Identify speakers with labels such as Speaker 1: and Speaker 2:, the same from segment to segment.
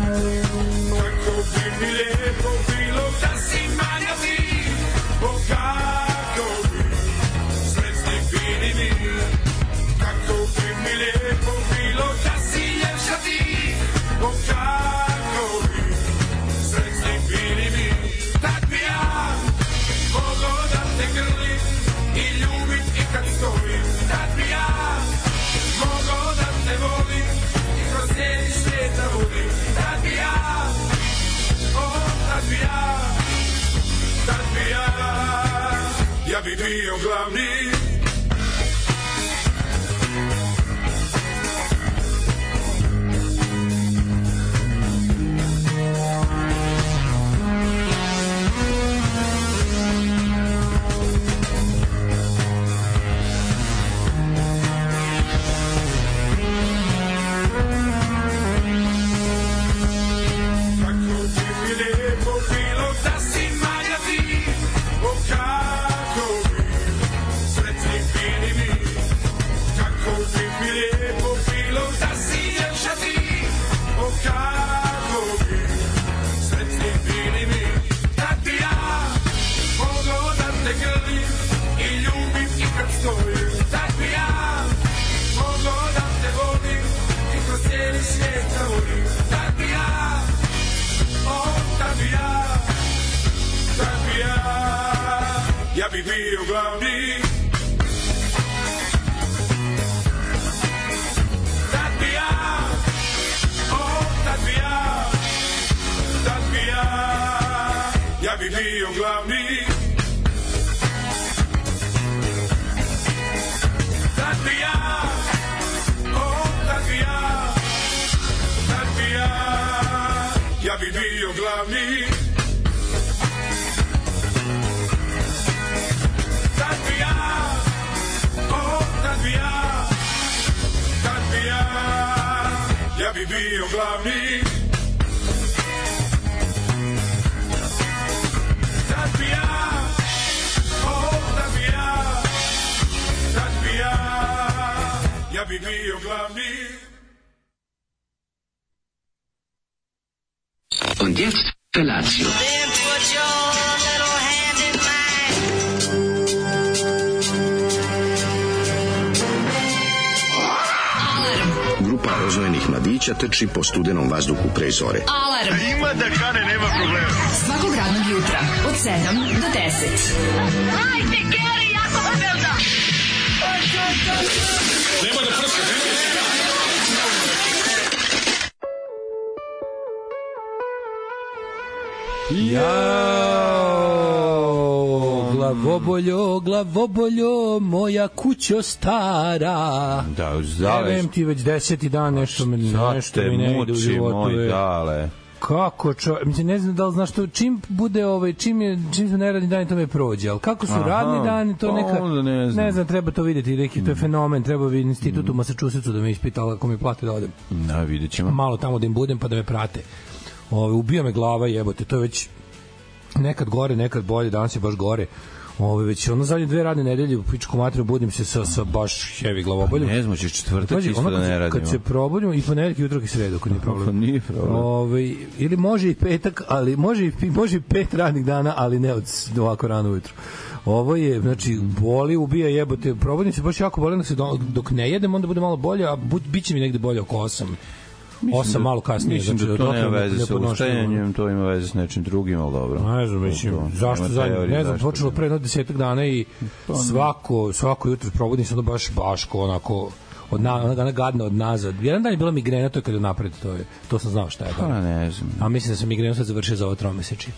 Speaker 1: Kako bi mi lijepo bilo da si manja ti, o kako bi sretni bili mi. Kako bi mi lijepo bilo da si ljepša ti, o kako bi sretni bili mi. Tad bi ja mogao da te grlim i ljubit i kad stojim. Tad bi ja mogao da te volim i kroz njeni svijet da volim. Tad bi ja Tatbija, Tatbija, ja bi bio glavni. Kako bi mi lijepo bilo da si manja ti, o kako bi sretni bili mi. Kako bi mi lijepo bilo da si ljepša ti, o kako bi sretni bili mi. Da ti ja mogao da te grlim i ljubim i kad stojim. Da bi ja mogao da te volim i kroz cijeli svijet da volim. Da bi ja Tabija, Tabija, ja bi bio glavni. Tabija, o Tabija, Tabija, ja bi bio glavni. Tabija, o Tabija, Tabija, ja bi bio glavni. Tabija, o Tabija, Tabija, ja bi bio glavni. Tabija, o Tabija, Tabija, ja bi bio glavni.
Speaker 2: Und jetzt Felatio.
Speaker 3: Then put your little hand in mine.
Speaker 4: Grupa rozvojenih mladića trči po studenom vazduhu pre zore.
Speaker 5: Alarm. Ima da kane, nema problema. Svakog radnog jutra, od 7 do 10. Hajde, Geri, jako pobelda.
Speaker 6: Jao, glavoboljo, glavoboljo, moja kućo stara.
Speaker 7: Da,
Speaker 6: Zovem ti već deseti dan nešto, me, nešto
Speaker 7: te
Speaker 6: mi ne ide u
Speaker 7: muči
Speaker 6: životu.
Speaker 7: moj
Speaker 6: je.
Speaker 7: dale.
Speaker 6: Kako čo, mislim ne znam da li znaš to čim bude ovaj čim je čim su neradni dani to me prođe, al kako su
Speaker 7: Aha,
Speaker 6: radni dani to
Speaker 7: pa
Speaker 6: neka
Speaker 7: onda ne znam. Mm.
Speaker 6: treba to videti, neki to je fenomen, treba bi institut u Massachusettsu da me ispita ali ako mi plate da odem.
Speaker 7: Na, vidjet ćemo.
Speaker 6: Malo tamo da im budem pa da me prate. Ovaj ubija me glava, jebote, to je već nekad gore, nekad bolje, danas je baš gore. Ove, već ono zadnje dve radne nedelje u pičku materiju budim se sa, sa baš heavy glavoboljem.
Speaker 7: Ne znam, ćeš četvrtak
Speaker 6: Pazi,
Speaker 7: isto
Speaker 6: ono
Speaker 7: da
Speaker 6: kad se-
Speaker 7: ne radimo. Pa
Speaker 6: Kad se probudimo i pa ponedeljak, i utorak i sredu, kad nije problem.
Speaker 7: Nije problem.
Speaker 6: Ovaj, ili može i petak, ali može i, može i pet radnih dana, ali ne od s- ovako rano ujutru. Ovo je, znači, boli, ubija jebote. Probudim se baš jako boli, onda se do- dok ne jedem, onda bude malo bolje, a bu, bit će mi negde bolje oko 8. 8 malo kasnije.
Speaker 7: Mislim
Speaker 6: znači,
Speaker 7: da to
Speaker 6: dotle
Speaker 7: nema
Speaker 6: ne-
Speaker 7: veze sa
Speaker 6: nepodnošljivo.
Speaker 7: ustajanjem, to ima veze s nečim drugim, ali dobro.
Speaker 6: Ne znam, mislim,
Speaker 7: To- to
Speaker 6: zašto
Speaker 7: nema
Speaker 6: zadnje,
Speaker 7: teorije
Speaker 6: ne znam,
Speaker 7: zašto. da.
Speaker 6: počelo pre jedno desetak dana i svako, svako jutro probudim se ono baš, baš ko onako, od na, ona, ona gadna od nazad. Jedan dan je bila migrena, to je kada napred, to je, to sam znao šta je.
Speaker 7: Pa
Speaker 6: Da.
Speaker 7: ne znam,
Speaker 6: A mislim da sam migrenu sad završio za ovo tromeseči.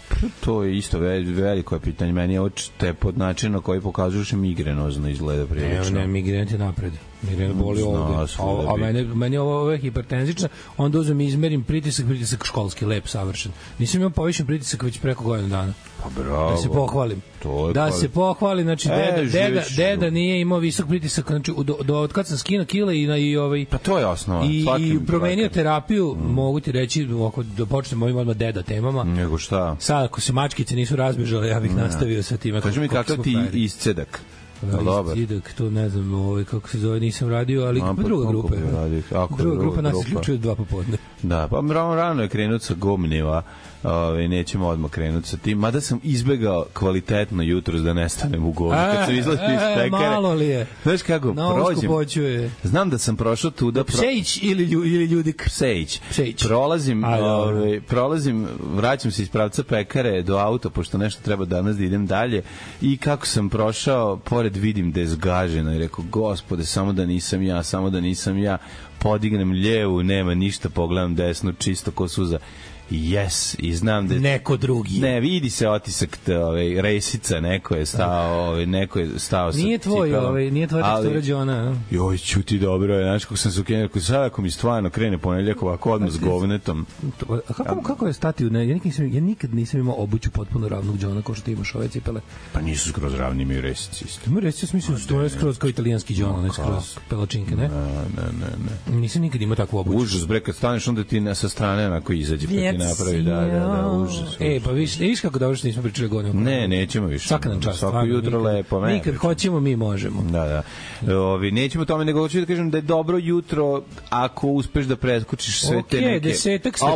Speaker 7: to je isto ve- veliko je pitanje. Meni je ovo te pod način na koji pokazuješ je migrenozno izgleda
Speaker 6: Ne,
Speaker 7: prilično.
Speaker 6: ne, migren ti je napred. Migren boli
Speaker 7: Znao
Speaker 6: ovde.
Speaker 7: sam da
Speaker 6: A, a
Speaker 7: bi.
Speaker 6: mene, meni je ovo, ovo je hipertenzična. Onda uzmem i izmerim pritisak, pritisak školski, lep, savršen. Nisam imao povišen pritisak već preko godinu dana.
Speaker 7: Pa bravo.
Speaker 6: da se pohvalim.
Speaker 7: To je
Speaker 6: da
Speaker 7: pa-
Speaker 6: se pohvalim, znači
Speaker 7: E,
Speaker 6: deda, deda,
Speaker 7: živit ću.
Speaker 6: deda nije imao visok pritisak, znači do, do od kad sam skinuo kile i na i ovaj
Speaker 7: Pa Mm. to je osnova.
Speaker 6: i,
Speaker 7: svakim
Speaker 6: i promenio
Speaker 7: lekar-
Speaker 6: terapiju, mogu ti reći ako da počnemo ovim odmah deda temama.
Speaker 7: Nego šta?
Speaker 6: Sad ako se mačkice nisu razbežale, ja bih nastavio sa tim.
Speaker 7: Kaži mi kakav ti iscedak.
Speaker 6: Da,
Speaker 7: Jel Pa, dobar?
Speaker 6: Zidak, to ne znam ovaj, kako se zove, nisam radio, ali
Speaker 7: Znam, pa
Speaker 6: druga
Speaker 7: koliko
Speaker 6: grupa je.
Speaker 7: bi radio. Ako je
Speaker 6: da. druga
Speaker 7: druga
Speaker 6: grupa nas
Speaker 7: grupa.
Speaker 6: isključuje dva popodne.
Speaker 7: Da, pa rano, rano je krenut sa gumnjeva, Ove, nećemo odmah krenuti sa tim. Mada sam izbegao kvalitetno jutro da nestanem u govnu. Kad sam izlazio iz
Speaker 6: e,
Speaker 7: pekare.
Speaker 6: malo li je.
Speaker 7: Znaš kako,
Speaker 6: Na ovu
Speaker 7: prođem.
Speaker 6: skupoću je.
Speaker 7: Znam da sam prošao tuda. Pro...
Speaker 6: Pšejić ili, lju, ili ljudik.
Speaker 7: Psejić.
Speaker 6: Psejić.
Speaker 7: Prolazim,
Speaker 6: A, dobro.
Speaker 7: ovaj, prolazim, vraćam se iz pravca pekare do auta, pošto nešto treba danas da idem dalje. I kako sam prošao, pored vidim da je zgaženo i rekao, gospode, samo da nisam ja, samo da nisam ja. Podignem ljevu, nema ništa, pogledam desnu, čisto ko suza. Yes, i znam da je
Speaker 6: Neko drugi.
Speaker 7: Ne, vidi se otisak te, ovaj, rejsica, neko je stao, ovaj, neko je stao sa
Speaker 6: Nije tvoj,
Speaker 7: cipelom.
Speaker 6: ovaj, nije tvoj
Speaker 7: Ali-
Speaker 6: tekst urađena.
Speaker 7: joj, čuti dobro, je, znaš kako sam se ukenio, ako sad ako mi stvarno krene ponedeljak ovako odmah s govnetom,
Speaker 6: To- A kako, kako je stati u ne, ja, nikad nisam, ja nikad nisam imao obuću potpuno ravnog džona kao što ti imaš ove cipele.
Speaker 7: pa nisu skroz ravni mi resici isto.
Speaker 6: Ima reći, ja sam mislio, da to je skroz kao italijanski džon, ne skroz pelačinke, ne?
Speaker 7: Ne, ne, ne.
Speaker 6: Nisam nikad imao takvu obuću.
Speaker 7: Užas, bre, kad staneš, onda ti na, sa strane onako izađe, pa ti napravi, da, da, da, užas.
Speaker 6: E, pa viš, e, viš kako dobro što nismo pričali o godinu.
Speaker 7: Ne, nećemo više.
Speaker 6: Svaka nam čast.
Speaker 7: Svako
Speaker 6: stvarno,
Speaker 7: jutro
Speaker 6: nikad,
Speaker 7: lepo. ne,
Speaker 6: Nikad hoćemo, mi možemo.
Speaker 7: Da, da. E, Ovi, nećemo o tome, nego hoću da kažem da je dobro jutro ako uspeš da preskočiš sve te
Speaker 6: Okej,
Speaker 7: neke
Speaker 6: desetak stepeni,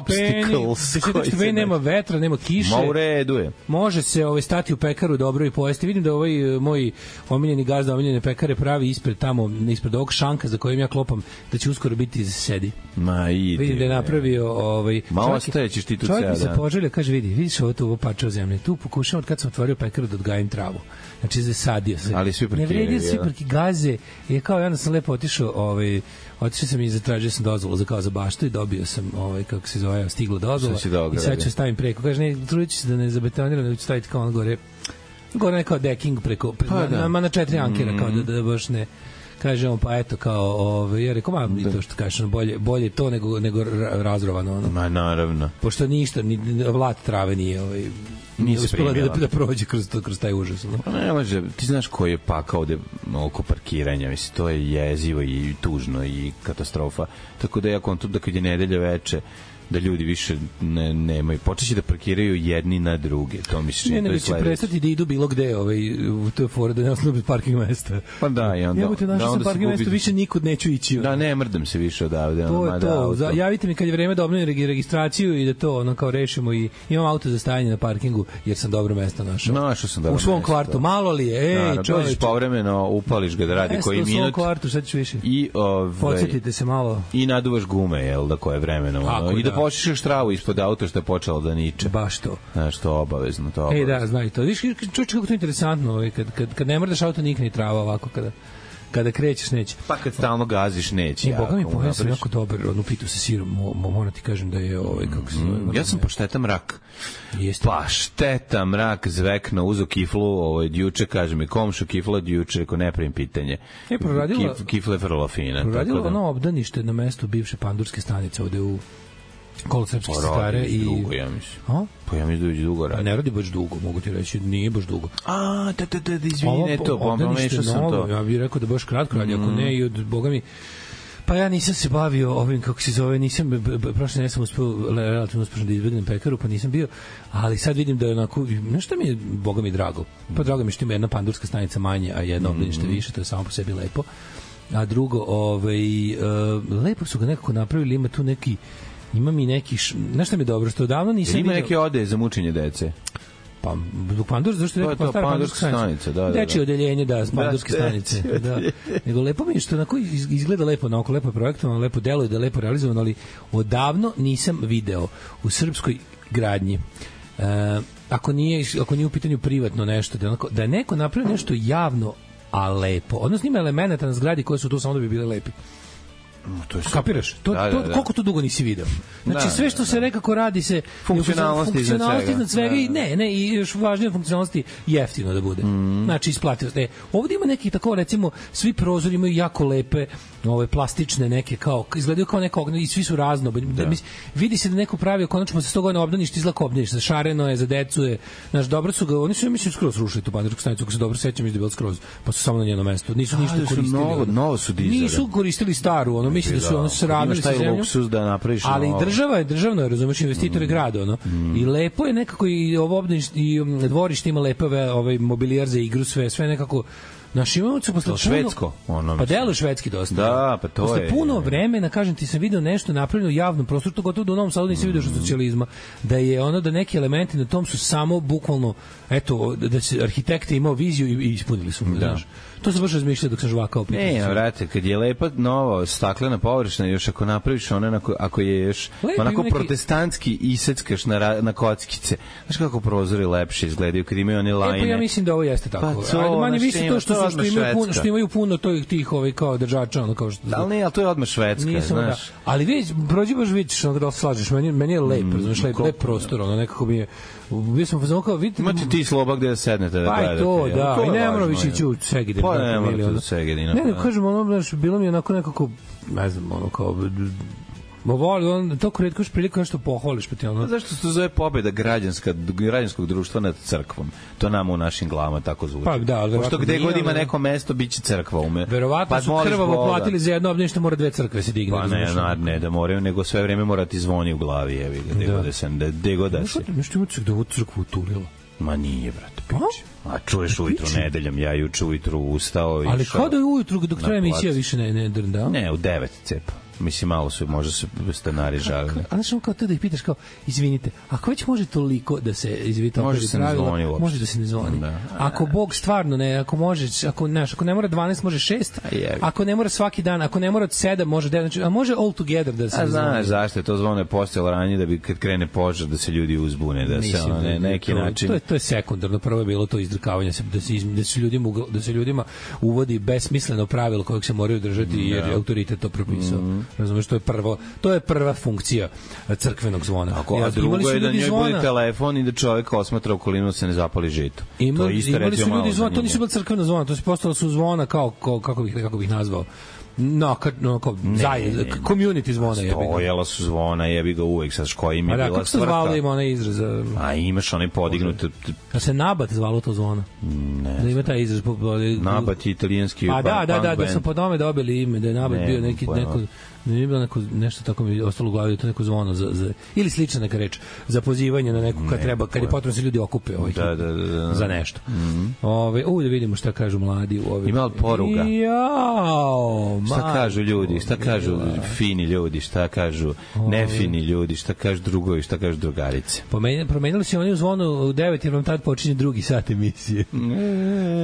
Speaker 7: obstacles
Speaker 6: desetak
Speaker 7: koji se
Speaker 6: stepeni,
Speaker 7: ne-
Speaker 6: nema vetra, nema kiše.
Speaker 7: Ma u redu je.
Speaker 6: Može se ovaj stati u pekaru dobro i pojesti. Vidim da ovaj e, moj omiljeni gazda omiljene pekare pravi ispred tamo ispred ovog šanka za kojim ja klopam da će uskoro biti za sedi.
Speaker 7: Ma idi.
Speaker 6: Vidim da je
Speaker 7: bre.
Speaker 6: napravio ovaj
Speaker 7: Ma
Speaker 6: čovjek-
Speaker 7: ostajećeš ti tu
Speaker 6: Čovjek mi
Speaker 7: ceo
Speaker 6: se
Speaker 7: dan.
Speaker 6: požalio, kaže vidi, vidiš ovo tu ovo pačao zemlje. Tu pokušavam od kad sam otvorio pekaru da odgajim travu. Znači zasadio sam.
Speaker 7: Ali svi
Speaker 6: Ne vredi
Speaker 7: parkiraju,
Speaker 6: svi
Speaker 7: jel?
Speaker 6: parki gaze. Je kao ja onda sam lepo otišao, ovaj otišao sam i zatražio sam dozvolu za kao za baštu i dobio sam ovaj kako se zove, stigla dozvola.
Speaker 7: Sad si dao
Speaker 6: I sad ću
Speaker 7: grade.
Speaker 6: stavim preko. Kaže ne, trudiću se da ne zabetoniram, da ću staviti kao on gore. Gore kao decking preko, preko
Speaker 7: Pa
Speaker 6: na,
Speaker 7: da. Mm.
Speaker 6: na, na četiri ankera kao da, da baš ne kaže on pa eto kao ovaj ja rekao ma da. to što kažeš ono, bolje bolje to nego nego ra- razrovano ono
Speaker 7: Ma naravno.
Speaker 6: pošto ništa ni ni vlat trave nije ovaj nije
Speaker 7: Nije
Speaker 6: uspela da,
Speaker 7: primila.
Speaker 6: da prođe kroz to kroz taj užas ono.
Speaker 7: Pa ne može, ti znaš koji je pakao ovde oko parkiranja, mislim, to je jezivo i tužno i katastrofa. Tako da ja kontam da kad je nedelja veče, da ljudi više ne, nemaju. Počeće da parkiraju jedni na druge, to mi se čini.
Speaker 6: Ne,
Speaker 7: to
Speaker 6: nego
Speaker 7: je
Speaker 6: će
Speaker 7: sledeće.
Speaker 6: prestati da idu bilo gde, ovaj, u to je fora da ne ostanu bez parking mesta.
Speaker 7: Pa da, i onda-
Speaker 6: Jebote,
Speaker 7: da,
Speaker 6: našao sam
Speaker 7: onda se
Speaker 6: parking
Speaker 7: gubi-
Speaker 6: mesto, više nikud neću ići. ono.
Speaker 7: Da, ne mrdam se više odavde. ono,
Speaker 6: to je
Speaker 7: mada
Speaker 6: to.
Speaker 7: auto.
Speaker 6: Za, javite mi kad je vreme da obnovim regi- registraciju i da to ono kao rešimo i imam auto za stajanje na parkingu jer sam dobro mesto našao.
Speaker 7: Našao sam dobro
Speaker 6: U svom
Speaker 7: mesto. da.
Speaker 6: kvartu, malo li je, ej,
Speaker 7: Naravno,
Speaker 6: Naravno, čoveč.
Speaker 7: dođeš povremeno, upališ ga da radi pa koji
Speaker 6: U svom
Speaker 7: minut
Speaker 6: kvartu, šta ću više?
Speaker 7: i, ovaj,
Speaker 6: Podsjetite se malo.
Speaker 7: i naduvaš gume, jel da, koje vremenom.
Speaker 6: Tako
Speaker 7: Ono, I da,
Speaker 6: da.
Speaker 7: počišeš travu ispod auta što je počelo da niče.
Speaker 6: Baš to.
Speaker 7: Znaš, to je obavezno, to je
Speaker 6: Ej,
Speaker 7: obavezno.
Speaker 6: da, znaju to. Viš, čuč kako to je interesantno, ovaj, kad, kad, kad ne mrdaš auto, nikne ni trava ovako, kada, kada krećeš, neće.
Speaker 7: Pa kad stalno gaziš, neće.
Speaker 6: I boga mi
Speaker 7: jako,
Speaker 6: pojeo sam
Speaker 7: napraviš.
Speaker 6: jako dobar, onu pitu sa sirom, mo, mo, moram ti kažem da je ovaj, kako se zove.
Speaker 7: Mhm. Ja sam paštetam rak.
Speaker 6: Jeste.
Speaker 7: Pa šteta mrak zvekna uzo kiflu, ovo je djuče, kaže mi komšu kifla djuče, rekao ne pravim pitanje.
Speaker 6: E, proradila-
Speaker 7: Kif, kifla je vrlo fina.
Speaker 6: Pa Radilo
Speaker 7: tako da-
Speaker 6: ono obdanište na mestu bivše pandurske stanice ovde u kolo srpske
Speaker 7: Pa
Speaker 6: stare
Speaker 7: radi već
Speaker 6: i...
Speaker 7: Dugo, ja mislim.
Speaker 6: A?
Speaker 7: Pa ja mislim da već dugo
Speaker 6: A
Speaker 7: radi.
Speaker 6: ne radi baš dugo, mogu ti reći, nije baš dugo.
Speaker 7: A, da, da, da, da, izvini,
Speaker 6: Ovo
Speaker 7: ne to,
Speaker 6: obdanište
Speaker 7: pomešao sam
Speaker 6: novo,
Speaker 7: to. Mm.
Speaker 6: Ja bih rekao da baš kratko radi, ako ne i od boga mi Pa ja nisam se bavio ovim, kako se zove, nisam, b- b- prošle ne sam uspeo, le- relativno uspešno da izbjegnem pekaru, pa nisam bio, ali sad vidim da je onako, znaš šta mi je, boga mi drago, pa drago mi je što ima jedna pandurska stanica manje, a
Speaker 7: Mm.
Speaker 6: jedno obdanište više, to je samo po sebi lepo, a drugo, ovaj, e, lepo su ga nekako napravili, ima tu neki, ima mi neki, š- znaš šta mi je dobro, što odavno nisam
Speaker 7: Ima
Speaker 6: video-
Speaker 7: neke ode za mučenje dece.
Speaker 6: pa, zbog Pandurske, zašto je
Speaker 7: To je
Speaker 6: rekao pa
Speaker 7: to,
Speaker 6: stara Pandurska
Speaker 7: Pandurska
Speaker 6: stanica?
Speaker 7: stanica, da, da,
Speaker 6: Dečije
Speaker 7: da.
Speaker 6: odeljenje, da, s Pandurske
Speaker 7: Da,
Speaker 6: stanice. Da. Nego lepo mi je što onako iz- izgleda lepo, na oko lepo je projektovano, lepo deluje, da je lepo realizovano, ali odavno nisam video u srpskoj gradnji. E, ako nije iš- ako nije u pitanju privatno nešto da je onako, da je neko napravi nešto javno a lepo. Odnosno ima elemenata na zgradi koje su tu samo da bi bile lepi.
Speaker 7: To je super.
Speaker 6: Kapiraš? To,
Speaker 7: Da,
Speaker 6: to,
Speaker 7: da, da.
Speaker 6: koliko to dugo nisi video? Znači,
Speaker 7: Da,
Speaker 6: sve što se nekako radi se...
Speaker 7: Funkcionalnosti iznad
Speaker 6: funkcionalnosti
Speaker 7: svega.
Speaker 6: iznad svega
Speaker 7: Da, Mhm.
Speaker 6: i ne, ne, i još važnije od funkcionalnosti jeftino da bude. Znači, isplatio se. E, ovdje ima neki tako, recimo, svi prozori imaju jako lepe, ove plastične neke, kao, izgledaju kao neka ognja i svi su raznobojni. Da. Mislim, vidi se da neko pravi, konačno se 100 godina obdanište izlako obdanište, šareno je, za decu je, znaš, dobro su ga, oni su, ja mislim, skroz rušili tu pandirsku stanicu, ako se dobro sećam, mislim da je bilo skroz, pa su samo na njeno mesto, nisu
Speaker 7: A,
Speaker 6: ništa
Speaker 7: da su
Speaker 6: koristili.
Speaker 7: novo-
Speaker 6: ono.
Speaker 7: novo su dizali.
Speaker 6: Nisu koristili staru, ono, mislim da su ono sravnili
Speaker 7: Imaš
Speaker 6: sa
Speaker 7: taj
Speaker 6: zemljom.
Speaker 7: luksuz da napraviš
Speaker 6: Ali
Speaker 7: novo.
Speaker 6: država je državno, je, razumeš, investitor je grad, ono. I lepo je nekako i ovo obdanište, i um, dvorište ima lepe ove, ovaj mobilijar za igru, sve, sve nekako Naš imamo se posle puno-
Speaker 7: To švedsko, ono,
Speaker 6: pa
Speaker 7: mislim.
Speaker 6: delo švedski dosta.
Speaker 7: Da, pa to
Speaker 6: posle
Speaker 7: je,
Speaker 6: puno
Speaker 7: je.
Speaker 6: vremena, kažem ti, sam video nešto napravljeno u javnom prostoru, to gotovo da u Novom Sadu nisam video što socijalizma, da je ono da neki elementi na tom su samo bukvalno, eto, da se arhitekte imao viziju i, i ispunili su. Da. Znaš. To se baš razmišljao dok sam žvakao.
Speaker 7: Ne, no, vrate, kad je lepa nova staklena površina, još ako napraviš one, onako, ako je još
Speaker 6: Lepo
Speaker 7: onako
Speaker 6: ima neki-
Speaker 7: protestantski iseckaš na, ra- na kockice, znaš kako prozori lepše izgledaju kad imaju one
Speaker 6: E,
Speaker 7: lajne.
Speaker 6: pa ja mislim da ovo jeste tako.
Speaker 7: Pa to,
Speaker 6: Ajde, manje
Speaker 7: znaš,
Speaker 6: više
Speaker 7: ima
Speaker 6: to što, su,
Speaker 7: to
Speaker 6: što,
Speaker 7: odmah
Speaker 6: imaju puno,
Speaker 7: Švedska.
Speaker 6: što imaju puno tih, tih ovaj, kao držača, ono kao što...
Speaker 7: Da li ne, ali to je odmah švedska,
Speaker 6: Nisam, da.
Speaker 7: znaš.
Speaker 6: Ali vidiš, prođi baš vidiš, onda da li se slažeš, meni, meni je
Speaker 7: Mm,
Speaker 6: lep, razumiješ, lep, lep prostor, ono nekako mi je, bio sam fazon kao, vidite,
Speaker 7: da. Imate ti sloba gde da sednete da
Speaker 6: pa i
Speaker 7: gledate.
Speaker 6: to,
Speaker 7: jel?
Speaker 6: da,
Speaker 7: To
Speaker 6: i
Speaker 7: je
Speaker 6: ne moram
Speaker 7: važno,
Speaker 6: više
Speaker 7: jel?
Speaker 6: ići u Segedin.
Speaker 7: Pa
Speaker 6: brate,
Speaker 7: ne
Speaker 6: mili,
Speaker 7: moram
Speaker 6: ono.
Speaker 7: u Segedin.
Speaker 6: Ne, ne,
Speaker 7: da.
Speaker 6: kažem, ono, znaš, bilo mi je onako nekako, ne znam, ono kao, Ma voli, on toliko redko još prilika nešto pohvališ, pa ti ono...
Speaker 7: Pa zašto se to zove pobeda građanska, građanskog društva nad crkvom? To nama u našim glavama tako zvuči.
Speaker 6: Pa da, ali
Speaker 7: Pošto
Speaker 6: verovatno
Speaker 7: gde
Speaker 6: nije,
Speaker 7: god ima
Speaker 6: ali-
Speaker 7: neko mesto, bit će crkva ume.
Speaker 6: Verovatno su
Speaker 7: moliš
Speaker 6: krvavo
Speaker 7: Pa Boga.
Speaker 6: platili za jedno obdanište, mora dve crkve se digne.
Speaker 7: Pa ne,
Speaker 6: razumeš?
Speaker 7: na, ne da moraju, nego sve vreme mora ti zvoni u glavi, jevi, ga, gde
Speaker 6: Da.
Speaker 7: god da se, gde- gde god da
Speaker 6: Znaš
Speaker 7: se.
Speaker 6: što- Nešto ima da ovu crkvu utulilo.
Speaker 7: Ma nije, brate,
Speaker 6: A?
Speaker 7: piči. A čuješ ujutru nedeljom, ja juče ujutru ustao i
Speaker 6: Ali
Speaker 7: išao.
Speaker 6: kao da je ujutru dok traje
Speaker 7: plac.
Speaker 6: emisija više ne, da? ne drnda.
Speaker 7: Ne, u devet cepa. Mislim, malo su, možda su stanari žalili.
Speaker 6: A znaš, on kao to da ih pitaš kao, izvinite, ako već može toliko da se izvinite,
Speaker 7: Može
Speaker 6: opet
Speaker 7: da se ne
Speaker 6: pravila,
Speaker 7: zvoni uopšte.
Speaker 6: može da se ne zvoni.
Speaker 7: Da.
Speaker 6: Ako Bog stvarno ne, ako može, ako, znaš, ako ne mora 12, može 6,
Speaker 7: A jebi.
Speaker 6: ako ne mora svaki dan, ako ne mora od 7, može 9, znači, a može all together da se
Speaker 7: A
Speaker 6: ne zvoni.
Speaker 7: znaš zašto je to zvono je postojalo ranije da bi kad krene požar da se ljudi uzbune, da se
Speaker 6: Mislim
Speaker 7: ono,
Speaker 6: da
Speaker 7: ne,
Speaker 6: je
Speaker 7: neki
Speaker 6: to,
Speaker 7: način...
Speaker 6: To je, to je sekundarno, prvo je bilo to izdrkavanje, se- da se, iz- da se, ljudima, ugl- da se ljudima uvodi besmisleno pravilo kojeg se moraju držati
Speaker 7: Da.
Speaker 6: jer je autoritet to propisao.
Speaker 7: Mhm.
Speaker 6: Razumeš, to je, prvo, to je prva funkcija e, crkvenog zvona.
Speaker 7: Ako, a
Speaker 6: Jer imali
Speaker 7: drugo
Speaker 6: su
Speaker 7: je da
Speaker 6: ljudi
Speaker 7: njoj
Speaker 6: zvona-
Speaker 7: bude telefon i da čovjek osmatra okolinu da se ne zapali žito.
Speaker 6: Ima,
Speaker 7: to je isto
Speaker 6: imali su
Speaker 7: recimo malo
Speaker 6: ljudi zvona, to
Speaker 7: zanimljivo.
Speaker 6: nisu bila crkvena zvona, to su postala su zvona kao, kao kako bih kako bih nazvao. No, kad, no, kao, zaje,
Speaker 7: ne, ne.
Speaker 6: community zvona je.
Speaker 7: Stojala su zvona, jebi ga uvek, sad ško im
Speaker 6: A
Speaker 7: je
Speaker 6: da,
Speaker 7: bila
Speaker 6: kako se
Speaker 7: svrha.
Speaker 6: zvalo ima onaj izraz? e,
Speaker 7: A imaš onaj podignut, t- t-
Speaker 6: Da se nabat zvalo to zvona. Ne. Da ima taj izraz. pa- po- po-
Speaker 7: nabat je italijanski
Speaker 6: Pa da,
Speaker 7: punk-
Speaker 6: da,
Speaker 7: punk
Speaker 6: da, da
Speaker 7: band.
Speaker 6: su po tome dobili ime, da je nabat
Speaker 7: Nemam
Speaker 6: bio neki,
Speaker 7: pojma.
Speaker 6: neko, ne bi bilo neko, nešto tako mi je ostalo u glavi, da je to neko zvono za, za, ili slična neka reč, za pozivanje na neku kad treba, kad je potrebno da se ljudi okupe ovaj
Speaker 7: Da, da, da, da.
Speaker 6: za nešto. Mm -hmm. Ove, u, da vidimo šta kažu mladi u ovim.
Speaker 7: Ima li poruga?
Speaker 6: Jao, ma.
Speaker 7: Šta kažu ljudi, šta kažu
Speaker 6: da.
Speaker 7: fini ljudi, šta kažu nefini ljudi, šta kažu drugovi, šta kažu drugarice.
Speaker 6: Pomeni- Promenili su oni u zvonu u 9 jer vam tad počinje drugi sat emisije.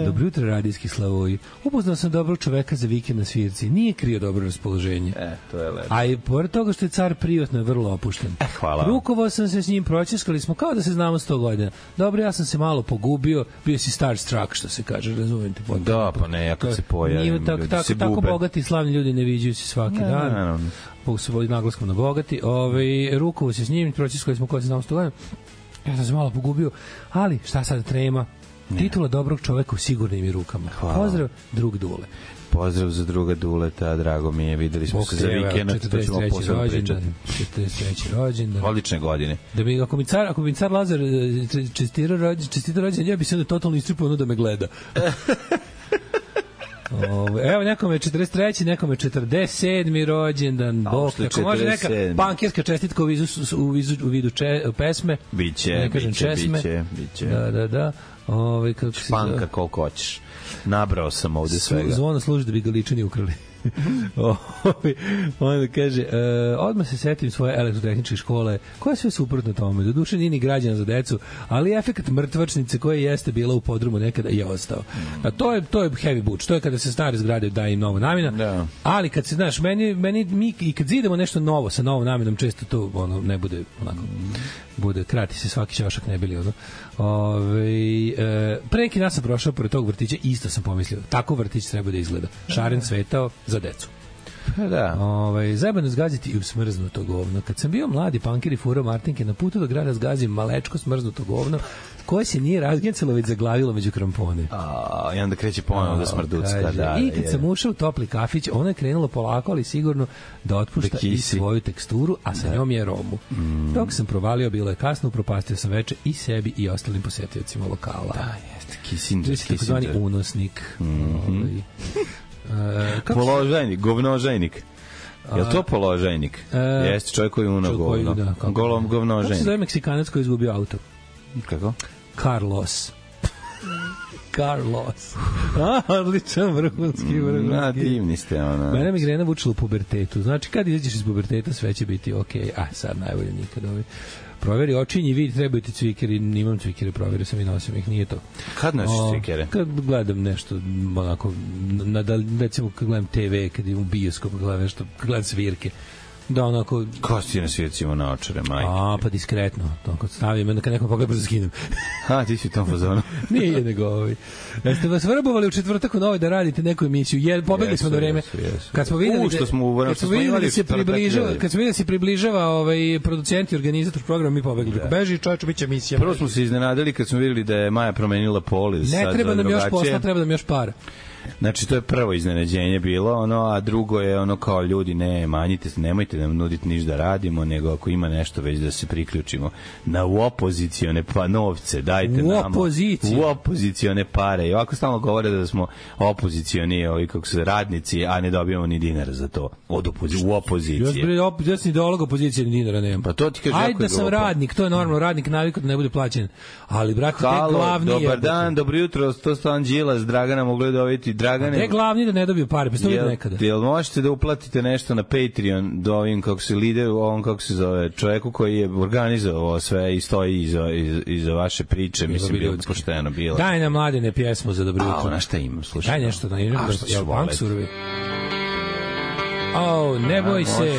Speaker 6: Dobro jutro, radijski slavoji. Upoznao sam dobrog čoveka za vikend na svirci. Nije krio dobro raspoloženje.
Speaker 7: E, to je lepo.
Speaker 6: A i pored toga što je car privatno je vrlo opušten.
Speaker 7: E, hvala vam.
Speaker 6: Rukovao sam se s njim, pročeskali smo kao da se znamo 100 godina. Dobro, ja sam se malo pogubio, bio si starstruck, što se kaže, razumete? potpuno.
Speaker 7: Da, pa ne, ja kad se pojavim,
Speaker 6: Nije tako,
Speaker 7: ljudi
Speaker 6: tako,
Speaker 7: se
Speaker 6: tako
Speaker 7: bube.
Speaker 6: bogati i slavni ljudi ne viđaju se svaki
Speaker 7: Ne,
Speaker 6: dan.
Speaker 7: naravno.
Speaker 6: Po se vodi naglaskom na bogati. Ove, rukovo se s njim, pročeskali smo koja se znamo 100 godina. Ja sam se malo pogubio, ali šta sad trema? Titula dobrog čoveka u sigurnim je rukama.
Speaker 7: Hvala.
Speaker 6: Pozdrav, drug Dule.
Speaker 7: Pozdrav za druga Duleta, drago mi je, videli smo se za
Speaker 6: evo,
Speaker 7: vikend, to ćemo
Speaker 6: 43.
Speaker 7: posebno
Speaker 6: rođendan,
Speaker 7: pričati.
Speaker 6: 43. rođendan.
Speaker 7: Odlične godine.
Speaker 6: Da mi, ako mi car, ako mi car Lazar e, če- čestira rođen, čestita rođen, ja bi se onda totalno istrpao ono da me gleda. Ovo, evo nekome je 43. nekome je 47. rođendan. Bog,
Speaker 7: uopšte
Speaker 6: ako može neka
Speaker 7: 47.
Speaker 6: pankirska čestitka u vidu, u vidu, u vidu če, pesme.
Speaker 7: Biće,
Speaker 6: da ne kažem
Speaker 7: biće,
Speaker 6: česme.
Speaker 7: biće, biće.
Speaker 6: Da, da, da. Ove, kako se zove?
Speaker 7: Panka koliko hoćeš. Nabrao sam ovde svega.
Speaker 6: Zvona služi da bi ga ličani ukrali. Ovi, onda kaže, e, odmah se setim svoje elektrotehničke škole, koja je sve suprotno tome, doduše nije ni građana za decu, ali efekt mrtvačnice koja jeste bila u podrumu nekada je ostao. A to je, to je heavy buč, to je kada se stare zgrade daje im nova namjena,
Speaker 7: Da.
Speaker 6: ali kad se, znaš, meni, meni mi, i kad zidamo nešto novo sa novom namjenom, često to ono, ne bude onako, bude, krati se svaki čašak ne bili ono. Ove, e, pre neki dan sam prošao pored tog vrtića i isto sam pomislio, tako vrtić treba da izgleda. Šaren svetao za decu.
Speaker 7: Pa da.
Speaker 6: Ovaj zajebano je zgaziti i u smrznuto govno. Kad sam bio mladi panker i furao Martinke na putu do grada zgazim malečko smrznuto govno koje se nije razgencalo već zaglavilo među krampone.
Speaker 7: A, I onda kreće ponovno da smrducka.
Speaker 6: Kaže,
Speaker 7: Da,
Speaker 6: I kad
Speaker 7: je.
Speaker 6: sam ušao u topli kafić, ona je krenula polako, ali sigurno da otpušta
Speaker 7: Da
Speaker 6: i
Speaker 7: kisi. Da. Mm.
Speaker 6: svoju teksturu, a sa njom je romu. Dok sam provalio, bilo je kasno, upropastio sam veče i sebi i ostalim posetiocima lokala. Da,
Speaker 7: Jeste, Kissinger, Mhm.
Speaker 6: je takozvani
Speaker 7: Kissinger.
Speaker 6: unosnik. Ovaj. E, kako se
Speaker 7: Položajnik, govnožajnik. Je li to položajnik?
Speaker 6: E,
Speaker 7: Jeste čovjek koji je uno
Speaker 6: čovjek koji-
Speaker 7: govno.
Speaker 6: da, kako-
Speaker 7: Golom
Speaker 6: Kako se
Speaker 7: govnožajnik.
Speaker 6: zove Meksikanac koji je izgubio auto?
Speaker 7: Kako?
Speaker 6: Carlos. Carlos. A, odličan vrhunski, vrhunski.
Speaker 7: Na, divni ste, ona.
Speaker 6: Mene migrena vučila u pubertetu. Znači, kad izađeš iz puberteta, sve će biti okej. A, sad najbolje nikad ovaj. Proveri očinji i vidi, trebaju ti cvikeri. Nimam cvikere, proverio sam i nosim ih, nije to.
Speaker 7: Kad nosiš
Speaker 6: O,
Speaker 7: cvikere?
Speaker 6: Kad gledam nešto, m, onako, na, na, recimo, kad gledam TV, kad idem u bioskop, kad gledam nešto, kad gledam svirke. Da, onako,
Speaker 7: Ko si ti na svijecima na očare, majke?
Speaker 6: a, pa diskretno. To, kad stavim, onda kad nekom pogleda, brzo skinem.
Speaker 7: Ha, ti si u tom fazonu.
Speaker 6: Nije nego ovaj. Jeste vas vrbovali u četvrtak u novoj da radite neku emisiju. Jer pobegli
Speaker 7: Jesu,
Speaker 6: smo na vreme.
Speaker 7: jesu, jesu.
Speaker 6: Kad smo videli
Speaker 7: U, što
Speaker 6: da-
Speaker 7: smo u vreme,
Speaker 6: kad
Speaker 7: što
Speaker 6: smo
Speaker 7: smo
Speaker 6: videli
Speaker 7: imali
Speaker 6: da se
Speaker 7: četvrtak
Speaker 6: približava,
Speaker 7: nedelje.
Speaker 6: kad smo videli da se približava ovaj producent i organizator programa mi pobegli. Da. Beži čoveče biće emisija.
Speaker 7: Prvo smo se iznenadili kad smo videli da je Maja promenila polis.
Speaker 6: Ne
Speaker 7: sad
Speaker 6: treba nam još
Speaker 7: drugačije.
Speaker 6: posla, treba nam još para.
Speaker 7: Znači, to je prvo iznenađenje bilo, ono, a drugo je ono kao ljudi, ne, manjite se, nemojte nam nuditi ništa da radimo, nego ako ima nešto već da se priključimo na u opozicione pa novce, dajte
Speaker 6: U
Speaker 7: nama.
Speaker 6: opoziciju.
Speaker 7: U opozicione pare. I ovako stalno govore da smo opozicioni, ovi kako se radnici, a ne dobijamo ni dinara za to. Od opozi, u
Speaker 6: Još
Speaker 7: opozicije.
Speaker 6: bre op, ja sam ideolog opozicije ni dinara nema.
Speaker 7: Pa to ti kaže
Speaker 6: Ajde
Speaker 7: jako
Speaker 6: da sam
Speaker 7: Evropa.
Speaker 6: radnik, to je normalno, radnik navika da ne bude plaćen. Ali brate, te
Speaker 7: Halo,
Speaker 6: glavni
Speaker 7: dobar
Speaker 6: je.
Speaker 7: dan, dobro jutro, to Stojan Đilas, Dragana mogli doviti, Dragane.
Speaker 6: Te glavni da ne dobiju pare, pa što vidim
Speaker 7: Jel,
Speaker 6: nekada.
Speaker 7: jel možete da uplatite nešto na Patreon do ovim kako se lideru, ovom kako se zove, čoveku koji je organizovao ovo sve i stoji iza, iza, iza vaše priče, mislim,
Speaker 6: bi
Speaker 7: bilo bi
Speaker 6: ljudski.
Speaker 7: pošteno bilo.
Speaker 6: Daj nam mladene pjesmu za dobro
Speaker 7: A,
Speaker 6: jutro.
Speaker 7: Pa, ona šta imam, slušaj.
Speaker 6: Daj nešto da
Speaker 7: A,
Speaker 6: imam
Speaker 7: šta
Speaker 6: da
Speaker 7: ćeš
Speaker 6: ja punk
Speaker 7: volet?
Speaker 6: surovi. Au, ne boj se,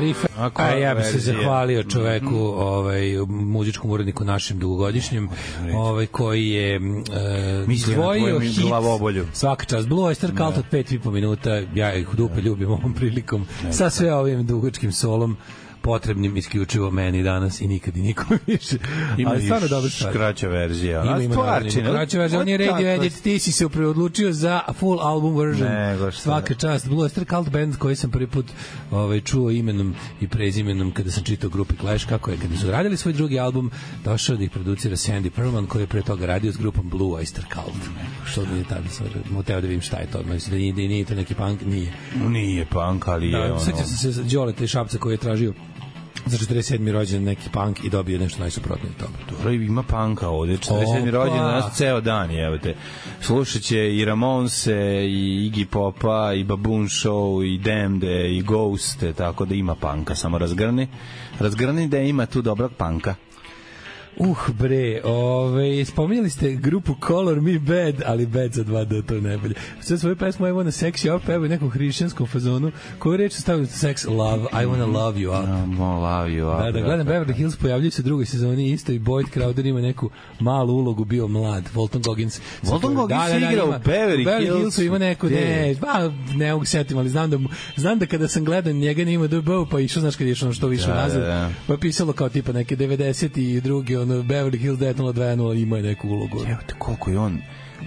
Speaker 6: Rifa.
Speaker 7: A
Speaker 6: A
Speaker 7: koja
Speaker 6: ja bih se
Speaker 7: verzija? Mhm.
Speaker 6: zahvalio čoveku, ovaj muzičkom uredniku našem dugogodišnjem, ovaj koji je e,
Speaker 7: Mislio na
Speaker 6: izdvojio
Speaker 7: tvoju
Speaker 6: hit.
Speaker 7: glavobolju. Da.
Speaker 6: Svaka čast Blue Oyster Cult od 5 i po minuta. Ja ih u dupe ljubim ovom prilikom
Speaker 7: Da,
Speaker 6: sa sve ovim dugačkim solom potrebnim isključivo meni danas i nikad i nikom više.
Speaker 7: Ima
Speaker 6: Ali stvarno
Speaker 7: još
Speaker 6: dobro stvar.
Speaker 7: Kraća verzija.
Speaker 6: Ima, ima
Speaker 7: stvarčina.
Speaker 6: naravno. Kraće verzija, on je
Speaker 7: Tako
Speaker 6: radio edit, ti si se preodlučio za full album version.
Speaker 7: Nego šta.
Speaker 6: Svaka čast. Blue Oyster Cult Band koji sam prvi put ovaj, čuo imenom i prezimenom kada sam čitao grupi Clash, kako je kada su radili svoj drugi album, došao da ih producira Sandy Perman koji je pre toga radio s grupom Blue Oyster Cult. Što mi je tada sam moteo da vidim šta je to. Mislim da nije, da nije to neki punk, nije.
Speaker 7: Nije punk, ali je
Speaker 6: Da,
Speaker 7: ono...
Speaker 6: Sjetio sam se Đoleta i Šapca koji je tražio za 47. rođen neki punk i dobio nešto najsuprotnije od toga.
Speaker 7: Dobro, ima panka ovde, 47.
Speaker 6: Opa.
Speaker 7: rođen danas ceo dan, jevete. Slušat će i Ramonse, i Iggy Popa, i Baboon Show, i Demde, i Ghoste, tako da ima panka, samo razgrni. Razgrni da ima tu dobrog panka.
Speaker 6: Uh bre, ove, spominjali ste grupu Color Me Bad, ali Bad za dva D, to je najbolje. Sve svoju pesmu I Wanna Sex You Up pevaju u nekom hrišćanskom fazonu, koju reč su stavili sex, love, I Wanna Love You Up.
Speaker 7: Molavio.
Speaker 6: Da, da gledam Beverly Hills, pojavljaju se u drugoj sezoni isto i Boyd Crowder ima neku malu ulogu, bio mlad, Walton Goggins.
Speaker 7: Walton Goggins
Speaker 6: Da, da, da,
Speaker 7: igra u
Speaker 6: ima-
Speaker 7: Beverly
Speaker 6: Beverly
Speaker 7: Hillsu.
Speaker 6: Hillsu ima neku,
Speaker 7: Gde
Speaker 6: ne,
Speaker 7: je?
Speaker 6: ba, ne mogu se setim, ali znam da, mu- znam da kada sam gledao njega nije ima DBO, pa išao, znaš kad je išao ono što više
Speaker 7: Da, da,
Speaker 6: nazad,
Speaker 7: da.
Speaker 6: pa je pisalo kao tipa neke 90 i drugi, ono, Beverly Hills 90210 ima neku ulogu.
Speaker 7: Evo te koliko je on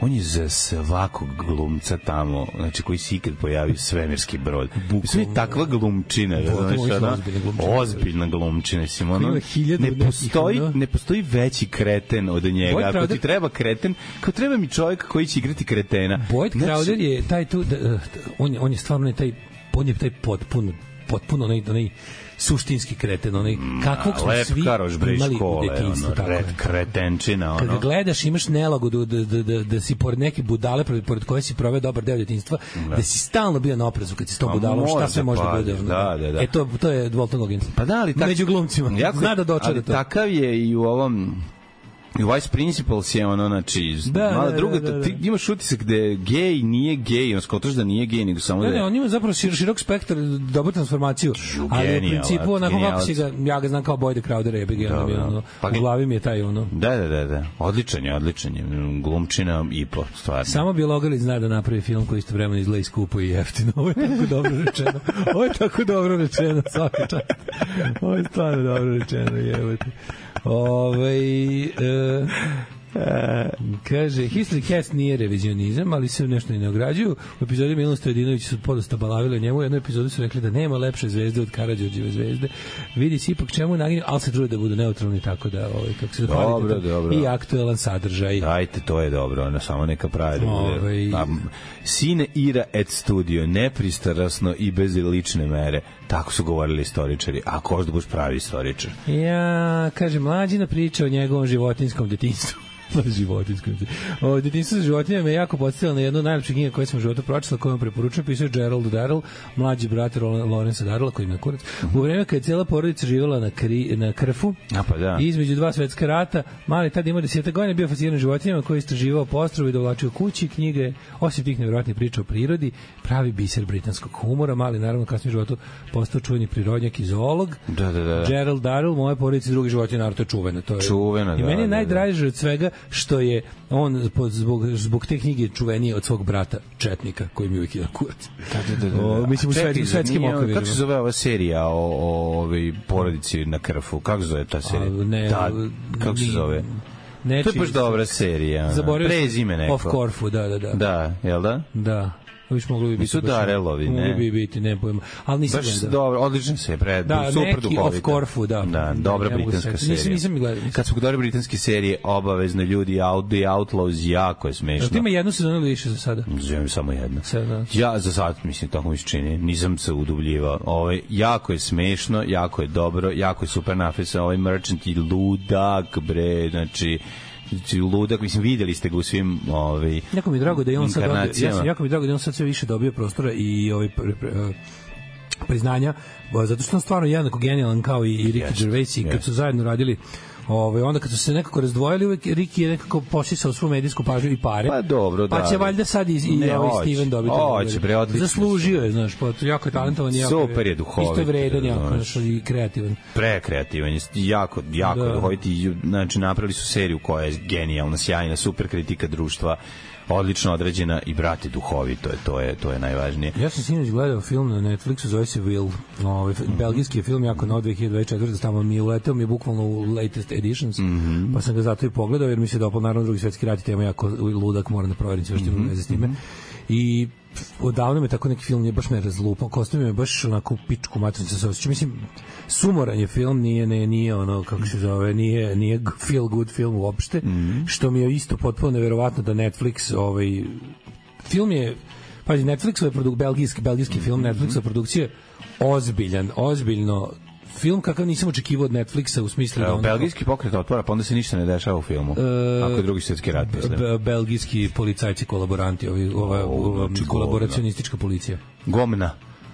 Speaker 7: on je za svakog glumca tamo, znači koji se ikad pojavi svemirski brod. Sve je takva glumčina,
Speaker 6: Bukvalno,
Speaker 7: razumeš,
Speaker 6: ovo su
Speaker 7: ona
Speaker 6: ozbiljne glumčine.
Speaker 7: ozbiljna glumčina, mislim, ono,
Speaker 6: Ima hiljadu
Speaker 7: ne
Speaker 6: nekih,
Speaker 7: postoji,
Speaker 6: ono.
Speaker 7: ne postoji veći kreten od
Speaker 6: Boyd
Speaker 7: njega. Ako ti
Speaker 6: Crowder-
Speaker 7: treba kreten, kao treba mi čovjek koji će igrati kretena.
Speaker 6: Boyd
Speaker 7: Znači,
Speaker 6: Crowder je taj tu da, da, on je on je stvarno taj on je taj potpuno potpuno onaj onaj suštinski kreten, onaj kakvog smo
Speaker 7: Mm, lep
Speaker 6: svi
Speaker 7: karoš bre iz
Speaker 6: imali u
Speaker 7: škole,
Speaker 6: detinjstvu
Speaker 7: ono,
Speaker 6: tako.
Speaker 7: red,
Speaker 6: je.
Speaker 7: kretenčina,
Speaker 6: Kad ga
Speaker 7: ono.
Speaker 6: gledaš imaš nelagodu da, da, da, da si pored neke budale pored, pored koje si proveo dobar deo detinjstva da si stalno bio na oprezu kad si s tom
Speaker 7: Pa
Speaker 6: budalom šta
Speaker 7: mora
Speaker 6: sve
Speaker 7: da
Speaker 6: može da
Speaker 7: paziš,
Speaker 6: bude ono,
Speaker 7: da, da, da.
Speaker 6: e to, to je Walton Goggins
Speaker 7: Pa da, ali tak,
Speaker 6: među glumcima
Speaker 7: Jako,
Speaker 6: zna da dočara
Speaker 7: ali
Speaker 6: to
Speaker 7: Takav je i u ovom i Vice Principals je ono, znači,
Speaker 6: Da,
Speaker 7: da, mala
Speaker 6: da,
Speaker 7: druga,
Speaker 6: da,
Speaker 7: da,
Speaker 6: da,
Speaker 7: ti imaš utisak da je gej, nije gej, on skotraš da nije gej, nego samo da
Speaker 6: Ne, ne,
Speaker 7: je...
Speaker 6: on ima zapravo šir, širok spektar, dobru transformaciju. Ali u
Speaker 7: genijalac,
Speaker 6: principu, onako kako
Speaker 7: genijalac.
Speaker 6: si ga, ja ga znam kao Boyd the Crowder, jebe ga, onda mi je
Speaker 7: Dobro.
Speaker 6: ono,
Speaker 7: Pa
Speaker 6: u
Speaker 7: ge-
Speaker 6: glavi mi je taj ono.
Speaker 7: Da, da, da, da. Odličan je, odličan je. Glumčina i po, stvarno.
Speaker 6: Samo Bjelogrlić zna da napravi film koji isto vremena izgleda i skupo i jeftino. Ovo je tako dobro rečeno. Ovo je tako dobro rečeno, svaka čast. Ovo je stvarno dobro rečeno, jebate. Ove, e, kaže, History Cast nije revizionizam, ali se nešto i ne ograđuju. U epizodi Milan Stojedinović su podosta balavili o njemu. U jednoj epizodi su rekli da nema lepše zvezde od Karadžorđeve zvezde. Vidi se ipak čemu naginju, ali se trude da budu neutralni, tako da, ovaj, kako se da
Speaker 7: Dobro,
Speaker 6: hvalite, to-
Speaker 7: dobro. Da,
Speaker 6: i aktuelan sadržaj.
Speaker 7: Ajte, to je dobro, ono, samo neka pravi da
Speaker 6: Ovaj.
Speaker 7: bude. A, m, Sine ira et studio, nepristrasno i bez lične mere. Tako su govorili istoričari. Ako hoš da budeš pravi istoričar.
Speaker 6: Ja, kaže, mlađina priča o njegovom životinskom detinjstvu. na životinjskom. O, Detinstvo sa životinjama me jako podsjetilo na jednu od najlepših knjiga koju sam u životu pročitala, koju vam preporučujem, pisao je Gerald Darrell, mlađi brat Ro- Lorenza Darrella, koji ima kurac. U vreme kad je cijela porodica živjela na, kri, na krfu,
Speaker 7: A pa da.
Speaker 6: i između dva svetska rata, mali tad imao deseta godina, bio fasciniran životinjama koji je istraživao postrovi, i dovlačio kući knjige, osim tih nevjerojatnih priča o prirodi, pravi biser britanskog humora, mali naravno kasnije u životu postao čuveni prirodnjak i zoolog.
Speaker 7: Da, da, da.
Speaker 6: Gerald Darrell, moje porodice i drugi životinje, naravno to je čuveno. To je,
Speaker 7: Čuveno,
Speaker 6: I
Speaker 7: da,
Speaker 6: meni je
Speaker 7: da, da.
Speaker 6: najdraže od svega što je on po- zbog, zbog te knjige čuveniji od svog brata Četnika, koji mi je uvijek jedan kurac.
Speaker 7: Da, da, da.
Speaker 6: O, Pa, mislim, u
Speaker 7: Čekaj,
Speaker 6: svetskim-
Speaker 7: zar
Speaker 6: svetskim
Speaker 7: nije-
Speaker 6: okvirima.
Speaker 7: Kako se zove ova serija o, o ovoj porodici na krfu? Kako se zove ta serija?
Speaker 6: A, ne,
Speaker 7: da, kako se
Speaker 6: ni-
Speaker 7: zove?
Speaker 6: Nečiji,
Speaker 7: To je baš dobra serija. ono.
Speaker 6: Zaboravio sam-
Speaker 7: Prezime neko.
Speaker 6: Of Corfu, da, da, da.
Speaker 7: Da, jel da?
Speaker 6: Da. Viš mogli bi biti.
Speaker 7: Nisu
Speaker 6: baš-
Speaker 7: Darellovi, ne?
Speaker 6: Mogli bi biti, ne pojma. Ali nisam
Speaker 7: Baš
Speaker 6: gledao.
Speaker 7: dobro, odlično se je pre,
Speaker 6: Da,
Speaker 7: super
Speaker 6: neki
Speaker 7: duhovita.
Speaker 6: of Corfu, da.
Speaker 7: Da, dobra
Speaker 6: Ne mogu
Speaker 7: britanska
Speaker 6: setiti.
Speaker 7: serija.
Speaker 6: Nisam- nisam gledao, nisam.
Speaker 7: Kad su dobre britanske serije, obavezno ljudi, Out, The Outlaws, jako je smešno.
Speaker 6: Jel ti ima jednu sezonu ili više za sada?
Speaker 7: Zovem samo jedno.
Speaker 6: Sve, da.
Speaker 7: Ja za sad, mislim, tako mi se čini, nisam se udubljivao. Ovo, je- jako je smešno, jako je dobro, jako je super nafisa, ovaj Merchant i ludak, bre, znači, znači, ludak, mislim, videli ste ga u svim ovaj,
Speaker 6: Jako mi je drago da je on sad ovde, ja sam,
Speaker 7: inkarnacijama.
Speaker 6: jako mi je drago da je on sad sve više dobio prostora i ovaj pre, pre, eh, priznanja bo- zato što je on stvarno jednako genijalan kao i, i Ricky
Speaker 7: Jeste,
Speaker 6: Gervais i kad
Speaker 7: jeste.
Speaker 6: su zajedno radili Ove, onda kad su se nekako razdvojili, uvek Riki je nekako posisao svu medijsku pažnju i pare.
Speaker 7: Pa dobro, da,
Speaker 6: Pa će
Speaker 7: ali-
Speaker 6: valjda sad i, i
Speaker 7: Ne,
Speaker 6: ovaj
Speaker 7: hoće,
Speaker 6: Steven dobiti.
Speaker 7: hoće,
Speaker 6: nagradu.
Speaker 7: bre, odlično.
Speaker 6: Zaslužio je, znaš, pa jako je talentovan. i jako
Speaker 7: Super je duhovit,
Speaker 6: Isto vredan, jako,
Speaker 7: razumeš.
Speaker 6: znaš, i kreativan.
Speaker 7: prekreativan, je, jako, jako
Speaker 6: Da.
Speaker 7: da. duhoviti, znači napravili su seriju koja je genijalna, sjajna, super kritika društva, odlično odrađena i brate duhovito je, to je, to je najvažnije.
Speaker 6: Ja sam sinoć gledao film na Netflixu, zove se Will. Ovaj f- belgijski je film jako nov 2024, tamo mi je uleteo, mi je bukvalno u latest editions. Pa sam ga zato i pogledao jer mi se dopao naravno drugi svetski rat i tema jako ludak, moram da proverim sve što ima veze s time. I odavno me tako neki film nije baš me razlupao, kostumi me baš onako u pičku matrice se osjeća. Mislim, sumoran je film, nije, ne, nije ono, kako se zove, nije, nije g- feel good film uopšte, što mi je isto potpuno neverovatno da Netflix ovaj, film je pazi Netflixova produk belgijski belgijski
Speaker 7: Mhm.
Speaker 6: film Netflixova produkcije ozbiljan ozbiljno film kakav nisam očekivao od Netflixa u smislu da
Speaker 7: Evo,
Speaker 6: on
Speaker 7: belgijski pokret otpora, pa onda se ništa ne dešava u filmu. Ako je drugi svjetski rat, pa mislim.
Speaker 6: Be- belgijski policajci kolaboranti ovi ova
Speaker 7: O,
Speaker 6: ova
Speaker 7: znači,
Speaker 6: kolaboracionistička policija
Speaker 7: Gomna.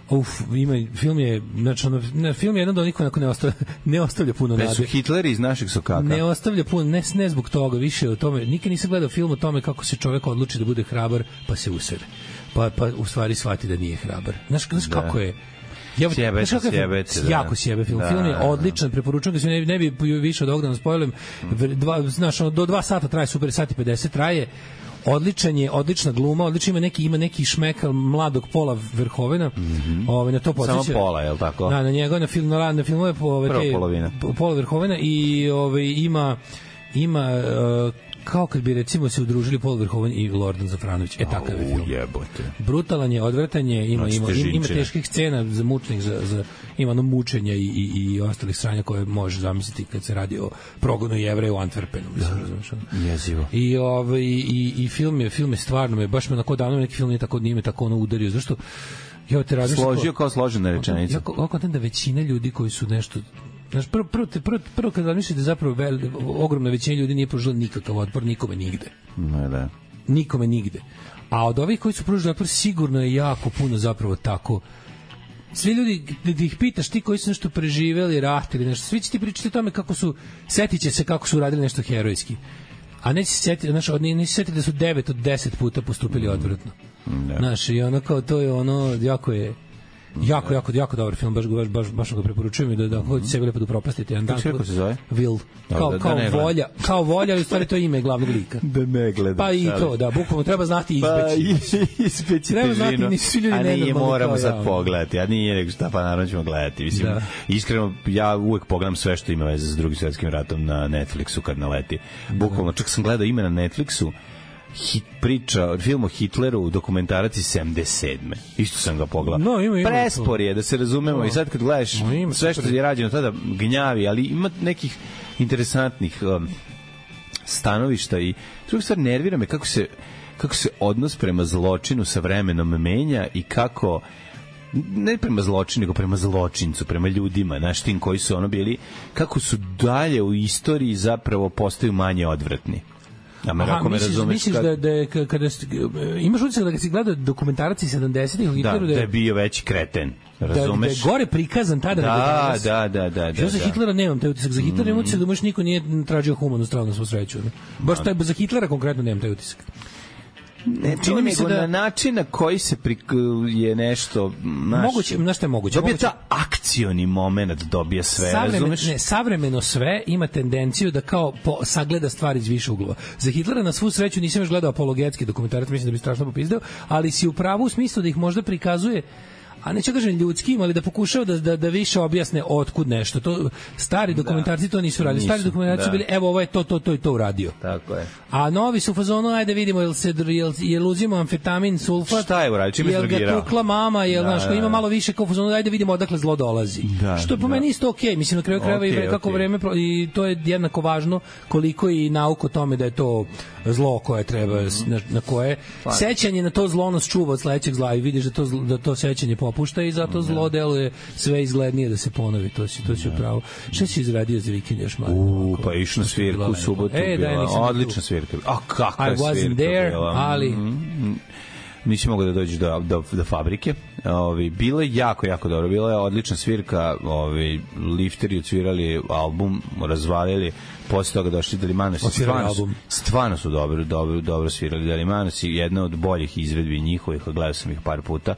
Speaker 6: Uf, ima film je znači ono, ne, film je jedan od onih koji onako ne ostavlja ne ostavlja puno
Speaker 7: Da su
Speaker 6: nade.
Speaker 7: Hitleri iz našeg sokaka.
Speaker 6: Ne ostavlja puno, ne, ne zbog toga, više o tome. Nikad nisam gledao film o tome kako se čovek odluči da bude hrabar, pa se usere. Pa, pa u stvari shvati da nije hrabar. Znaš, znaš kako je... Ja,
Speaker 7: Sjebe se,
Speaker 6: kako je film?
Speaker 7: sjebe se, da.
Speaker 6: Jako sjebe film.
Speaker 7: Da,
Speaker 6: film je
Speaker 7: da, da.
Speaker 6: odličan, preporučujem ga se ne, ne bi više od da ognja spojilem. Dva, znaš, ono, do dva sata traje, super, sat i 50 traje. Odličan je, odlična gluma, odličan ima neki ima neki šmekal mladog pola Verhovena. Ovaj na to
Speaker 7: Mhm. Samo
Speaker 6: podseća.
Speaker 7: pola, je li tako?
Speaker 6: Na, na njega, na film, na, na filmove po ove
Speaker 7: Prva
Speaker 6: te-
Speaker 7: polovina.
Speaker 6: po- pola Verhovena i ovaj ima ima e, kao kad bi recimo se udružili Paul Verhoeven i Lordan Zafranović. E takav je
Speaker 7: U
Speaker 6: film.
Speaker 7: jebote.
Speaker 6: Brutalan je, odvratan je, ima,
Speaker 7: Znači,
Speaker 6: ima, ima, ima
Speaker 7: težinčine.
Speaker 6: teških scena za mučnih, za, za, ima ono mučenja i, i, i ostalih stranja koje možeš zamisliti kad se radi o progonu jevreja u Antwerpenu. Mislim, razumeš, ono.
Speaker 7: Da. Jezivo.
Speaker 6: I ovaj i, i film je film je stvarno me baš me na davno neki film nije tako nije me tako ono udario zašto ja te razmišljam ko-
Speaker 7: Složio kao složena rečenica.
Speaker 6: ja ko- ja kontam da većina ljudi koji su nešto Znaš, prvo, prvo, te- prvo, prvo kad razmišljate zapravo vel, ogromna većina ljudi nije pružila nikakav otpor nikome nigde.
Speaker 7: Ne, da.
Speaker 6: Nikome nigde. A od ovih koji su pružili otpor sigurno je jako puno zapravo tako svi ljudi, da da ih pitaš, ti koji su nešto preživeli, rat ili nešto, svi će ti pričati o tome kako su, setit će se kako su radili nešto herojski. A neće se setiti, znaš, od- neće se setiti da su 9 od 10 puta
Speaker 7: Mm,
Speaker 6: postupili odvratno.
Speaker 7: da.
Speaker 6: Znaš, i ono kao to je ono, jako je, jako, jako, jako dobar film, baš, ga- baš, baš, baš ga preporučujem i da, da hoćete sebi lepo da propastite jedan dan.
Speaker 7: si rekao se zove?
Speaker 6: Will.
Speaker 7: Da,
Speaker 6: Kao,
Speaker 7: da- da
Speaker 6: kao
Speaker 7: ne gledam.
Speaker 6: volja, kao volja, ali u stvari to je ime glavnog lika.
Speaker 7: Da ne gledam.
Speaker 6: Pa i to, da, bukvalno treba znati i izbeći.
Speaker 7: Pa i izbeći
Speaker 6: Treba znati,
Speaker 7: težinu.
Speaker 6: nisu svi ljudi
Speaker 7: a nije,
Speaker 6: nenormalni
Speaker 7: moramo
Speaker 6: kao ja,
Speaker 7: sad
Speaker 6: ono.
Speaker 7: pogledati. A nije, nego šta, pa naravno ćemo gledati. Mislim,
Speaker 6: Da.
Speaker 7: iskreno, ja uvek pogledam sve što ima veze s drugim svetskim ratom na Netflixu kad naleti. Bukvalno, čak sam gledao ime na Netflixu, hit, priča, film o Hitleru, dokumentarac iz 77. Isto sam ga pogledao.
Speaker 6: No, ima, ima
Speaker 7: Prespor je, da se razumemo, i sad kad gledaš
Speaker 6: No, ima,
Speaker 7: sve što je rađeno tada, gnjavi, ali ima nekih interesantnih um, stanovišta i druga stvar nervira me kako se kako se odnos prema zločinu sa vremenom menja i kako ne prema zločinu, nego prema zločincu, prema ljudima, znaš, tim koji su ono bili, kako su dalje u istoriji zapravo postaju manje odvratni. A me, ako me
Speaker 6: misliš,
Speaker 7: razumeš,
Speaker 6: misliš
Speaker 7: kad-
Speaker 6: da, da je, k- kada, si- imaš utisak da kad si gledao dokumentarci 70-ih u
Speaker 7: da,
Speaker 6: Hitleru,
Speaker 7: da je bio veći kreten.
Speaker 6: da, da je
Speaker 7: Razumeš?
Speaker 6: gore prikazan tada nego
Speaker 7: Da,
Speaker 6: danas.
Speaker 7: da, da, da, da.
Speaker 6: Što za
Speaker 7: da. Mm.
Speaker 6: Hitlera nemam taj utisak. Za Hitlera imam utisak da možda niko nije tražio humanu stranu na svu sreću.
Speaker 7: Da.
Speaker 6: Baš taj, za Hitlera konkretno nemam taj utisak.
Speaker 7: Ne,
Speaker 6: čini
Speaker 7: to
Speaker 6: mi se
Speaker 7: nego
Speaker 6: da-
Speaker 7: na način na koji se prik, je nešto, znaš,
Speaker 6: Moguće, znaš šta je moguće?
Speaker 7: dobije
Speaker 6: Moguće-
Speaker 7: ta akcioni moment, dobije sve,
Speaker 6: Savremeno,
Speaker 7: razumeš?
Speaker 6: ne, savremeno sve ima tendenciju da kao po, sagleda stvar iz više uglova. Za Hitlera na svu sreću nisam još gledao apologetski dokumentarac, mislim da bi strašno popizdeo, ali si u pravu u smislu da ih možda prikazuje a neću kažem ljudskim, ali da pokušava da, da, da više objasne otkud nešto. To, stari dokumentarci to nisu radili. Stari
Speaker 7: Da. Nisu,
Speaker 6: dokumentarci su
Speaker 7: da.
Speaker 6: bili, evo, ovo je to, to, to i to uradio.
Speaker 7: Tako je.
Speaker 6: A novi su u fazonu, ajde vidimo, jel, se, dr- jel, jel uzimo amfetamin, sulfat,
Speaker 7: Šta je uradio, čime se
Speaker 6: jel ga
Speaker 7: drogirao?
Speaker 6: tukla mama, jel,
Speaker 7: Da,
Speaker 6: znaš, ko
Speaker 7: da,
Speaker 6: ima
Speaker 7: da.
Speaker 6: malo više kao u fazonu, ajde vidimo odakle zlo dolazi.
Speaker 7: Da,
Speaker 6: Što je po
Speaker 7: da.
Speaker 6: meni isto okej, mislim na kraju krajeva i
Speaker 7: Okej,
Speaker 6: vre- kako
Speaker 7: okej.
Speaker 6: vreme pro- i to je jednako važno koliko i nauka o tome da je to zlo koje treba s-
Speaker 7: Mhm.
Speaker 6: na, na koje
Speaker 7: Pa.
Speaker 6: sećanje na to zlo nas čuva od sledećeg zla i vidiš da to zl- da to sećanje popušta i
Speaker 7: Da.
Speaker 6: zato zlo deluje sve izglednije da se ponovi, to si to si upravo. Šta si izradio za vikend još malo?
Speaker 7: U, pa išao na svirku
Speaker 6: bila
Speaker 7: u
Speaker 6: lepo.
Speaker 7: subotu,
Speaker 6: E, da, ja
Speaker 7: bila,
Speaker 6: nisam tu.
Speaker 7: odlična svirka. A kakva
Speaker 6: I
Speaker 7: je
Speaker 6: wasn't
Speaker 7: svirka
Speaker 6: there,
Speaker 7: bila.
Speaker 6: ali-
Speaker 7: Mm, nisi mogao da dođeš do, do, do fabrike. Ovi, bilo je jako, jako dobro. Bila je odlična svirka. Ovi, lifteri odsvirali album, razvalili. Posle toga došli Delimanos. i
Speaker 6: Odsvirali
Speaker 7: stvarno su-
Speaker 6: album.
Speaker 7: Stvarno su dobro, dobro, dobro svirali. Delimanos je jedna od boljih izvedbi njihovih. a Gledao sam ih par puta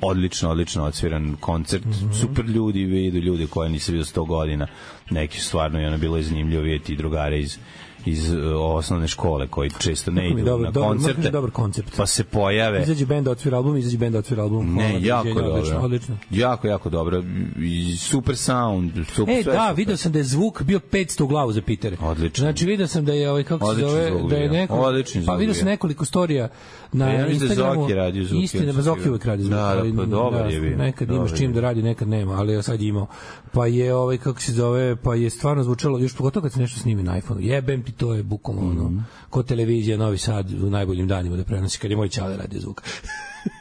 Speaker 7: odlično, odlično odsviran koncert,
Speaker 6: Mhm.
Speaker 7: super ljudi, vidu ljude koje nisam vidio 100 godina, neki su stvarno i ono bilo je zanimljivo vidjeti i drugare iz iz e, osnovne škole koji često ne
Speaker 6: Kako mi
Speaker 7: idu
Speaker 6: je dobar-
Speaker 7: na
Speaker 6: dobar-
Speaker 7: koncerte,
Speaker 6: mrtviš dobar koncept.
Speaker 7: pa se pojave
Speaker 6: Izađe bend otvira album, izađe bend otvira album. Hvala,
Speaker 7: Ne,
Speaker 6: doviđenja,
Speaker 7: jako dobro.
Speaker 6: Odlično, odlično.
Speaker 7: Jako, jako dobro. I super sound, super
Speaker 6: E,
Speaker 7: sve
Speaker 6: da,
Speaker 7: super.
Speaker 6: video sam da je zvuk bio 500 u glavu za Pitere.
Speaker 7: Odlično.
Speaker 6: Znači, video sam da je, ovaj, kako se
Speaker 7: Odličan
Speaker 6: zove,
Speaker 7: zvuk
Speaker 6: da je
Speaker 7: bio.
Speaker 6: neko...
Speaker 7: Odličan
Speaker 6: Pa
Speaker 7: zvuk
Speaker 6: video sam
Speaker 7: bio.
Speaker 6: nekoliko storija na
Speaker 7: Pa ja mislim da je
Speaker 6: Instagramu.
Speaker 7: Zoki radio zvuk,
Speaker 6: Istina,
Speaker 7: ja sam
Speaker 6: pa Zoki
Speaker 7: siguran.
Speaker 6: uvek radi zvuk.
Speaker 7: Da, da,
Speaker 6: ali,
Speaker 7: pa dobar je bio.
Speaker 6: Nekad imaš
Speaker 7: Dobar
Speaker 6: čim
Speaker 7: je
Speaker 6: da radi, nekad nema, ali sad je imao. Pa je, ovaj, kako se zove, pa je stvarno zvučalo, još pogotovo kad se nešto snimi na iPhone. Jebem ti, to je bukvalno
Speaker 7: Mhm.
Speaker 6: ono, ko televizija Novi Sad u najboljim danima da prenosi, kad je moj čale radio zvuk.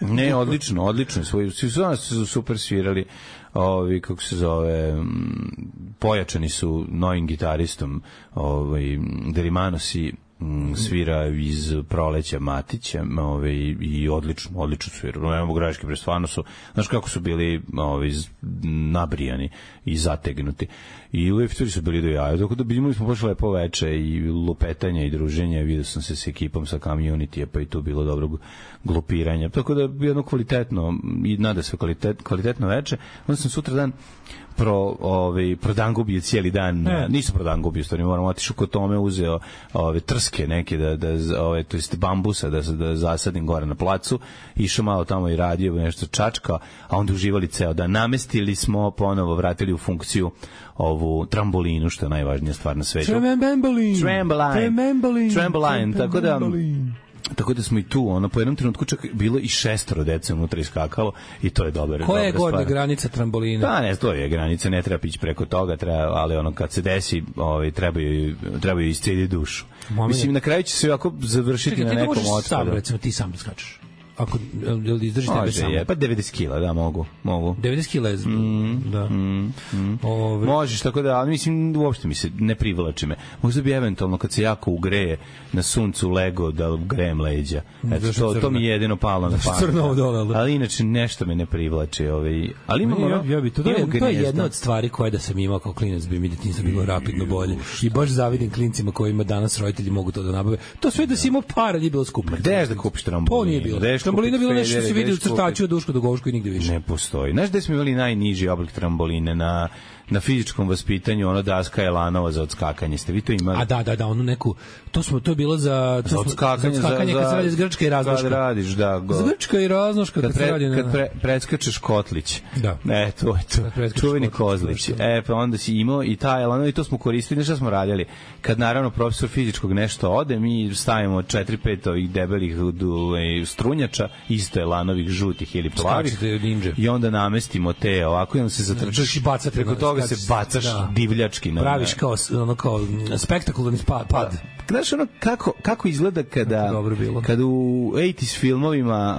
Speaker 7: Ne, odlično, odlično. Svoji svi su nas su super svirali. Ovi kako se zove, mm, pojačani su novim gitaristom, ovaj Derimanos i mm, svira iz proleća Matića ove, i odlično, odlično sviraju. Ne mogu greške, pre stvarno su, znaš kako su bili ove, nabrijani i zategnuti. I liftori su bili do jaja, tako da bi imali smo baš lepo veče i lupetanje i druženje, vidio sam se s ekipom sa community pa i tu bilo dobrog glupiranja. Tako da bi jedno kvalitetno i nada se kvalitet, kvalitetno veče. Onda sam sutra dan pro ovaj prodangubio cijeli dan.
Speaker 6: E.
Speaker 7: Ne. Nisam prodangubio, stvarno moram otišao kod tome uzeo ove trske neke da da z- ove to jest bambusa da se- da zasadim gore na placu. Išao malo tamo i radio nešto čačka, a onda uživali ceo dan. Namestili smo ponovo vratili u funkciju ovu trambolinu što je najvažnija stvar na svetu.
Speaker 6: Tremembelin!
Speaker 7: Tremembelin.
Speaker 6: Tremembelin!
Speaker 7: Tremembelin. Tako da Tako da smo i tu, ono, po jednom trenutku čak bilo i šestoro dece unutra iskakalo i to je dobar.
Speaker 6: Koja je
Speaker 7: dobra
Speaker 6: gornja
Speaker 7: stvar.
Speaker 6: granica trambolina?
Speaker 7: Pa ne, to je granica, ne treba ići preko toga, treba, ali ono kad se desi, ovaj trebaju trebaju isceliti dušu.
Speaker 6: Momiljak.
Speaker 7: Mislim na kraju će se ovako završiti
Speaker 6: Čekaj, ti to
Speaker 7: na nekom
Speaker 6: možeš sam,
Speaker 7: otpadu.
Speaker 6: recimo, ti sam da skačeš. Ako, jel- jel izdržiš tebe
Speaker 7: Može,
Speaker 6: sam?
Speaker 7: je, pa 90 kila, da, mogu, mogu.
Speaker 6: 90 kila je zbog. da. Ove,
Speaker 7: Možeš, tako da, ali mislim, uopšte mi se ne privlači me. Možda bi eventualno kad se jako ugreje na suncu lego da grejem leđa. Eto,
Speaker 6: Zašto
Speaker 7: to, to
Speaker 6: crno?
Speaker 7: mi je jedino palo na
Speaker 6: Zašto
Speaker 7: pamet.
Speaker 6: crno ovo Donaldu?
Speaker 7: Ali inače nešto me ne privlači. Ovaj. Ali imamo...
Speaker 6: ja,
Speaker 7: ono-
Speaker 6: ja bi to, to,
Speaker 7: imamo
Speaker 6: je, to je
Speaker 7: gnezda.
Speaker 6: jedna od stvari koje da sam imao kao klinac bi mi detinjstvo bilo rapidno bolje. I baš zavidim klincima kojima danas roditelji mogu to da nabave. To sve da si imao para nije bilo skupo.
Speaker 7: Gdeš da kupiš trambolinu?
Speaker 6: To nije bilo.
Speaker 7: Gdeš
Speaker 6: Trambolina je
Speaker 7: kupiti
Speaker 6: bilo nešto što se
Speaker 7: federe,
Speaker 6: vidi u
Speaker 7: gdeš
Speaker 6: crtaču od Duško do Govško i nigde više.
Speaker 7: Ne postoji. Znaš gde smo imali najniži oblik tramboline na na fizičkom vaspitanju, ono daska Elanova za odskakanje. Ste vi to imali?
Speaker 6: A da, da, da, onu neku, to smo, to je bilo za, to
Speaker 7: za
Speaker 6: smo-
Speaker 7: odskakanje,
Speaker 6: za odskakanje kad se radi iz Grčke i
Speaker 7: Kad
Speaker 6: raznoška.
Speaker 7: radiš, da. Go.
Speaker 6: Iz Grčka i raznoška kad,
Speaker 7: kad,
Speaker 6: se radi
Speaker 7: pre,
Speaker 6: na...
Speaker 7: kad pre, preskačeš kotlić.
Speaker 6: Da.
Speaker 7: E, to je
Speaker 6: Kad
Speaker 7: to.
Speaker 6: preskačeš
Speaker 7: Čuveni
Speaker 6: kotlić,
Speaker 7: kozlić.
Speaker 6: da, što
Speaker 7: E, pa onda si imao i taj elano i to smo koristili. Znaš šta smo radili? Kad naravno profesor fizičkog nešto ode, mi stavimo 4-5 ovih debelih du, e, strunjača, isto elanovih žutih ili plavih.
Speaker 6: Skačete da ninja.
Speaker 7: I onda namestimo te ovako i onda se zatrčaš
Speaker 6: Znači, bacate
Speaker 7: preko
Speaker 6: na-
Speaker 7: toga
Speaker 6: skačeš,
Speaker 7: se bacaš
Speaker 6: da.
Speaker 7: divljački. na-
Speaker 6: praviš kao s- ono kao m, spektakularni spa- pad.
Speaker 7: znaš ono kako, kako izgleda kada,
Speaker 6: Kako dobro bilo.
Speaker 7: kada u 80s filmovima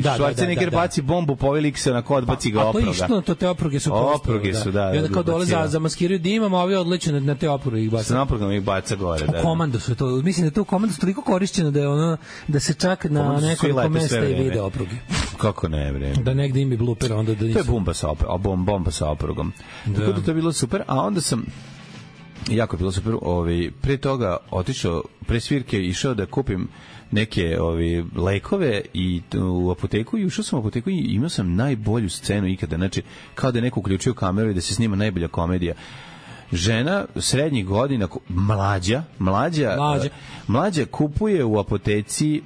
Speaker 6: Da, da,
Speaker 7: Schwarzenegger
Speaker 6: da, da, da.
Speaker 7: baci bombu, poveli se onako odbaci ga
Speaker 6: A to je
Speaker 7: oproga.
Speaker 6: išlo, to te opruge su
Speaker 7: Opruge
Speaker 6: postale,
Speaker 7: su, da,
Speaker 6: I onda
Speaker 7: da,
Speaker 6: kao dole za,
Speaker 7: odbacivane.
Speaker 6: zamaskiraju dimom, a ovi odleću na, na te opruge ih baca.
Speaker 7: Sa naprogom ih baca gore. Da,
Speaker 6: U komandu su to, mislim da je to u komandu su toliko korišćeno da je ono, da se čak na
Speaker 7: Komandu su svi
Speaker 6: nekoliko
Speaker 7: lepe sve
Speaker 6: mesta i
Speaker 7: vreme.
Speaker 6: vide opruge.
Speaker 7: Kako ne, bre.
Speaker 6: Da negde im je blooper, onda da
Speaker 7: To je
Speaker 6: nisu.
Speaker 7: bomba sa opr a bom, bomba sa oprugom. Da. Tako da to je bilo super, a onda sam jako je bilo super, ovaj pre toga otišao pre svirke išao da kupim neke ovi lekove i t- u apoteku i ušao sam u apoteku i imao sam najbolju scenu ikada znači kao da je neko uključio kameru i da se snima najbolja komedija žena srednjih godina ko- mlađa mlađa
Speaker 6: Mlađa.
Speaker 7: e, mlađa kupuje u apoteci e,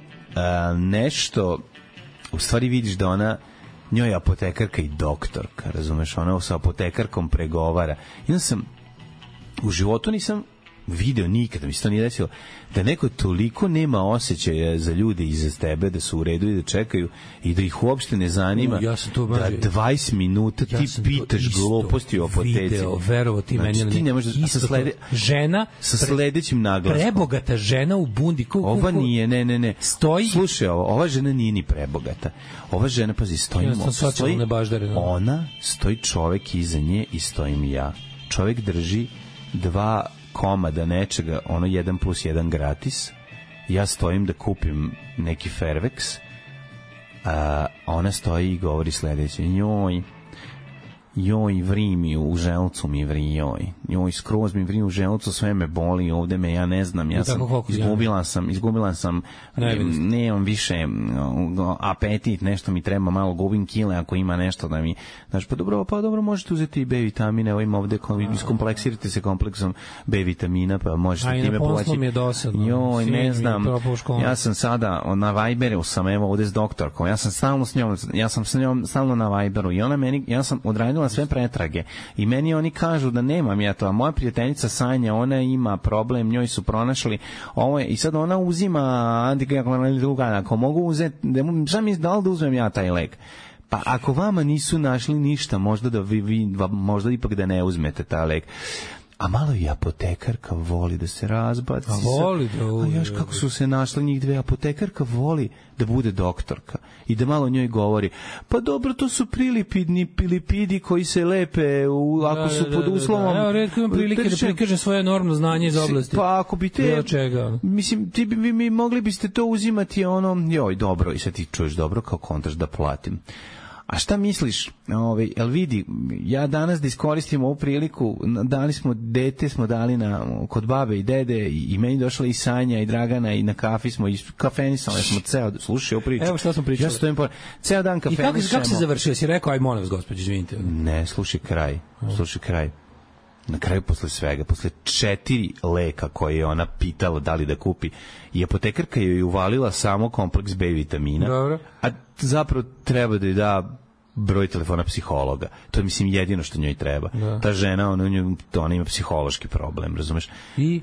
Speaker 7: nešto u stvari vidiš da ona njoj je apotekarka i doktorka, razumeš, ona sa apotekarkom pregovara. Jedan sam u životu nisam video nikada, mi se to nije desilo, da neko toliko nema osjećaja za ljude iza tebe, da su u redu i da čekaju i da ih uopšte ne zanima
Speaker 6: U, ja sam to,
Speaker 7: da
Speaker 6: mlađe,
Speaker 7: 20 minuta ti
Speaker 6: sam to
Speaker 7: pitaš
Speaker 6: isto
Speaker 7: gluposti o apoteci.
Speaker 6: Video, verovo ti
Speaker 7: znači,
Speaker 6: meni. ali
Speaker 7: ti ne možeš, a
Speaker 6: isto
Speaker 7: sa,
Speaker 6: to.
Speaker 7: slede,
Speaker 6: Žena,
Speaker 7: sa
Speaker 6: pre-
Speaker 7: sledećim naglaskom.
Speaker 6: prebogata žena u bundi. Ko, ko,
Speaker 7: Ova
Speaker 6: ko-
Speaker 7: nije, ne, ne, ne.
Speaker 6: Stoji?
Speaker 7: Slušaj, ovo, ova žena nije ni prebogata. Ova žena, pazi, stoji...
Speaker 6: Jednostavno socijalno nebaždarena.
Speaker 7: Ona, stoji čovek iza nje i stojim ja. Čovek drži dva komada nečega, ono jedan plus jedan gratis. Ja stojim da kupim neki Fairvex. A ona stoji i govori sledeće. Njoj, joj vrimi u želcu mi vri joj joj skroz mi vri u želcu sve me boli ovde me ja ne znam ja
Speaker 6: I tako
Speaker 7: sam
Speaker 6: koliko si
Speaker 7: izgubila sam izgubila sam
Speaker 6: Najviše.
Speaker 7: m, nemam više m, o, apetit nešto mi treba malo gubim kile ako ima nešto da mi znaš pa dobro pa dobro možete uzeti i B vitamine evo ima ovde kom, iskompleksirajte se kompleksom B vitamina pa možete
Speaker 6: A i na
Speaker 7: time
Speaker 6: poslu
Speaker 7: poći
Speaker 6: mi je dosadno.
Speaker 7: joj
Speaker 6: Svi mi je
Speaker 7: ne znam
Speaker 6: propao u školi.
Speaker 7: ja sam sada na Viberu sam evo ovde s doktorkom. Ja sam stalno s njom, ja sam s njom stalno na Viberu i ona meni ja sam odradila sve pretrage i meni oni kažu da nemam ja to, a moja prijateljica Sanja, ona ima problem, njoj su pronašli ovo je, i sad ona uzima antikonvulzivna, ako mogu uzeti, da mu- šta mi da li da uzmem ja taj lek? Pa ako vama nisu našli ništa, možda da vi, vi va- možda ipak da ne uzmete taj lek. A malo i apotekarka voli da se razbaci.
Speaker 6: A voli da
Speaker 7: A još
Speaker 6: uzme.
Speaker 7: kako su se našle njih dve apotekarka voli da bude doktorka i da malo njoj govori pa dobro to su prilipidni pilipidi koji se lepe u, ako
Speaker 6: Da,
Speaker 7: su
Speaker 6: da, da,
Speaker 7: pod
Speaker 6: da,
Speaker 7: uslovom
Speaker 6: Da, Evo, redko imam prilike da
Speaker 7: Trčem-
Speaker 6: prikažem svoje enormno znanje iz oblasti.
Speaker 7: Pa ako bi te...
Speaker 6: Bilo čega, ono.
Speaker 7: Mislim, ti bi, vi mi mogli biste to uzimati ono, joj, dobro, i sad ti čuješ dobro kao kontraš da platim. A šta misliš, ovaj, el vidi, ja danas da iskoristim ovu priliku, n- dali smo, dete smo dali na, kod babe i dede i, i meni došla i Sanja i Dragana i na kafi smo, i kafenisali smo ceo, slušaj, ovu priču.
Speaker 6: Evo šta smo pričali.
Speaker 7: Ja stojim pored, ceo dan
Speaker 6: I
Speaker 7: kafenišemo.
Speaker 6: kako, kako se završio? Si rekao, aj molim vas, gospođo, izvinite.
Speaker 7: Ne, slušaj kraj. Slušaj kraj. Na kraju posle svega, posle četiri leka koje je ona pitala da li da kupi, i apotekarka joj je uvalila samo kompleks B vitamina.
Speaker 6: Dobro.
Speaker 7: A zapravo treba da joj da broj telefona psihologa. To je, mislim, jedino što njoj treba. Da. Ta žena, ona, ona, ona ima psihološki problem, razumeš?
Speaker 6: I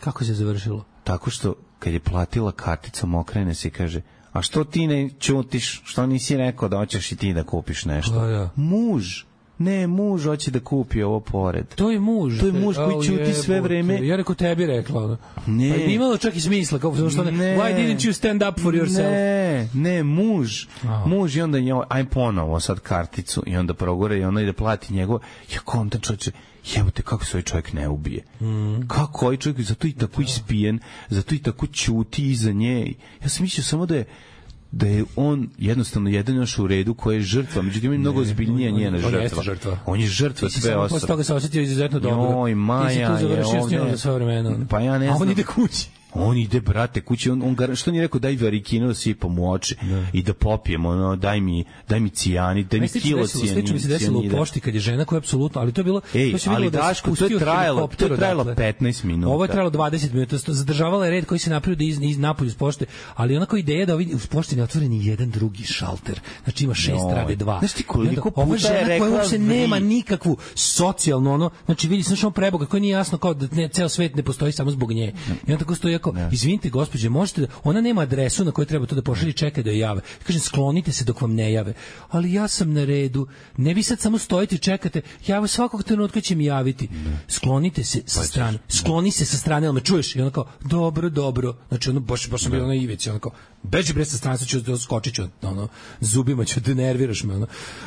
Speaker 6: kako se završilo?
Speaker 7: Tako što, kad je platila karticom, okrene se i kaže, a što ti ne ćutiš, što nisi rekao da hoćeš i ti da kupiš nešto?
Speaker 6: Pa da.
Speaker 7: Muž, ne, muž hoće da kupi ovo pored.
Speaker 6: To je muž.
Speaker 7: To je muž koji
Speaker 6: Au,
Speaker 7: ćuti sve
Speaker 6: jebote.
Speaker 7: vreme.
Speaker 6: Ja rekao tebi rekla. Ono.
Speaker 7: Ne.
Speaker 6: Pa je imalo čak i smisla. Kao, zato što ne,
Speaker 7: Ne.
Speaker 6: Why didn't you stand up for yourself?
Speaker 7: Ne, ne, muž. Muž i onda njoj, aj ponovo sad karticu i onda progore i onda ide plati njegov. Ja konta čoveče, jebote kako se ovaj čovjek ne ubije. Mm. Kako ovaj čovjek, zato i
Speaker 6: Da.
Speaker 7: tako ispijen, zato i tako ćuti iza nje. Ja sam mislio samo da je da je on jednostavno jedan još u redu koji je žrtva, međutim on je mnogo ozbiljnija
Speaker 6: on- on-
Speaker 7: njena
Speaker 6: on
Speaker 7: žrtva.
Speaker 6: jeste žrtva.
Speaker 7: On je žrtva
Speaker 6: Ti si
Speaker 7: sve
Speaker 6: samo posle
Speaker 7: ostalo.
Speaker 6: toga se osjetio izuzetno dobro.
Speaker 7: Joj,
Speaker 6: Ti si
Speaker 7: Maja
Speaker 6: tu
Speaker 7: je
Speaker 6: završio s njom
Speaker 7: ovde.
Speaker 6: za sve vremena. ono.
Speaker 7: Pa ja ne
Speaker 6: A on
Speaker 7: znam.
Speaker 6: ide kući.
Speaker 7: On ide, brate, kući, on, on gar, što nije rekao, daj varikinu da sipam u oči i da popijem, ono, daj mi, daj mi cijanid, daj mi
Speaker 6: Meni se
Speaker 7: kilo
Speaker 6: desilo-
Speaker 7: cijanida.
Speaker 6: Slično mi se desilo u pošti kad je žena koja je apsolutno, ali to je bilo...
Speaker 7: Ej,
Speaker 6: to se
Speaker 7: ali
Speaker 6: videlo da se
Speaker 7: Daško, to je
Speaker 6: spustio
Speaker 7: trajalo-
Speaker 6: helikopter
Speaker 7: to je trajalo
Speaker 6: odatle.
Speaker 7: 15 minuta.
Speaker 6: Ovo je trajalo 20 minuta, sto- zadržavala je red koji se napravio da iz, iz napolju iz pošte, ali onako ideja da ovi u pošti ne otvore ni jedan drugi šalter. Znači ima šest
Speaker 7: Joj.
Speaker 6: rade dva.
Speaker 7: Znaš ti koliko
Speaker 6: I onda
Speaker 7: puta
Speaker 6: ova
Speaker 7: je
Speaker 6: žena
Speaker 7: rekla
Speaker 6: koja uopšte
Speaker 7: vi?
Speaker 6: nema nikakvu socijalnu ono, znači vidi, znaš ono preboga koji nije jasno kao da ne, ceo svet ne postoji samo zbog nje. I onda tako stoji, ja rekao, izvinite gospođe, možete da, ona nema adresu na koju treba to da pošalje, čeka da je jave. Kaže, sklonite se dok vam ne jave. Ali ja sam na redu, ne vi sad samo stojite i čekate, ja vas svakog trenutka će mi javiti. Sklonite se sa strane, skloni se sa strane, jel me čuješ? I ona kao, dobro, dobro. Znači, ono, baš, baš sam bio na ivici, ona kao, beži bre sa strane, sad ću da skočit ću, ono, zubima ću, da nerviraš me, ono.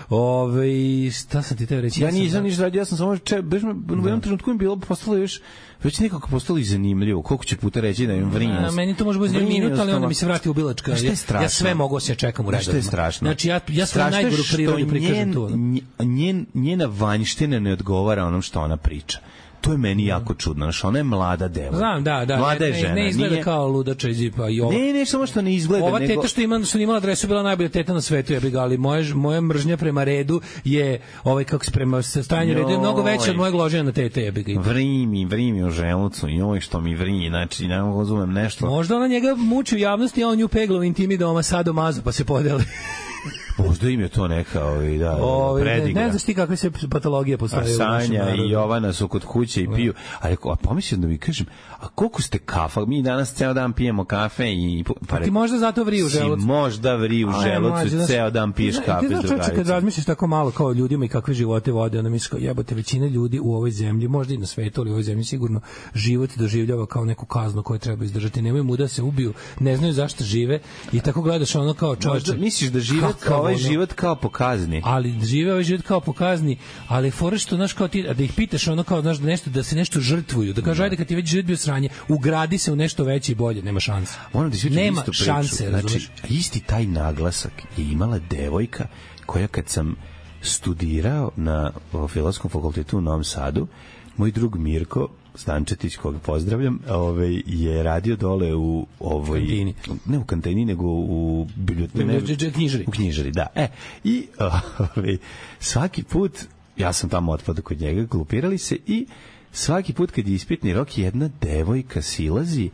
Speaker 6: Ove, šta sam ti teo reći?
Speaker 7: Ja
Speaker 6: sam-
Speaker 7: nisam da- ništa radio, ja sam samo če, baš me,
Speaker 6: Da.
Speaker 7: u jednom trenutku mi je bilo postalo još već nekako postalo i zanimljivo. Koliko će puta reći da im vrinja.
Speaker 6: A, meni to može biti
Speaker 7: Vrinja
Speaker 6: minut, ali onda
Speaker 7: stomak.
Speaker 6: mi se vrati u bilačka.
Speaker 7: Znaš šta je
Speaker 6: Ja,
Speaker 7: strašno?
Speaker 6: ja sve mogu se čekam u
Speaker 7: Znaš
Speaker 6: redu.
Speaker 7: šta je strašno?
Speaker 6: Znači ja ja sve
Speaker 7: Strašno je
Speaker 6: najgoru
Speaker 7: što
Speaker 6: prirodu prikažem
Speaker 7: njen-
Speaker 6: tu. ono.
Speaker 7: Njen, njena vanjština ne odgovara onom što ona priča. To je meni jako čudno. Znaš, ona je mlada devojka.
Speaker 6: Da. Znam, da, da.
Speaker 7: Mlada
Speaker 6: ne,
Speaker 7: je
Speaker 6: ne-
Speaker 7: žena.
Speaker 6: Ne izgleda
Speaker 7: nije-
Speaker 6: kao ludača iz Ipa i ova.
Speaker 7: Ne, ne, samo što ne izgleda.
Speaker 6: Ova
Speaker 7: nego...
Speaker 6: teta što ima što je imala adresu bila najbolja teta na svetu, ja bih ga, ali moja ž- moja mržnja prema redu je ovaj kako se prema stanju redu je mnogo veća od
Speaker 7: Joj.
Speaker 6: moje gložnje na tete, ja bih ga.
Speaker 7: Vri mi, vri mi u želucu, joj što mi vri, znači ne mogu razumem nešto.
Speaker 6: Možda ona njega muči u javnosti, a on nju pegla u intimi doma sado mazu, pa se podeli.
Speaker 7: Možda im je to neka, ovi, da,
Speaker 6: Ovaj, ne, ne,
Speaker 7: predigra.
Speaker 6: znaš ti kakve se patologije
Speaker 7: A
Speaker 6: postavljaju u našem
Speaker 7: Sanja
Speaker 6: narodu. Da.
Speaker 7: i Jovana su kod kuće i piju. A rekao, a pomislim da mi kažem, a koliko ste kafa? Mi danas ceo dan pijemo kafe i... Pa
Speaker 6: Ti
Speaker 7: rekao,
Speaker 6: možda zato vri u
Speaker 7: si
Speaker 6: želucu.
Speaker 7: možda vri u
Speaker 6: Aj, mlađe,
Speaker 7: želucu,
Speaker 6: znaš,
Speaker 7: ceo dan piješ
Speaker 6: ti znaš-
Speaker 7: kafe
Speaker 6: Ti
Speaker 7: s
Speaker 6: znaš čovječe, kad
Speaker 7: drugaricom.
Speaker 6: razmišljaš tako malo kao o ljudima i kakve živote vode, onda misliš kao jebote, većina ljudi u ovoj zemlji, možda i na svetu, ali u ovoj zemlji sigurno život doživljava kao neku kaznu koju treba izdržati. Nemaju mu da se ubiju, ne znaju zašto žive i tako gledaš ono kao čovječe.
Speaker 7: Možda misliš da život,
Speaker 6: kakav
Speaker 7: ovaj
Speaker 6: ono-
Speaker 7: život kao po kazni.
Speaker 6: ali žive ovaj život kao po kazni, ali fora što znaš kao ti a da ih pitaš ono kao znaš da nešto da se nešto žrtvuju, da kaže ajde kad ti već život bio sranje, ugradi se u nešto veće i bolje, nema šanse.
Speaker 7: Moram da ispričam
Speaker 6: nema
Speaker 7: istu priču.
Speaker 6: šanse,
Speaker 7: znači,
Speaker 6: razumeš?
Speaker 7: isti taj naglasak je imala devojka koja kad sam studirao na o, filozofskom fakultetu u Novom Sadu, moj drug Mirko Stančetić, koga pozdravljam, ovaj, je radio dole u ovoj...
Speaker 6: Kantini.
Speaker 7: Ne u kantini, nego u biblioteci.
Speaker 6: Biblioteci- knjižari.
Speaker 7: U knjižari, da. E, i ovaj, svaki put, ja sam tamo otpada kod njega, glupirali se i svaki put kad je ispitni rok, jedna devojka silazi,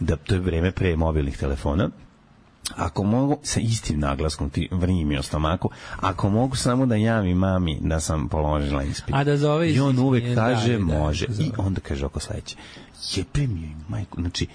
Speaker 7: da to je vreme pre mobilnih telefona, ako mogu, sa istim naglaskom ti vrimi o stomaku, ako mogu samo da javim mami da sam položila ispit.
Speaker 6: A da zove iz-
Speaker 7: I on uvek
Speaker 6: da,
Speaker 7: kaže
Speaker 6: da, da,
Speaker 7: može.
Speaker 6: zove.
Speaker 7: I Pa onda kaže oko sledeće. Jebem joj majku. Znači,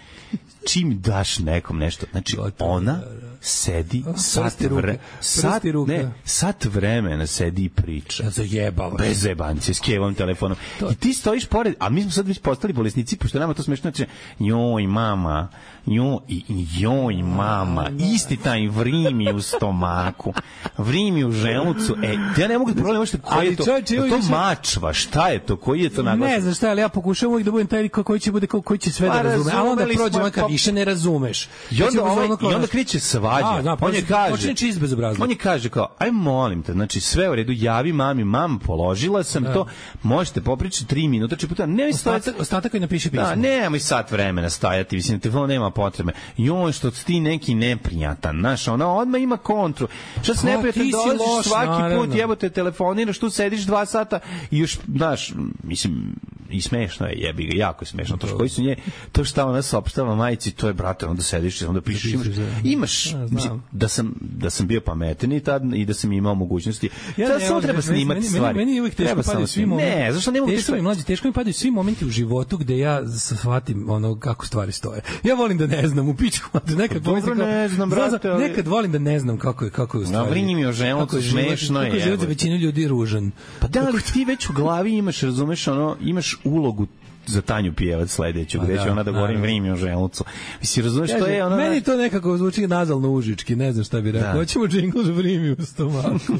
Speaker 7: čim daš nekom nešto, znači
Speaker 6: Gotovo,
Speaker 7: ona sedi sat,
Speaker 6: prsti da. ruke,
Speaker 7: vre,
Speaker 6: prsti
Speaker 7: sat,
Speaker 6: ruke.
Speaker 7: ne, sat vremena sedi i priča.
Speaker 6: Ja zajebava.
Speaker 7: Bez jebancije, s kevom telefonom. I ti stojiš pored, a mi smo sad već postali bolesnici, pošto nama to smešno, znači, joj mama, joj, i- i joj mama,
Speaker 6: da.
Speaker 7: isti taj vrimi u stomaku, vrimi u želucu, e, ja ne mogu da problem što koji je
Speaker 6: Ali
Speaker 7: to,
Speaker 6: čovječe,
Speaker 7: je
Speaker 6: evo
Speaker 7: to
Speaker 6: više-
Speaker 7: mačva, šta je to, koji je to naglasak?
Speaker 6: Ne znam šta, ali ja pokušavam uvijek da budem taj ko- koji će bude ko- koji će sve
Speaker 7: Pa,
Speaker 6: da razume. A onda
Speaker 7: razumeli smo,
Speaker 6: prođe moj kad
Speaker 7: pa-
Speaker 6: više ne razumeš.
Speaker 7: I onda,
Speaker 6: Recimo,
Speaker 7: ovaj,
Speaker 6: ono kao,
Speaker 7: i onda
Speaker 6: znaš,
Speaker 7: kriće svađa.
Speaker 6: Da, da,
Speaker 7: on je
Speaker 6: počne-
Speaker 7: kaže,
Speaker 6: počne čist bezobrazluk.
Speaker 7: On je kaže kao, aj molim te, znači sve u redu, javi mami, mam, položila sam
Speaker 6: Da.
Speaker 7: to, možete popričati tri minuta, či puta, ne mi
Speaker 6: Ostatak, ostatak koji napiše pismo.
Speaker 7: Da, nemoj sat vremena stajati, mislim, telefon nema potrebe. I on što ti neki neprijatan, znaš, ona odmah ima kontru. Što se
Speaker 6: Pa,
Speaker 7: neprijatan
Speaker 6: ti si
Speaker 7: dolaziš
Speaker 6: loš,
Speaker 7: svaki
Speaker 6: naravno.
Speaker 7: put, jebote, telefoniraš, tu sediš dva sata i još, znaš, mislim, i smešno je, jebi ga, jako je smešno. To što koji su nje, to šta ona saopštava majici, to je, brate, onda sediš i onda pišeš, imaš, imaš
Speaker 6: znam.
Speaker 7: mislim, da sam, da sam bio pametan i, tad, i da sam imao mogućnosti.
Speaker 6: ne
Speaker 7: Ja, sad samo
Speaker 6: mogu
Speaker 7: treba
Speaker 6: da- meni-
Speaker 7: snimati
Speaker 6: meni-
Speaker 7: stvari.
Speaker 6: Meni, meni je uvijek teško
Speaker 7: Treba
Speaker 6: padaju
Speaker 7: samo
Speaker 6: svi
Speaker 7: snimati.
Speaker 6: momenti.
Speaker 7: Ne, zašto ne mogu te
Speaker 6: teško mi
Speaker 7: stvari-
Speaker 6: mlađi, teško mi padaju svi momenti u životu gde ja shvatim ono kako stvari stoje. Ja volim da ne znam u pičku, mate, nekad
Speaker 7: Dobro,
Speaker 6: pomislim kao-
Speaker 7: ne znam,
Speaker 6: Znam,
Speaker 7: brate,
Speaker 6: znam,
Speaker 7: ali-
Speaker 6: nekad volim da ne znam kako je kako je u stvari.
Speaker 7: vrinji mi o želucu,
Speaker 6: kako je život-
Speaker 7: smešno je,
Speaker 6: Kako je život za
Speaker 7: jebote.
Speaker 6: većinu ljudi ružan.
Speaker 7: Pa da, ali ti već u glavi imaš, razumeš, ono, imaš ulogu za Tanju Pijevac sledeću,
Speaker 6: Pa
Speaker 7: gde
Speaker 6: da,
Speaker 7: će ona da govori
Speaker 6: naravno.
Speaker 7: vrimi o želucu. Mislim, razumeš, to
Speaker 6: Kaže,
Speaker 7: je ono...
Speaker 6: Meni to nekako zvuči nazalno užički, ne znam šta bi rekao.
Speaker 7: Da.
Speaker 6: Hoćemo džingl za vrimi u stomaku.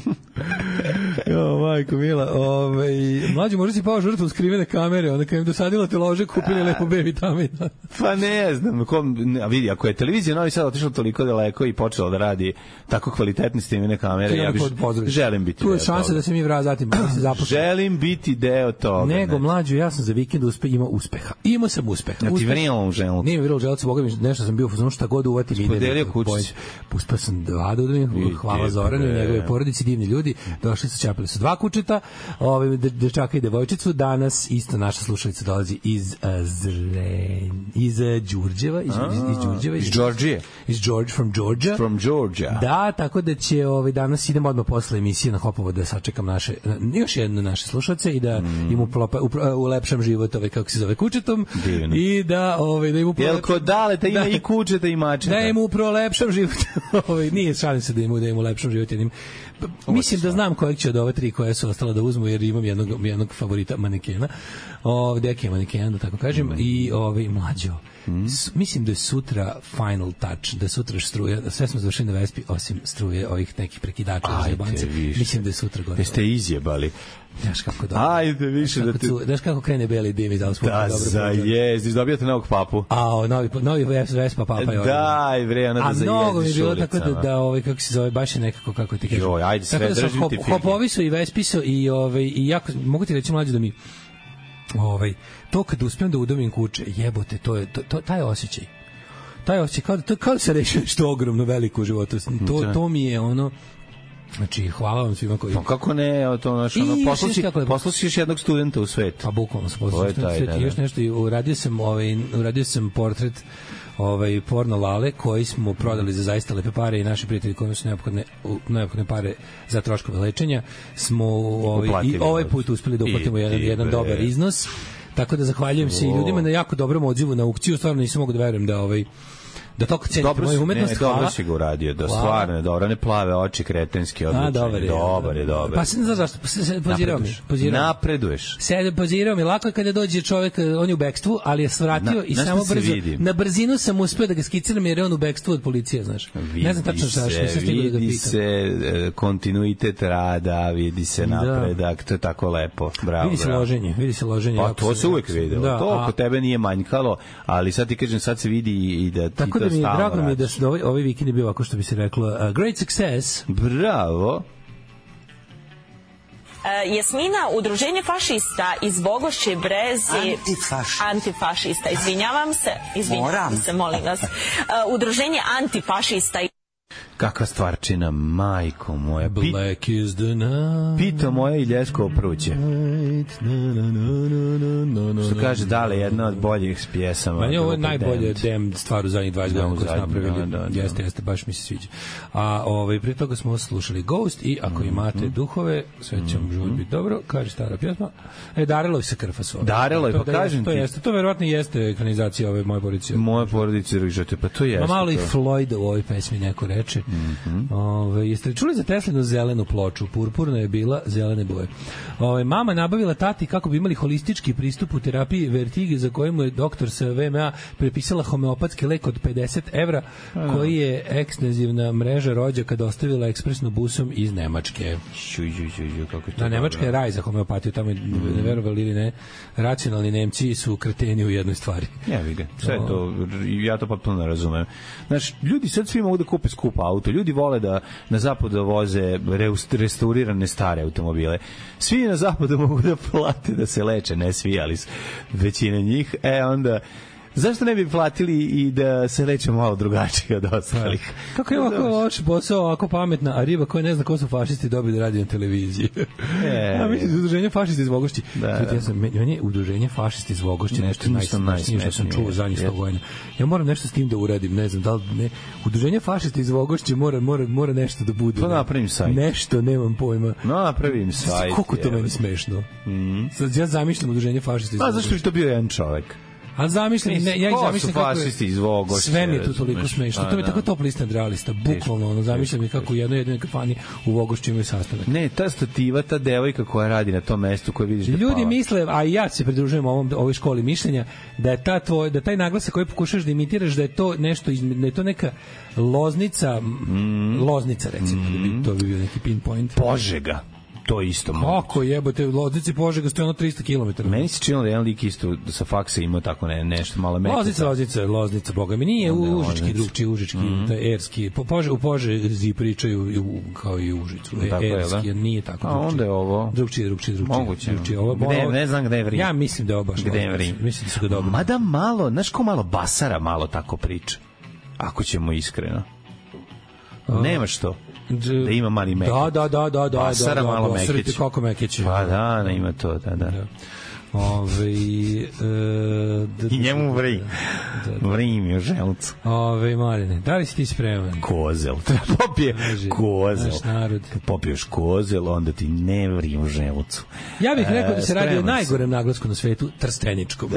Speaker 6: jo, majko mila. Ove, mlađi, možda si pao žrtvu skrivene kamere, onda kad im dosadila te lože, kupili lepo B vitamina.
Speaker 7: Pa ne znam, kom, ne, a vidi, ako je televizija Novi Sad otišla toliko daleko i počela da radi tako kvalitetne snimene kamere, ja
Speaker 6: Ti
Speaker 7: bi
Speaker 6: onako pozdravljaš.
Speaker 7: želim biti
Speaker 6: Tu
Speaker 7: deo
Speaker 6: je šansa
Speaker 7: toga.
Speaker 6: da se mi vrat zatim da se zapušim.
Speaker 7: Želim biti deo toga.
Speaker 6: Nego,
Speaker 7: ne.
Speaker 6: mlađo, ja sam za vikend uspe, imao uspeha. Imao sam uspeha.
Speaker 7: Ja ti
Speaker 6: Uspeh-
Speaker 7: vrimo u želucu.
Speaker 6: Nije mi vrilo želac, boga mi, nešto sam bio, znam šta god uvatim. ide mi
Speaker 7: Podelio
Speaker 6: to
Speaker 7: kućicu.
Speaker 6: pojde. Puspao sam dva da udavim,
Speaker 7: Vidi,
Speaker 6: hvala Zoranu i
Speaker 7: bre.
Speaker 6: njegove porodici, divni ljudi, došli su Isčapili su dva kučeta, ovaj, de- dečaka i devojčicu. Danas isto naša slušalica dolazi iz uh, Zren, iz uh, Đurđeva, iz, iz, iz Đurđeva,
Speaker 7: Iz Đorđije.
Speaker 6: iz George, from Georgia.
Speaker 7: From Georgia.
Speaker 6: Da, tako da će ovaj danas idemo odmah posle emisije na Hopovo da sačekam naše na- još jedno naše slušaoce i da im uplopa, up, ulepšam život ovaj kako se zove kučetom
Speaker 7: Divno.
Speaker 6: i da ovaj da im Da. uprolepšam-
Speaker 7: Jel kod Daleta ima i kučeta i mačeta?
Speaker 6: da im uprolepšam život. ovaj nije šalim se da im da im ulepšam život jednim.
Speaker 7: Pa,
Speaker 6: P- Mislim da znam kojeg će od ove tri koje su ostale da uzmu jer imam jednog jednog favorita manekena. Ovaj deke manekena da tako kažem
Speaker 7: Mm.
Speaker 6: i ovaj mlađo. S, mislim da je sutra final touch, da je sutra struja, da sve smo završili na Vespi, osim struje ovih nekih prekidača. za
Speaker 7: Ajde,
Speaker 6: jebance.
Speaker 7: više.
Speaker 6: Mislim da je sutra gotovo.
Speaker 7: Jeste izjebali.
Speaker 6: Znaš kako dobro.
Speaker 7: Ajde više
Speaker 6: Kako
Speaker 7: da te...
Speaker 6: cu- Znaš kako krene beli dim iz Auspuha,
Speaker 7: Da,
Speaker 6: dobro
Speaker 7: za
Speaker 6: prođe.
Speaker 7: jezdiš, dobijate novog papu.
Speaker 6: A, o, novi, novi Vespa
Speaker 7: Da,
Speaker 6: Papa je odličan.
Speaker 7: Daj, bre, ona
Speaker 6: pa A
Speaker 7: da zajezdiš
Speaker 6: mnogo mi je bilo tako da,
Speaker 7: ulicama.
Speaker 6: da ovaj, kako se zove, baš je nekako, kako ti kažem.
Speaker 7: Joj, ajde, sve,
Speaker 6: Tako da sam
Speaker 7: držim ti fige.
Speaker 6: hopovi su i vespiso i, ovaj, i jako, mogu ti reći mlađe da mi, ovaj, to kad uspijem da udomim kuće, jebote, to je, to, to, taj osjećaj taj osjećaj kao da, to, kao da se rešio nešto ogromno veliko u životu. To,
Speaker 7: Da.
Speaker 6: to mi je ono, znači, hvala vam svima koji...
Speaker 7: Pa kako ne, o to naš, ono,
Speaker 6: I,
Speaker 7: posluši,
Speaker 6: znaš kako je-
Speaker 7: posluši još jednog studenta u svetu.
Speaker 6: Pa bukvalno sam
Speaker 7: To je
Speaker 6: poslušao
Speaker 7: taj,
Speaker 6: sve
Speaker 7: da,
Speaker 6: ti još
Speaker 7: da.
Speaker 6: nešto i uradio sam ovaj uradio sam portret ovaj porno lale koji smo prodali za zaista lepe pare i naši prijatelji kojima su neophodne u- neophodne pare za troškove lečenja smo ovaj
Speaker 7: Uplatili
Speaker 6: i ovaj
Speaker 7: novac.
Speaker 6: put uspeli da uplatimo
Speaker 7: I
Speaker 6: jedan
Speaker 7: ti,
Speaker 6: jedan
Speaker 7: bre.
Speaker 6: dobar iznos. Tako da zahvaljujem se i ljudima na jako dobrom odzivu na aukciju, stvarno nisam mogao da verujem da ovaj da toliko cenite
Speaker 7: Dobro si,
Speaker 6: moju
Speaker 7: ne,
Speaker 6: umetnost.
Speaker 7: dobro
Speaker 6: Hvala.
Speaker 7: si ga uradio, da
Speaker 6: Hvala.
Speaker 7: stvarno je dobro, ne plave oči kretenski odličan.
Speaker 6: A, dobar je.
Speaker 7: Dobar je, dobar.
Speaker 6: Pa se ne znam zašto, pa se- se- pozirao mi.
Speaker 7: Napreduješ.
Speaker 6: Pozirao mi.
Speaker 7: Napreduješ.
Speaker 6: Sede pozirao mi lako je kada dođe čovjek, eh, on je u bekstvu, ali je svratio
Speaker 7: Na-
Speaker 6: i
Speaker 7: znaš
Speaker 6: samo
Speaker 7: šta se
Speaker 6: brzo.
Speaker 7: vidi?
Speaker 6: Na brzinu sam uspeo da ga skiciram jer je on u bekstvu od policije, znaš.
Speaker 7: Vidi
Speaker 6: ne znam tačno šta,
Speaker 7: se,
Speaker 6: nisam stigao da ga
Speaker 7: Vidi
Speaker 6: pitam.
Speaker 7: se e, kontinuitet rada, vidi se napredak, to je tako lepo. Bravo,
Speaker 6: Da. Vidi se
Speaker 7: bravo.
Speaker 6: loženje, vidi se loženje.
Speaker 7: Pa
Speaker 6: jako
Speaker 7: to
Speaker 6: sam-
Speaker 7: se uvek videlo.
Speaker 6: Da,
Speaker 7: to
Speaker 6: a-
Speaker 7: oko tebe nije manjkalo, ali sad ti kažem, sad se vidi i da ti
Speaker 6: Tako
Speaker 7: to
Speaker 6: da mi je
Speaker 7: stalno
Speaker 6: drago mi je da
Speaker 7: radiš.
Speaker 6: se ovaj, ovaj vikend je bio ovako što bi se reklo uh, great success.
Speaker 7: Bravo.
Speaker 8: E, Jasmina, udruženje fašista iz Bogošće i Brezi...
Speaker 9: Antifašista.
Speaker 8: Antifašista, izvinjavam se. Izvinjavam
Speaker 9: Moram.
Speaker 8: se, molim vas. E, udruženje antifašista
Speaker 7: Kakva stvarčina, majko moja. Pi,
Speaker 6: Black is the night.
Speaker 7: pito moje i ljesko opruće.
Speaker 6: na, na, na, na, na, na,
Speaker 7: Što
Speaker 6: na.
Speaker 7: kaže Dale, jedna od boljih pjesama.
Speaker 6: Meni je Pa ovo
Speaker 7: Grupe
Speaker 6: najbolje
Speaker 7: Damned.
Speaker 6: dem stvar u zadnjih 20
Speaker 7: Da, u
Speaker 6: godina koju smo
Speaker 7: zadnjih,
Speaker 6: napravili.
Speaker 7: da, da, da.
Speaker 6: Jeste, jeste, baš mi se sviđa. A ovaj, prije toga smo slušali Ghost i
Speaker 7: Mhm.
Speaker 6: ako imate duhove, sve će vam život biti dobro, kaže stara pjesma. E, Darelov se krfa su.
Speaker 7: Darelo je,
Speaker 6: To da
Speaker 7: pa kažem
Speaker 6: jeste, To
Speaker 7: ti.
Speaker 6: jeste, to verovatno jeste ekranizacija ove moje porodice.
Speaker 7: Moje porodice ružate, pa to jeste.
Speaker 6: Ma malo i
Speaker 7: to.
Speaker 6: Floyda u ovoj pesmi neko reče. Mm Ove, jeste li čuli za Teslinu zelenu ploču? Purpurna je bila zelene boje. Ove, mama nabavila tati kako bi imali holistički pristup u terapiji vertige za koju mu je doktor sa VMA prepisala homeopatski lek od 50 evra koji je ekstenzivna mreža rođaka dostavila ekspresno busom iz Nemačke.
Speaker 7: Ju, ju, ju, ju, kako je to
Speaker 6: Da,
Speaker 7: dobro.
Speaker 6: Nemačka je raj za homeopatiju, tamo je, ne verovali ili ne, racionalni Nemci su kreteni u jednoj stvari.
Speaker 7: Ja vidim, sve to, ja to potpuno razumem. Znaš, ljudi sad svi mogu da kupe skup auto, ljudi vole da na zapadu voze reust- restaurirane stare automobile. Svi na zapadu mogu da plate da se leče, ne svi, ali s- većina njih. E, onda, zašto ne bi platili i da se leče malo drugačije od ostalih?
Speaker 6: Kako je ovako loš posao, ovako pametna, a riba koja ne zna ko su fašisti dobili da radi na televiziji.
Speaker 7: E.
Speaker 6: a mislim, da udruženje fašisti iz Vogošći.
Speaker 7: Da,
Speaker 6: Čujte,
Speaker 7: da.
Speaker 6: Ja sam, meni meni je udruženje fašisti iz Vogošći
Speaker 7: Ne,
Speaker 6: nešto
Speaker 7: to mi isto
Speaker 6: najsmešnije što sam
Speaker 7: najsmešnije,
Speaker 6: čuo u zadnjih
Speaker 7: jeste.
Speaker 6: 100 godina. Ja moram nešto s tim da uradim, ne znam, da li ne. Udruženje fašisti iz Vogošća mora, mora, mora nešto da bude.
Speaker 7: Pa
Speaker 6: ne.
Speaker 7: napravim sajt.
Speaker 6: Nešto, nemam pojma.
Speaker 7: No, napravim sajt.
Speaker 6: Koliko to
Speaker 7: evo.
Speaker 6: meni smešno. Sad ja zamišljam udruženje fašisti iz
Speaker 7: Pa zašto
Speaker 6: Vogošća.
Speaker 7: bi to bio jedan čovek?
Speaker 6: A zamišljam, ne, ja ih
Speaker 7: Ko su
Speaker 6: zamišljam kako je-
Speaker 7: fašisti iz Vogošća,
Speaker 6: Sve mi je to
Speaker 7: razumeš?
Speaker 6: toliko smešno.
Speaker 7: A,
Speaker 6: To mi je
Speaker 7: da.
Speaker 6: tako top lista realista. Bukvalno, ono, zamišljam i kako u jednoj jedinoj kafani u Vogošću imaju sastanak.
Speaker 7: Ne, ta stativa, ta devojka koja radi na tom mestu koju vidiš da
Speaker 6: Ljudi
Speaker 7: pala.
Speaker 6: misle, a i ja se pridružujem ovom ovoj školi mišljenja da je ta tvoj da taj naglasak koji pokušaš da imitiraš da je to nešto iz, da je to neka loznica,
Speaker 7: Mhm.
Speaker 6: loznica recimo, da bi, to bi bio neki pinpoint.
Speaker 7: Požega. To je isto moguće.
Speaker 6: Kako jebote, loznici Požega stoje ono 300 km.
Speaker 7: Meni se činilo da je jedan lik isto sa faksa imao tako ne, nešto malo meko.
Speaker 6: Loznica, Loznica, Loznica, boga mi nije u Užički drugčiji, Užički,
Speaker 7: Mhm.
Speaker 6: taj erski. Po, pože, u Požegi pričaju i u, kao i u Užicu. E,
Speaker 7: Tako je, da?
Speaker 6: erski, je, nije tako
Speaker 7: A
Speaker 6: drugčiji.
Speaker 7: onda je ovo-
Speaker 6: Drugčiji, drugčiji, drugčiji.
Speaker 7: Moguće.
Speaker 6: Drugčiji, ovo,
Speaker 7: Gde-
Speaker 6: ovo-
Speaker 7: ne znam gde je vri.
Speaker 6: Ja mislim da je ovo baš
Speaker 7: Gde je
Speaker 6: Loznica.
Speaker 7: vri.
Speaker 6: Mislim da su ga dobro.
Speaker 7: Mada malo, znaš ko malo basara malo tako priča. Ako ćemo iskreno. Nemaš to.
Speaker 6: Dž-
Speaker 7: Da ima mali mekić.
Speaker 6: Da, da, da, da, da.
Speaker 7: Pasara
Speaker 6: da, da,
Speaker 7: malo
Speaker 6: da,
Speaker 7: mekić.
Speaker 6: Srti kako mekić.
Speaker 7: Pa da, ne ima to, da, da.
Speaker 6: Ove, e, d-
Speaker 7: I njemu vri. Da, Vri mi u želcu.
Speaker 6: Ove, Marine, da li si ti spreman?
Speaker 7: Kozel. Treba popije
Speaker 6: Kaže,
Speaker 7: kozel.
Speaker 6: naš narod.
Speaker 7: Kad popiješ kozel, onda ti ne vri u želcu.
Speaker 6: Ja bih
Speaker 7: E,
Speaker 6: rekao da se radi o
Speaker 7: spreman sam.
Speaker 6: najgorem naglasku na svetu, trsteničkom.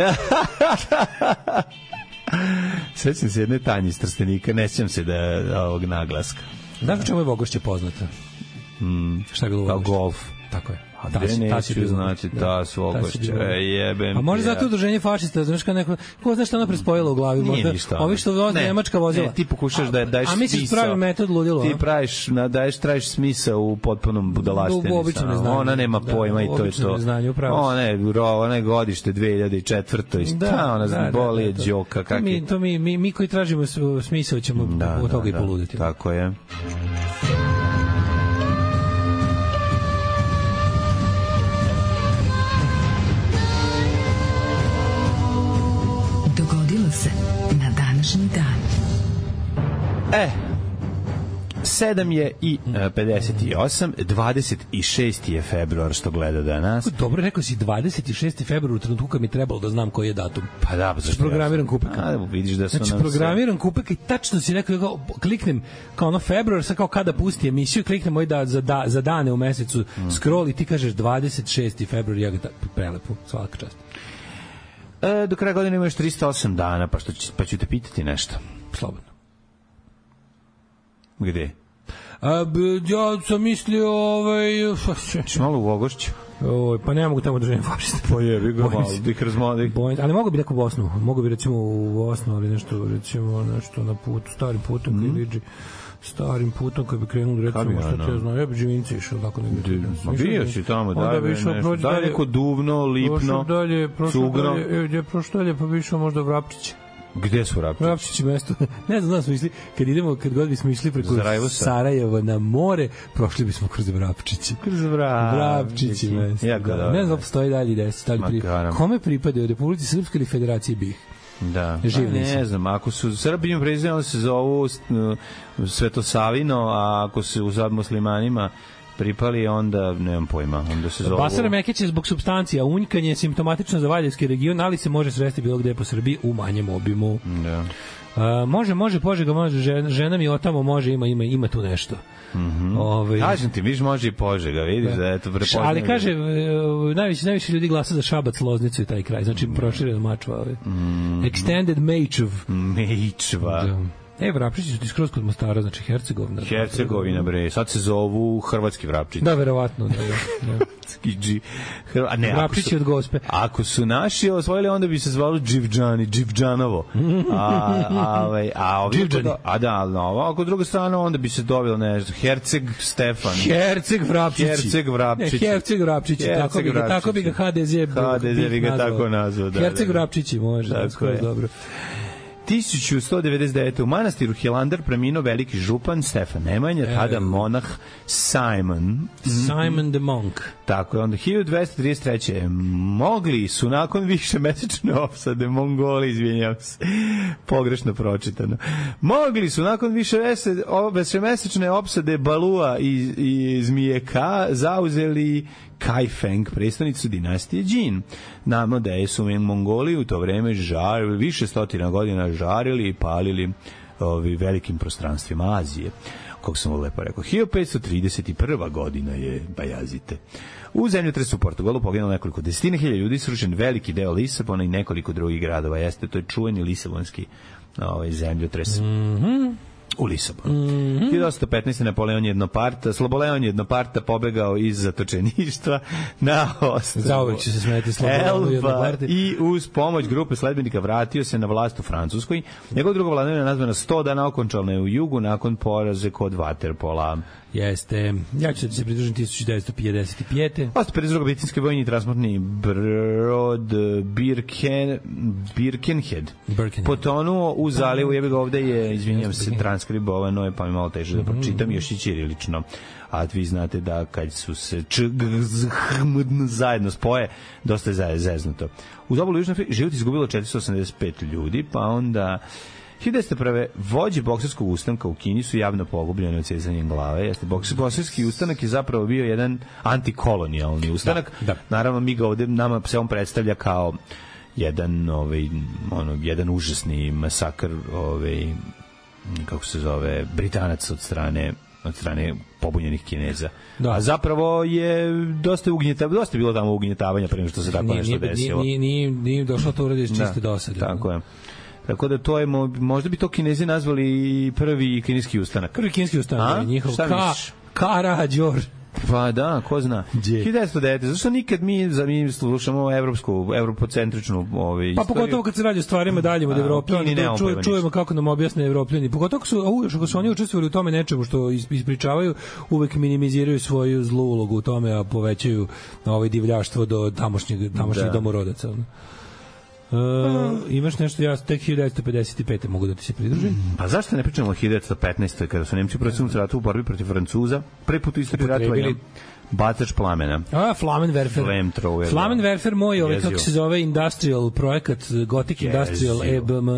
Speaker 7: Sećam se jedne tanje iz trstenika, ne sećam se da ovog naglaska.
Speaker 6: Znaš po čemu je Vogošće poznata? Mm. Šta je bilo
Speaker 7: Kao
Speaker 6: Vogošće?
Speaker 7: golf.
Speaker 6: Tako je.
Speaker 7: Hmm.
Speaker 6: Ta
Speaker 7: A gde
Speaker 6: si- ta si
Speaker 7: neću
Speaker 6: bio
Speaker 7: znati,
Speaker 6: Vogošće,
Speaker 7: ta
Speaker 6: Da, ta
Speaker 7: su
Speaker 6: si
Speaker 7: Vogošće,
Speaker 6: bio.
Speaker 7: e, jebem
Speaker 6: A
Speaker 7: ti
Speaker 6: možda
Speaker 7: ja.
Speaker 6: zato udruženje fašista, znaš kao neko, ko zna šta ona prespojila u glavi,
Speaker 7: Nije
Speaker 6: možda
Speaker 7: ništa.
Speaker 6: ovi što voze
Speaker 7: Ne,
Speaker 6: nemačka vozila.
Speaker 7: Ne, ti pokušaš da daješ
Speaker 6: A, a misliš
Speaker 7: smisao.
Speaker 6: pravi metod ludilo,
Speaker 7: Ti
Speaker 6: a?
Speaker 7: praviš, na, daješ, tražiš smisao u potpunom budalaštini.
Speaker 6: U običnom
Speaker 7: samo.
Speaker 6: neznanju.
Speaker 7: Ona nema
Speaker 6: Da,
Speaker 7: pojma i
Speaker 6: u
Speaker 7: to je
Speaker 6: običnom
Speaker 7: to.
Speaker 6: neznanju, upravo si.
Speaker 7: Ona je, ro, ona je godište 2004. I da, ona da, boli je
Speaker 6: to.
Speaker 7: đoka.
Speaker 6: To
Speaker 7: kak je.
Speaker 6: mi, to mi, mi, mi koji tražimo s- smisao ćemo da, od toga i poluditi.
Speaker 7: Tako je.
Speaker 9: Dogodilo se na današnji dan.
Speaker 7: E, 7 je i e, 58, 26 je februar što gleda danas.
Speaker 6: Dobro, rekao si 26. februar u trenutku kad mi je trebalo da znam koji je datum.
Speaker 7: Pa da, pa zašto?
Speaker 6: Programiram kupek.
Speaker 7: A, vidiš da su
Speaker 6: Znači,
Speaker 7: nam se-
Speaker 6: programiram kupek i tačno si rekao, ja kao, kliknem kao ono februar, sad kao kada pusti emisiju, kliknem moj da, za, da, za dane u mesecu, scroll i ti kažeš 26. februar, ja ga da, prelepo, svaka čast.
Speaker 7: E, do kraja godine imaš 308 dana, pa, što, ću- pa ću te pitati nešto.
Speaker 6: Slobodno.
Speaker 7: Gde?
Speaker 6: A, b, ja sam mislio, ovaj,
Speaker 7: Či malo u Vogošću?
Speaker 6: Oj, pa ne mogu tamo držanje fašista.
Speaker 7: Pa jebi ga
Speaker 6: Bojim
Speaker 7: malo,
Speaker 6: se.
Speaker 7: da ih razmodi.
Speaker 6: Bojim, ali mogu bi neku Bosnu, mogu bi recimo u Bosnu, ali nešto recimo nešto na putu, starim putom mm.
Speaker 7: Mhm.
Speaker 6: koji liđi starim putom koji bi krenuo recimo
Speaker 7: bi
Speaker 6: što
Speaker 7: ono?
Speaker 6: ti ja znam, ja bi Živinci išao tako negde.
Speaker 7: da. Ma
Speaker 6: Išao
Speaker 7: bio
Speaker 6: bi-
Speaker 7: si tamo,
Speaker 6: onda
Speaker 7: daj
Speaker 6: bi
Speaker 7: mi
Speaker 6: išao
Speaker 7: nešto.
Speaker 6: proći
Speaker 7: Daj
Speaker 6: dalje-
Speaker 7: neko Duvno, Lipno,
Speaker 6: prošao dalje, prošao
Speaker 7: Cugno.
Speaker 6: dalje, e, gdje je prošao dalje, pa bi išao možda u Vrapčić.
Speaker 7: Gde su Rapčići?
Speaker 6: Vrapčić je mesto. ne znam, da smo išli, kad idemo, kad god bismo išli preko
Speaker 7: Zarajevo sa-
Speaker 6: Sarajeva na more, prošli bismo kroz Vrapčići.
Speaker 7: Kroz Vrapčići.
Speaker 6: Vrapčić je mesto.
Speaker 7: Pa, Jako
Speaker 6: da.
Speaker 7: dobro.
Speaker 6: Ne znam, postoji dalje i deset.
Speaker 7: Ma,
Speaker 6: Ali pri...
Speaker 7: garam.
Speaker 6: Kome pripadaju, Republici Srpske ili Federaciji BiH?
Speaker 7: Da.
Speaker 6: Živ
Speaker 7: Pa
Speaker 6: nisam.
Speaker 7: ne znam, ako su Srbijom prezivali se zovu s- n- Svetosavino, a ako su uzad muslimanima pripali, onda nemam pojma, onda se zovu...
Speaker 6: Basara Mekić je zbog substancija unjkanje je simptomatično za Valjevski region, ali se može sresti bilo gde po Srbiji u manjem obimu.
Speaker 7: Da.
Speaker 6: A, može, može, Požega može, žena, žena mi otamo može, ima, ima, ima tu nešto. Mm -hmm. Ove,
Speaker 7: Kažem ti, viš može i Požega, vidiš Mhm. da, eto, prepoznaje.
Speaker 6: ali kaže, e, najviše, najviše ljudi glasa za Šabac, Loznicu i taj kraj,
Speaker 7: Mm.
Speaker 6: znači proširena mačva. Ove. Extended Mejčev.
Speaker 7: Mejčva. Mhm. Da.
Speaker 6: Da. E, Vrapšići su ti skroz kod Mostara, znači Hercegovina.
Speaker 7: Hercegovina, bre. Sad se zovu Hrvatski Vrapčić.
Speaker 6: Da, verovatno. Da, da, da.
Speaker 7: Dži, Hr... A ne, ako
Speaker 6: Vrapčići
Speaker 7: su,
Speaker 6: od gospe.
Speaker 7: ako su naši osvojili, onda bi se zvalo Dživdžani, Dživdžanovo. A, a, ovaj- a, ovi-
Speaker 6: Dživdžani.
Speaker 7: a da, ali na ovo, ako druga strana, onda bi se dobilo nešto. Herceg Stefan.
Speaker 6: Herceg Vrapčići.
Speaker 7: Herceg Vrapčići.
Speaker 6: Ne, Herceg Vrapčići, tako, bi ga, tako bi ga HDZ, bi-
Speaker 7: HDZ bi ga tako nazvao, da,
Speaker 6: Herceg
Speaker 7: da, da.
Speaker 6: Vrapčići može,
Speaker 7: Tako
Speaker 6: tako skroz
Speaker 7: je.
Speaker 6: dobro.
Speaker 7: 1199. u manastiru Hilandar preminuo veliki župan Stefan Nemanja, tada monah Simon.
Speaker 6: Simon the Monk.
Speaker 7: Tako je, onda 1233. Mogli su nakon više mesečne opsade, Mongoli, izvinjam se, pogrešno pročitano, mogli su nakon više mese- o- višemesečne opsade Balua i, i Zmijeka zauzeli Kaifeng, predstavnicu dinastije Jin. Namo da je su Mongoli u to vreme žarili, više stotina godina žarili i palili ovi velikim prostranstvima Azije kako sam ovo lepo rekao, 1531. godina je Bajazite. U zemljotresu u Portugalu poginulo nekoliko desetina hiljada ljudi, srušen veliki deo Lisabona i nekoliko drugih gradova. Jeste, to je čuveni lisabonski ovaj, zemljotres. Mm U Lisabonu. Mm 1815. Napoleon jednoparta, Sloboleon jednoparta pobegao iz zatočeništva na ostrvo.
Speaker 6: Zauvek će se smeti Sloboleonu
Speaker 7: Elba
Speaker 6: jednoparti.
Speaker 7: i uz pomoć grupe sledbenika vratio se na vlast u Francuskoj. Njegov drugo vladavina nazvana 100 dana okončalna je u jugu nakon poraze kod Waterpola.
Speaker 6: Jeste, ja ću da se pridružim 1955.
Speaker 7: Osta pred drugo britanski vojni transportni brod Birken, Birkenhead.
Speaker 6: Birkenhead.
Speaker 7: Potonuo u zalivu, jebe ga ovde je, izvinjam se, transkribovano je, pa mi je malo teže da
Speaker 6: Mhm.
Speaker 7: pročitam, još i ćirilično. A vi znate da kad su se č, g, z, h, m, n, zajedno spoje, dosta je zaje- zeznuto. U dobu Južne Afrike život izgubilo 485 ljudi, pa onda 1901. vođe bokserskog ustanka u Kini su javno pogubljeni od cezanjem glave. Jeste, boks- bokserski ustanak je zapravo bio jedan antikolonijalni ustanak.
Speaker 6: Da, da.
Speaker 7: Naravno, mi ga ovde, nama se on predstavlja kao jedan, ovaj, ono, jedan užasni masakr ovaj, kako se zove, Britanac od strane od strane pobunjenih Kineza.
Speaker 6: Da.
Speaker 7: Da. A zapravo je dosta ugnjeta, dosta je bilo tamo ugnjetavanja pre nego što se tako
Speaker 6: Nije,
Speaker 7: nešto
Speaker 6: nije, nije,
Speaker 7: desilo.
Speaker 6: nije, nije, nije došlo to uradi iz čiste da. dosade.
Speaker 7: Tako je. Tako da to je, mo- možda bi to kinezi nazvali i prvi kineski ustanak.
Speaker 6: Prvi kinski ustanak
Speaker 7: A?
Speaker 6: je njihov
Speaker 7: Šta
Speaker 6: ka,
Speaker 7: misliš?
Speaker 6: Kara Đor.
Speaker 7: Pa da, ko zna.
Speaker 6: Gdje?
Speaker 7: 1909. Zašto nikad mi, za mi slušamo evropsku, evropocentričnu ovaj,
Speaker 6: Pa
Speaker 7: istoriju? Da,
Speaker 6: pogotovo kad se radi o stvarima daljim od
Speaker 7: A,
Speaker 6: Evrope,
Speaker 7: u Kini
Speaker 6: onda
Speaker 7: nemamo
Speaker 6: ču,
Speaker 7: pojma
Speaker 6: čujemo kako nam objasne Evropljani. Pogotovo ako su, a uvijek ako su oni učestvovali u tome nečemu što is- ispričavaju, uvek minimiziraju svoju zlu ulogu u tome, a povećaju ovaj divljaštvo do tamošnjeg, tamošnjeg da.
Speaker 7: Da.
Speaker 6: domorodaca. ono. E, imaš nešto, ja tek 1955. mogu da ti se pridružim.
Speaker 7: Pa zašto ne pričamo o 1915. kada su Nemci u Prvom svetskom ratu u borbi protiv Francuza, prvi put u istoriji ratova
Speaker 6: Upotrebili-
Speaker 7: je bacač plamena.
Speaker 6: A, Flamenwerfer.
Speaker 7: Flamethrower, da.
Speaker 6: Flamenwerfer moj, ovaj, kako
Speaker 7: Jezivo.
Speaker 6: se zove, industrial projekat, Gothic Industrial EBM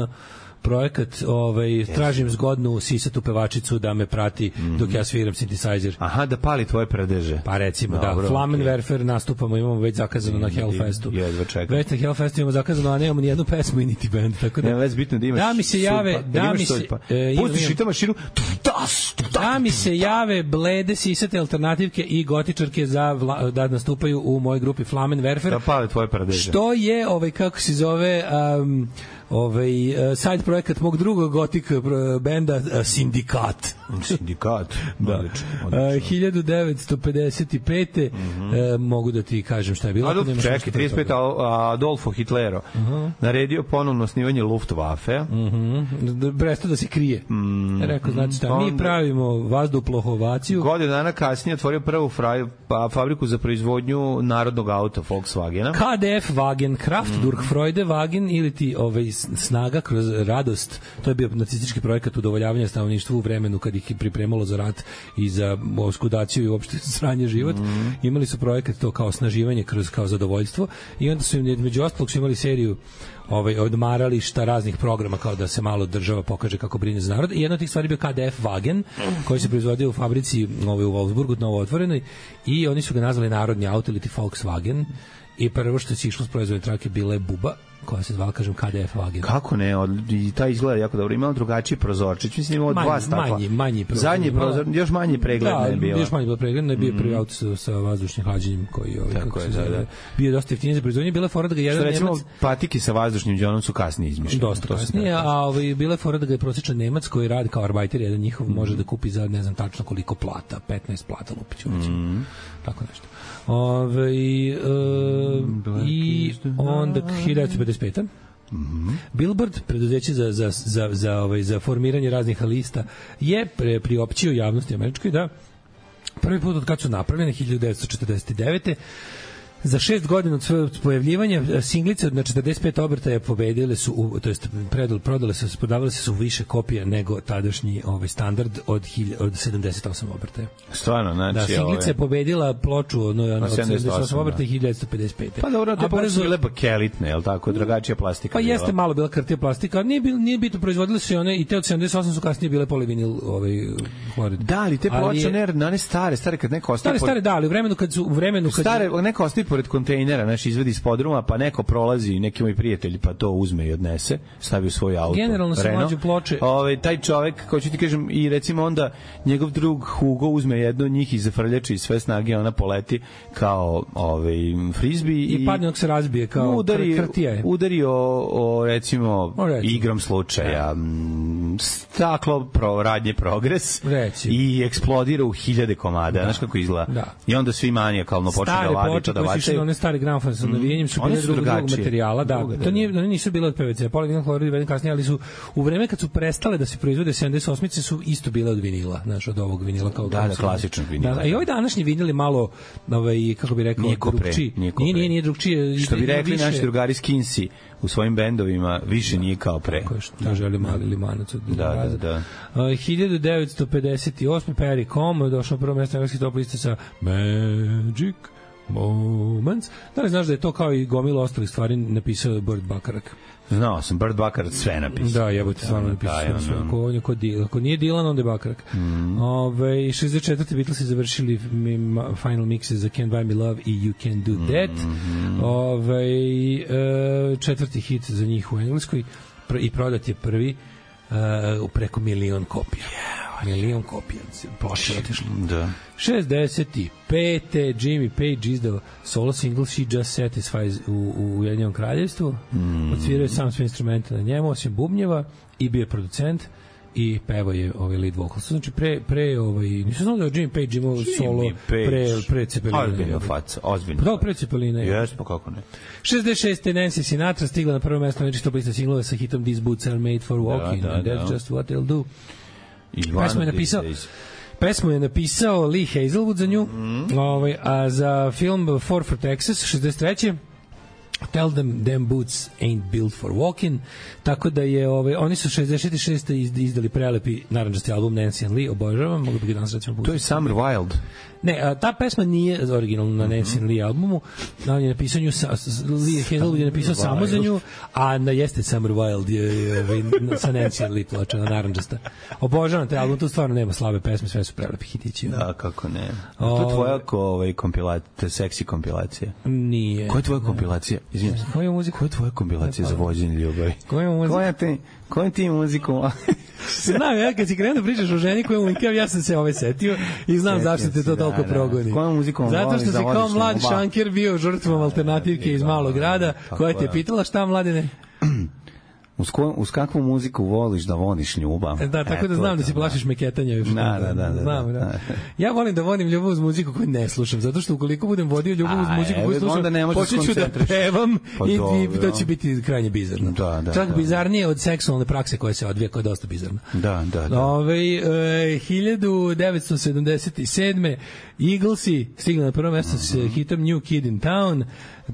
Speaker 6: projekat, ovaj, tražim zgodnu sisatu pevačicu da me prati
Speaker 7: Mhm.
Speaker 6: dok ja sviram synthesizer.
Speaker 7: Aha, da pali tvoje predeže.
Speaker 6: Pa recimo,
Speaker 7: Dobro,
Speaker 6: da,
Speaker 7: okej.
Speaker 6: Flamenwerfer nastupamo, imamo već zakazano na Hellfestu.
Speaker 7: jedva čekam.
Speaker 6: Već na Hellfestu imamo zakazano, a nemamo ni jednu pesmu i niti band, tako da...
Speaker 7: Ne, vez bitno da imaš
Speaker 6: Da mi se jave,
Speaker 7: sulpa.
Speaker 6: da
Speaker 7: Jel
Speaker 6: mi
Speaker 7: imaš
Speaker 6: se-
Speaker 7: sulpa?
Speaker 6: e, imam,
Speaker 7: Pustiš
Speaker 6: imam.
Speaker 7: i to mašinu, tu, tas, tu, tas,
Speaker 6: Da mi se jave blede sisate alternativke i gotičarke za vla, da nastupaju u mojoj grupi Flamenwerfer.
Speaker 7: da pali tvoje predeže.
Speaker 6: Što je, ovaj, kako se zove, um, ovaj, eh, side projekat mog drugog gotik eh, benda eh, Sindikat.
Speaker 7: Sindikat.
Speaker 6: Da.
Speaker 7: Odlično,
Speaker 6: Eh,
Speaker 7: odlično.
Speaker 6: 1955. eh, mogu da ti kažem šta je bilo. ako
Speaker 7: Adolf,
Speaker 6: nemaš ništa
Speaker 7: čekaj,
Speaker 6: protiv
Speaker 7: 35.
Speaker 6: toga.
Speaker 7: Al- Adolfo Hitlero naredio ponovno osnivanje Luftwaffe.
Speaker 6: Da- Presto da se krije. Rekao, znači šta, mi
Speaker 7: Mhm. Pa Onda-
Speaker 6: pravimo vazduhoplohovaciju.
Speaker 7: Godinu dana kasnije otvorio prvu fraj, pa, fabriku za proizvodnju narodnog auta Volkswagena.
Speaker 6: KDF Wagen, Kraft durch Freude Wagen ili ti ovaj, s- snaga kroz radost, to je bio nacistički projekat udovoljavanja stanovništvu u vremenu kad ih je pripremalo za rat i za oskudaciju i uopšte sranje život. Imali su projekat to kao osnaživanje kroz kao zadovoljstvo i onda su im među ostalog su imali seriju ovaj odmarališta raznih programa kao da se malo država pokaže kako brine za narod i jedna od tih stvari je bio KDF Wagen koji se proizvodio u fabrici ovaj, u Wolfsburgu novo otvorenoj i oni su ga nazvali narodni auto ili ti Volkswagen I prvo što se išlo s proizvodne trake bila je buba, koja se zvala, kažem, KDF Wagen.
Speaker 7: Kako ne, od, i ta izgleda jako dobro. Imala drugačiji prozorčić, mislim imao
Speaker 6: Manji-
Speaker 7: dva stakla.
Speaker 6: manji- manji prozor.
Speaker 7: Zadnji prozor, još manji pregled
Speaker 6: da,
Speaker 7: je bio.
Speaker 6: još manje bilo pregledno, je bio prvi auto sa, sa vazdušnim hlađenjem koji je ovaj,
Speaker 7: Tako
Speaker 6: kako
Speaker 7: je,
Speaker 6: se
Speaker 7: da,
Speaker 6: zove,
Speaker 7: da.
Speaker 6: bio je dosta jeftinije za proizvodnje, bila je fora da ga
Speaker 7: Što
Speaker 6: jedan
Speaker 7: recimo,
Speaker 6: Nemac
Speaker 7: patike sa vazdušnim đonom su kasnije izmišljene.
Speaker 6: dosta
Speaker 7: To se
Speaker 6: kasnije,
Speaker 7: ne-
Speaker 6: a ovaj, bila je fora da ga je prosječan Nemac koji radi kao arbajter, jedan njihov može
Speaker 7: Mhm.
Speaker 6: da kupi za ne znam tačno koliko plata, 15 plata lupiću,
Speaker 7: Mhm.
Speaker 6: mm. tako nešto. Ove, e,
Speaker 7: Mm,
Speaker 6: I onda 1955.
Speaker 7: Mhm.
Speaker 6: Billboard, preduzeće za, za, za, za, ovaj, za formiranje raznih lista, je pre, priopćio javnosti američkoj da prvi put od kad su napravljene 1949. Za šest godina od svog pojavljivanja e, singlice od na 45 obrtaja pobedile su, u, to jest predal, prodale se, prodavale se su više kopija nego tadašnji ovaj standard od, hilj, od 78 obrtaja.
Speaker 7: Stvarno,
Speaker 6: Da,
Speaker 7: znači...
Speaker 6: singlica je pobedila ploču ono, ono, od
Speaker 7: 78,
Speaker 6: 78
Speaker 7: da.
Speaker 6: obrtaja 1955.
Speaker 7: Pa dobro,
Speaker 6: A
Speaker 7: te pomoći
Speaker 6: brzo-
Speaker 7: su bile bakelitne, jel tako? Drugačija plastika.
Speaker 6: Pa
Speaker 7: bila.
Speaker 6: jeste malo bila kartija plastika, ali nije, bil, nije bitno, proizvodile su i one, i te od 78 su kasnije bile polivinil ovaj, hlorid.
Speaker 7: Da, ali te
Speaker 6: Ali
Speaker 7: ploče,
Speaker 6: je-
Speaker 7: ne, one stare, stare kad neko ostaje...
Speaker 6: Stare,
Speaker 7: pod-
Speaker 6: stare, da, ali u vremenu kad su, u vremenu kad
Speaker 7: stare, neko ostaje pored kontejnera, znaš, izvedi iz podruma, pa neko prolazi, neki moj prijatelj, pa to uzme i odnese, stavi u svoj auto.
Speaker 6: Generalno se
Speaker 7: Renault.
Speaker 6: mlađe ploče-
Speaker 7: Ovaj, taj čovek, ko ću ti kažem, i recimo onda njegov drug Hugo uzme jedno od njih i zafrljači iz sve snage, ona poleti kao ovaj, frisbi
Speaker 6: i, padne dok se razbije kao udari,
Speaker 7: udari,
Speaker 6: kartija je.
Speaker 7: udari o, o recimo,
Speaker 6: O, recimo. Da.
Speaker 7: igrom slučaja m, staklo pro, radnje progres
Speaker 6: Recimo.
Speaker 7: i eksplodira u hiljade komada, znaš kako izgleda.
Speaker 6: Da.
Speaker 7: I onda svi manijakalno počne da
Speaker 6: stare
Speaker 7: vadi
Speaker 6: ploče
Speaker 7: to da
Speaker 6: koje su išle na
Speaker 7: vacaju.
Speaker 6: one stare gramofone sa navijenjem su
Speaker 7: One
Speaker 6: bile
Speaker 7: su
Speaker 6: drugog, drugog
Speaker 7: drugačije.
Speaker 6: materijala, da.
Speaker 7: Druga, da,
Speaker 6: to nije, one nisu bile od PVC, polivinil hlorid i kasnije, ali su u vreme kad su prestale da se proizvode 78-ice su isto bile od vinila, znaš, od ovog vinila kao
Speaker 7: Da, da, klasičnog vinila.
Speaker 6: Da, i ovaj današnji vinil je malo ovaj kako bi rekao
Speaker 7: Nije ko pre,
Speaker 6: drugčiji.
Speaker 7: nije ko
Speaker 6: Nije,
Speaker 7: pre.
Speaker 6: nije, nije drugčiji.
Speaker 7: Što bi
Speaker 6: ima
Speaker 7: rekli
Speaker 6: više-
Speaker 7: naši drugari Skinsi u svojim bendovima, više nije kao pre.
Speaker 6: koje što da. želi mali limanac od
Speaker 7: Da,
Speaker 6: mraza.
Speaker 7: da, da.
Speaker 6: Uh, 1958. Perry Com došao na prvo mesto engleske top liste sa Magic Moments. Da li znaš da je to kao i gomila ostalih stvari napisao Bird Bakarak?
Speaker 7: Znao sam, Bird Bakar sve napisao.
Speaker 6: Da, jebote, stvarno napisao
Speaker 7: taj,
Speaker 6: sam sve.
Speaker 7: ono.
Speaker 6: Ako, on je ko Dil- ako nije Dylan, onda je Bakarak. Mm. Ove, 64. Beatlesi završili mi- ma- final mix za Can't Buy Me Love i You Can Do That. Ove, e, četvrti hit za njih u Engleskoj pr- i prodat je prvi e, u preko milion kopija. Milion kopija. Ploče je otišlo.
Speaker 7: Da.
Speaker 6: 65. Jimmy Page izdao solo single She Just Satisfies u, u Ujedinjenom kraljevstvu. Mm. Odsvirao je sam sve instrumente na njemu, osim bubnjeva, i bio je producent i pevao je ovaj lead vocal. Znači, pre, pre ovaj, nisam znao da je Jimmy Page imao solo pre, pre Cepelina.
Speaker 7: Ozbiljno faca, ozbiljno.
Speaker 6: Da, pre Cepelina. je.
Speaker 7: Jes, pa kako ne.
Speaker 6: 66. Nancy Sinatra stigla na prvo mesto američkih top lista singlova sa hitom These Boots Are Made For Walking
Speaker 7: da,
Speaker 6: and That's
Speaker 7: da.
Speaker 6: Just What They'll Do.
Speaker 7: I
Speaker 6: Pesmu je napisao Pesmu je napisao Lee Hazelwood za nju,
Speaker 7: Mhm.
Speaker 6: ovaj, a za film Four for Texas, 63. Tell them them boots ain't built for walking. Tako da je ovaj oni su 66. iz- izdali prelepi narandžasti album Nancy and Lee, obožavam, mogu bi ga danas recimo
Speaker 7: To je
Speaker 6: pustiti.
Speaker 7: Summer Wild.
Speaker 6: Ne, a, ta pesma nije originalna
Speaker 7: Mhm.
Speaker 6: na Nancy and Lee albumu. On je napisao nju sa, s- Lee Hazelwood je napisao samo za nju, a na jeste Summer Wild je, je ovaj, na- sa Nancy and Lee ploča na narandžasta. Obožavam taj album, tu stvarno nema slabe pesme, sve su prelepi hitići.
Speaker 7: Da, kako ne. To je tvoja ko, ovaj, kompilacija, seksi kompilacija.
Speaker 6: Nije.
Speaker 7: Koja je tvoja kompilacija? Izvinjam se.
Speaker 6: Koju muziku?
Speaker 7: Koja je tvoja kompilacija
Speaker 6: pa-
Speaker 7: za vođenje ljubavi?
Speaker 6: Koju muziku?
Speaker 7: Koja ti, koja ti muziku?
Speaker 6: Znam, ja kad si krenuo da pričaš o ženi koja je unikam, ja sam se ove setio i znam zašto te to
Speaker 7: se, da,
Speaker 6: toliko
Speaker 7: da.
Speaker 6: progoni.
Speaker 7: Kojom muzikom
Speaker 6: Zato
Speaker 7: voliš
Speaker 6: što
Speaker 7: da
Speaker 6: si kao
Speaker 7: vodiš na
Speaker 6: mlad
Speaker 7: moba?
Speaker 6: šanker bio
Speaker 7: da,
Speaker 6: žrtvom alternativke iz malog grada,
Speaker 7: Tako
Speaker 6: koja te
Speaker 7: je. da.
Speaker 6: pitala šta mladene.
Speaker 7: Uz, ko, uz kakvu muziku voliš da voniš ljubav?
Speaker 6: Da, tako
Speaker 7: E,
Speaker 6: da
Speaker 7: to
Speaker 6: znam
Speaker 7: je
Speaker 6: da
Speaker 7: to,
Speaker 6: se plašiš meketanja još.
Speaker 7: Da, da, da, da,
Speaker 6: Znam,
Speaker 7: da.
Speaker 6: da. Ja volim da vodim ljubav uz muziku koju ne slušam, zato što ukoliko budem vodio ljubav uz
Speaker 7: A,
Speaker 6: muziku
Speaker 7: evo,
Speaker 6: koju slušam,
Speaker 7: onda ne možeš da
Speaker 6: počet ću da
Speaker 7: skoncentrišeš.
Speaker 6: pevam
Speaker 7: Pa
Speaker 6: i, i
Speaker 7: dobro.
Speaker 6: to će biti krajnje bizarno.
Speaker 7: Da, da,
Speaker 6: Čak
Speaker 7: da.
Speaker 6: bizarnije od seksualne prakse koja se odvija, koja je dosta bizarna.
Speaker 7: Da, da, da.
Speaker 6: Ove, e, 1977. Eaglesi stigli na prvo mesto
Speaker 7: Mhm.
Speaker 6: s hitom New Kid in Town.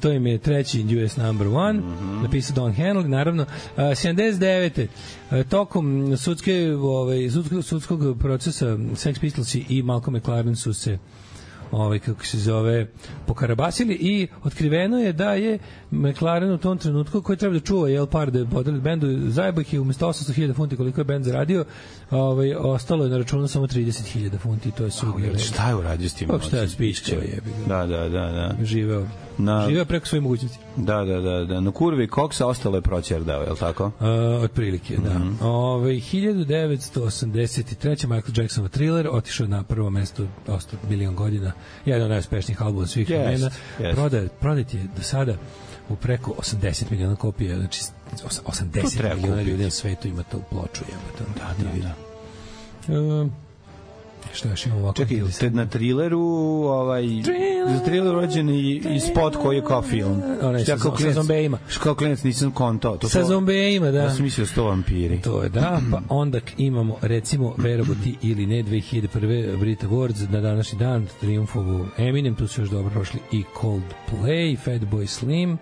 Speaker 6: To im je treći US number one.
Speaker 7: Mhm.
Speaker 6: Napisao Don Henley, naravno. E, 79. E, tokom sudske, ovaj, sudskog, sudskog procesa Sex Pistols i Malcolm McLaren su se ovaj kako se zove pokarabasili i otkriveno je da je McLaren u tom trenutku koji treba da čuva jel par da podeli bendu zajebah je umesto 800.000 funti koliko je bend zaradio ovaj ostalo je na računu samo 30.000 funti to je sud
Speaker 7: Jel, Šta je uradio s tim?
Speaker 6: Pa, šta je,
Speaker 7: novcem?
Speaker 6: spišćao je, jebi ga.
Speaker 7: Da, da, da, da.
Speaker 6: živeo
Speaker 7: Na-
Speaker 6: živeo preko svoje mogućnosti
Speaker 7: Da, da, da, da. Na kurvi koksa ostalo je proćerdao, je li tako?
Speaker 6: Uh, otprilike, da. Mm
Speaker 7: Mhm.
Speaker 6: -hmm. Ove, 1983. Michael Jacksonov thriller otišao na prvo mesto ostao milion godina. Jedan od najuspešnijih albuma svih
Speaker 7: Jest,
Speaker 6: vremena.
Speaker 7: jest.
Speaker 6: Prodat, prodat je do sada u preko 80 miliona kopija. Znači, os-
Speaker 7: To treba
Speaker 6: 80 miliona
Speaker 7: kupiti.
Speaker 6: ljudi na svetu ima to u ploču. Jebote, da,
Speaker 7: Da, da.
Speaker 6: Um, šta još imamo ovako?
Speaker 7: Čekaj,
Speaker 6: Ili
Speaker 7: te na trileru, ovaj, za triler urađen i, i spot koji je kao film.
Speaker 6: Onaj
Speaker 7: Što ja
Speaker 6: sa-
Speaker 7: kao
Speaker 6: sa
Speaker 7: klinac-
Speaker 6: zombejima.
Speaker 7: što Kao klinac nisam konto. To
Speaker 6: Sa
Speaker 7: to-
Speaker 6: zombejima, da.
Speaker 7: Ja sam mislio sto vampiri.
Speaker 6: To je da, pa onda k- imamo recimo Verovo ti ili ne 2001. Brit Awards na današnji dan Triumfovu Eminem, tu su još dobro prošli i Coldplay, Fatboy Slim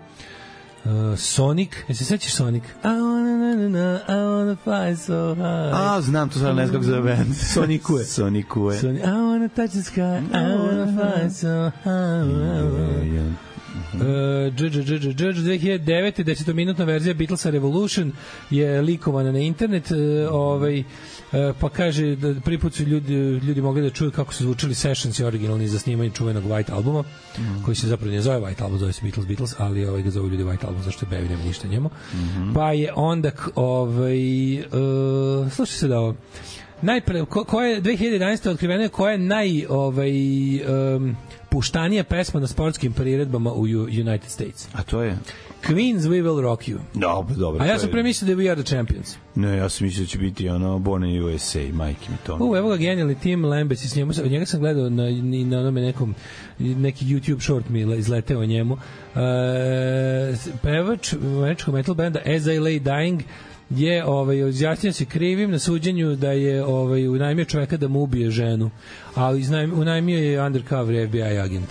Speaker 6: Uh, Sonic, jel se sećaš Sonic? I wanna, na, na, na, I wanna fly so high.
Speaker 7: A, znam, to sad ne znam kako se zove band.
Speaker 6: Sonikue.
Speaker 7: Sonikue.
Speaker 6: Sonic, I wanna touch the sky, I wanna fly so high.
Speaker 7: Je, je.
Speaker 6: Uh, dž, dž, dž, dž, dž, 2009. desetominutna verzija Beatlesa Revolution je likovana na internet uh, ovaj, uh, pa kaže da prvi put su ljudi, ljudi mogli da čuju kako su zvučali sessions i originalni za snimanje čuvenog White albuma mm. koji se zapravo ne zove White album, zove se Beatles Beatles ali ovaj, ga zove ljudi White album zašto je Bevi nema ništa njemu mm -hmm. pa je onda k- ovaj, uh, slušaj se da ovo najpre ko, ko je 2011. otkrivena je koja je naj ovaj um, puštanija pesma na sportskim priredbama u U- United States.
Speaker 7: A to je?
Speaker 6: Queens We Will Rock You.
Speaker 7: Dobro, pa dobro.
Speaker 6: A
Speaker 7: to
Speaker 6: ja
Speaker 7: je-
Speaker 6: sam premislio da je We Are The Champions.
Speaker 7: Ne, ja sam mislio da će biti ono Born in USA, majke mi to.
Speaker 6: U, evo ga genijalni Tim Lambes, s njemu, sam- njega sam gledao na, ni- na onome nekom, neki YouTube short mi le- izleteo o njemu. E, s- pevač američkog metal benda As I Lay Dying je ovaj izjasnio se krivim na suđenju da je ovaj unajmio čoveka da mu ubije ženu, a iznajmio, unajmio je undercover FBI agent.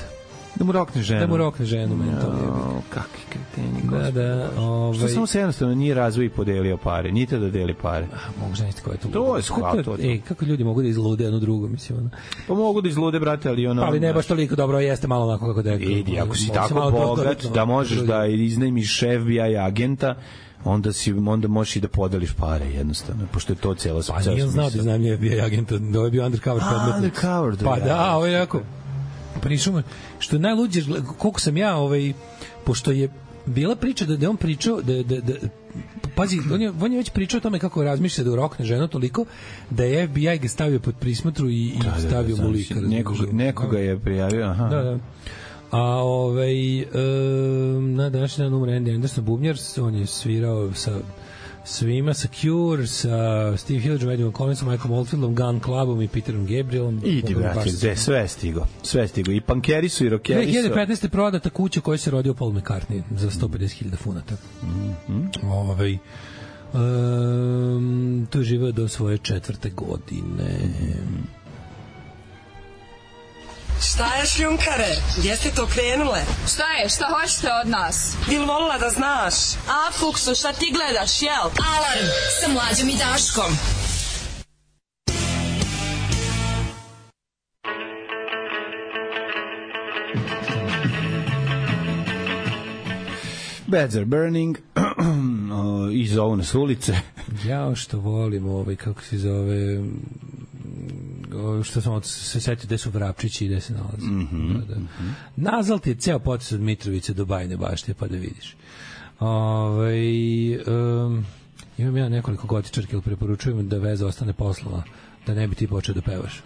Speaker 7: Da mu rokne žena.
Speaker 6: Da mu rokne ženu mentalno.
Speaker 7: O, kak, kreteni,
Speaker 6: Da,
Speaker 7: gospod.
Speaker 6: da, ovaj...
Speaker 7: Što samo se jednostavno nije razvoj i podelio pare, nije te da deli pare.
Speaker 6: Mogu zamisliti ko je to.
Speaker 7: To
Speaker 6: ludo.
Speaker 7: je skva,
Speaker 6: Kako-
Speaker 7: to je to.
Speaker 6: Ej, kako ljudi mogu da izlude jedno drugo, mislim, ono.
Speaker 7: Pa mogu da izlude, brate, ali ono...
Speaker 6: Ali ne baš toliko dobro, jeste malo onako kako da je.
Speaker 7: Idi, ako si
Speaker 6: Mislim,
Speaker 7: tako
Speaker 6: malo
Speaker 7: bogat
Speaker 6: prostoritno,
Speaker 7: da možeš
Speaker 6: drugi.
Speaker 7: da iznajmiš FBI agenta, onda si onda možeš i da podeliš pare jednostavno pošto je to cela
Speaker 6: Pa nije on znao da iznajmljuje bio agenta, da ovo je bio undercover
Speaker 7: A,
Speaker 6: predmet.
Speaker 7: undercover, da,
Speaker 6: Pa
Speaker 7: ja.
Speaker 6: da, ovo je jako. Prišao mu, što je najluđe, gle- koliko sam ja, ovaj, pošto je bila priča da, da je on pričao, da, da, da, pazi, on je, on je već pričao o tome kako razmišlja da urokne ženu toliko da je FBI ga stavio pod prismotru i, i da, stavio mu lika. razumeš,
Speaker 7: nekoga,
Speaker 6: ono.
Speaker 7: nekoga je prijavio aha
Speaker 6: Da, da. A ovaj, um, na današnji dan umre Andy Anderson Bubnjar, on je svirao sa svima, sa Cure, sa Steve Hillage, Medium Collinsom, Michael Oldfieldom, Gun Clubom i Peterom Gabrielom.
Speaker 7: Idi,
Speaker 6: Bogom
Speaker 7: brate,
Speaker 6: baš- da-
Speaker 7: gde, sve stigo. Sve stigo. I pankeri su, i rokeri su.
Speaker 6: 2015. prodata kuća u kojoj se rodio Paul McCartney za 150.000 funata.
Speaker 7: Mhm.
Speaker 6: Ovaj, um, tu je živeo do svoje četvrte godine.
Speaker 10: Šta je šljunkare? Gdje ste to krenule?
Speaker 11: Šta je, šta hoćete od nas?
Speaker 10: Bil volila da znaš?
Speaker 8: A, Fuksu, šta ti gledaš, jel?
Speaker 9: Alarm sa mlađom i Daškom.
Speaker 7: Beds are burning. O, I zovu nas ulice.
Speaker 6: Ja što volim ovaj, kako se zove, mm, ovaj, što sam od- se setio gde su Vrapčići i gde se nalazi. Mm
Speaker 7: Mhm,
Speaker 6: -hmm, da, da. Nazal ti je ceo potes od Mitrovice do Bajne bašte, pa da vidiš. Ovaj um, imam ja nekoliko gotičarki, ali preporučujem da veza ostane poslova da ne bi ti počeo da pevaš.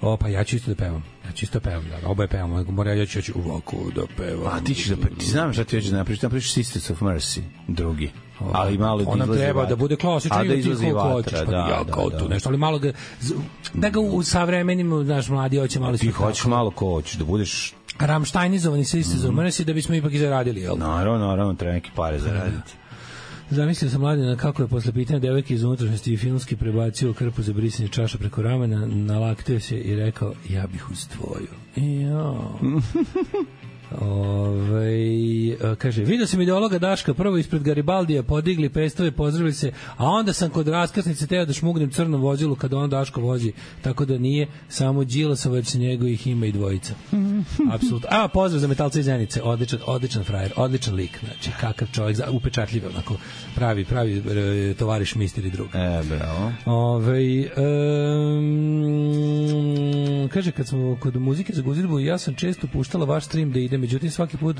Speaker 6: o, pa ja ću isto da pevam. Ja ću isto da pevam. Ja, oboje pevamo. Mora, ja ću, ja ću ovako da pevam.
Speaker 7: A ti ćeš da... pre- Ti znam šta ti hoćeš da napriš. Napriš Sisters of Mercy, drugi. Ali malo da
Speaker 6: Ovaj, ona
Speaker 7: izlazi
Speaker 6: treba
Speaker 7: vatra.
Speaker 6: da bude klasičan
Speaker 7: A da
Speaker 6: i ti
Speaker 7: izlazi
Speaker 6: koliko hoćeš
Speaker 7: vatra,
Speaker 6: pa
Speaker 7: da,
Speaker 6: ja
Speaker 7: da,
Speaker 6: kao
Speaker 7: da.
Speaker 6: tu nešto ali malo ga z- da ga u savremenim znaš mladi hoće malo
Speaker 7: Ti hoćeš malo ko hoćeš, da budeš...
Speaker 6: ramštajnizovani se isto zove da bismo ipak i zaradili jel
Speaker 7: Naravno, naravno, treba neke pare zaraditi.
Speaker 6: Zamislio sam mladina kako je posle pitanja devojke iz unutrašnjosti i filmski prebacio krpu za brisanje čaša preko ramena, nalaktio se i rekao, ja bih uz tvoju. I ja. Ove, Ovaj, e, kaže, vidio sam ideologa Daška prvo ispred Garibaldija, podigli pestove, pozdravili se, a onda sam kod raskrsnice teo da šmugnem crnom vozilu kada on Daško vozi, tako da nije samo Đilasova, već njegovih ima i dvojica. Apsolutno. A, pozdrav za metalce iz Zenice. Odličan, odličan frajer, odličan lik. Znači, kakav čovjek, za- upečatljiv, onako, pravi, pravi e, tovariš, mister i drug.
Speaker 7: E, bravo.
Speaker 6: Ove, um, kaže, kad smo kod muzike za guzidbu, ja sam često puštala vaš stream da ide, međutim svaki put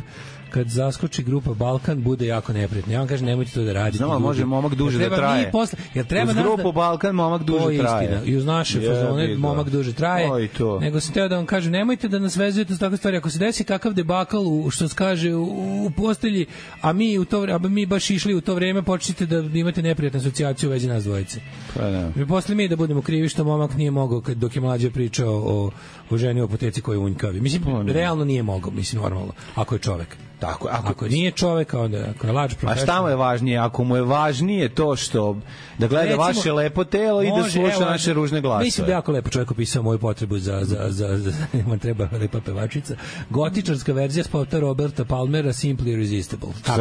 Speaker 6: kad zaskoči grupa Balkan, bude jako neprijatno. Ja vam kažem, nemojte to da radite.
Speaker 7: Znam, ali
Speaker 6: ljudi.
Speaker 7: može momak duže
Speaker 6: Jer
Speaker 7: da
Speaker 6: treba mi
Speaker 7: traje.
Speaker 6: Posle, jer treba nas
Speaker 7: Uz
Speaker 6: da-
Speaker 7: grupu Balkan momak duže
Speaker 6: To je
Speaker 7: traje.
Speaker 6: Istina. I uz naše
Speaker 7: Jebi
Speaker 6: fazone
Speaker 7: ga.
Speaker 6: momak duže traje.
Speaker 7: To i to.
Speaker 6: Nego sam teo da vam kažem, nemojte da nas vezujete s takve stvari. Ako se desi kakav debakal, u, što se kaže, u, u postelji, a mi, u to, vre- a mi baš išli u to vreme, počnite da imate neprijatnu asocijaciju u vezi nas dvojice.
Speaker 7: Pa, da.
Speaker 6: I posle mi da budemo krivi što momak nije mogao kad dok je mlađe pričao o, o ženi u apoteci koja je unjkavi. Mislim,
Speaker 7: Pa,
Speaker 6: realno nije mogao, mislim, normalno, ako je čovek.
Speaker 7: Tako, je,
Speaker 6: Ako, nije čovek, a onda ako je lađ
Speaker 7: A
Speaker 6: profesor.
Speaker 7: šta mu je važnije? Ako mu je važnije to što da gleda
Speaker 6: Recimo,
Speaker 7: vaše lepo telo i da
Speaker 6: može,
Speaker 7: sluša
Speaker 6: evo,
Speaker 7: naše ružne glasove.
Speaker 6: Mislim da je jako lepo čovjek opisao moju potrebu za, za, za, za man treba lepa pevačica. Gotičarska verzija spota Roberta Palmera Simply Irresistible. Tako,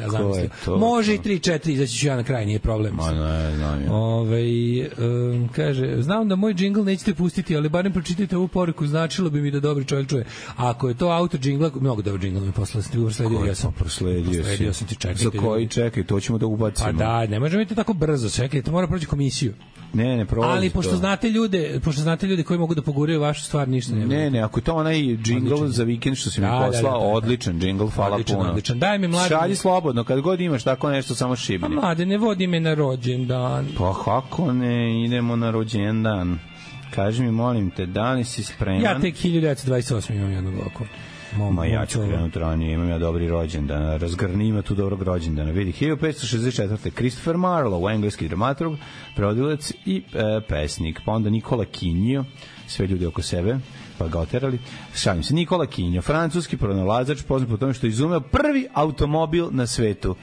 Speaker 6: sam ja zamislio.
Speaker 7: je to.
Speaker 6: Može i 3-4, izaći ću ja na kraj, nije problem.
Speaker 7: Ma ne, znam ja.
Speaker 6: Ove, um, kaže, znam da moj džingl nećete pustiti, ali barem pročitajte ovu poruku, značilo bi mi da dobri čovjek čuje. Ako je to autor džingla, mnogo dobar džingl mi poslao, sam ti prosledio,
Speaker 7: Koji
Speaker 6: ja sam
Speaker 7: pa prosledio si.
Speaker 6: prosledio sam ti, čekajte.
Speaker 7: Za koji
Speaker 6: ljudi.
Speaker 7: čekaj, to ćemo da ubacimo.
Speaker 6: Pa da, ne možemo biti tako brzo, čekajte, mora proći komisiju.
Speaker 7: Ne, ne, prolazi
Speaker 6: Ali pošto
Speaker 7: to.
Speaker 6: znate ljude, pošto znate ljude koji mogu da poguraju vašu stvar, ništa ne.
Speaker 7: Ne, ne, ako je to onaj džingl za vikend što si mi
Speaker 6: Da, da,
Speaker 7: poslao,
Speaker 6: da, da, da.
Speaker 7: odličan džingl, hvala
Speaker 6: Odličan,
Speaker 7: puno.
Speaker 6: odličan. Daj mi, mladi-
Speaker 7: Šalji slobodno, kad god imaš tako nešto, samo šibni.
Speaker 6: Pa mlade, ne vodi me na rođendan.
Speaker 7: Pa kako ne, idemo na rođendan. Kaži mi, molim te, da li si spreman?
Speaker 6: Ja tek 1928 imam jednu bloku. Mom,
Speaker 7: Ma ja ću krenuti ranije, imam ja dobri rođendan, razgrni ima tu dobrog rođendana. Vidi, 1564. Christopher Marlowe, engleski dramaturg, prevodilac i e, pesnik. Pa onda Nikola Kinjo, sve ljude oko sebe, pa ga oterali. Šalim se, Nikola Kinjo, francuski pronalazač, poznat po tome što je izumeo prvi automobil na svetu.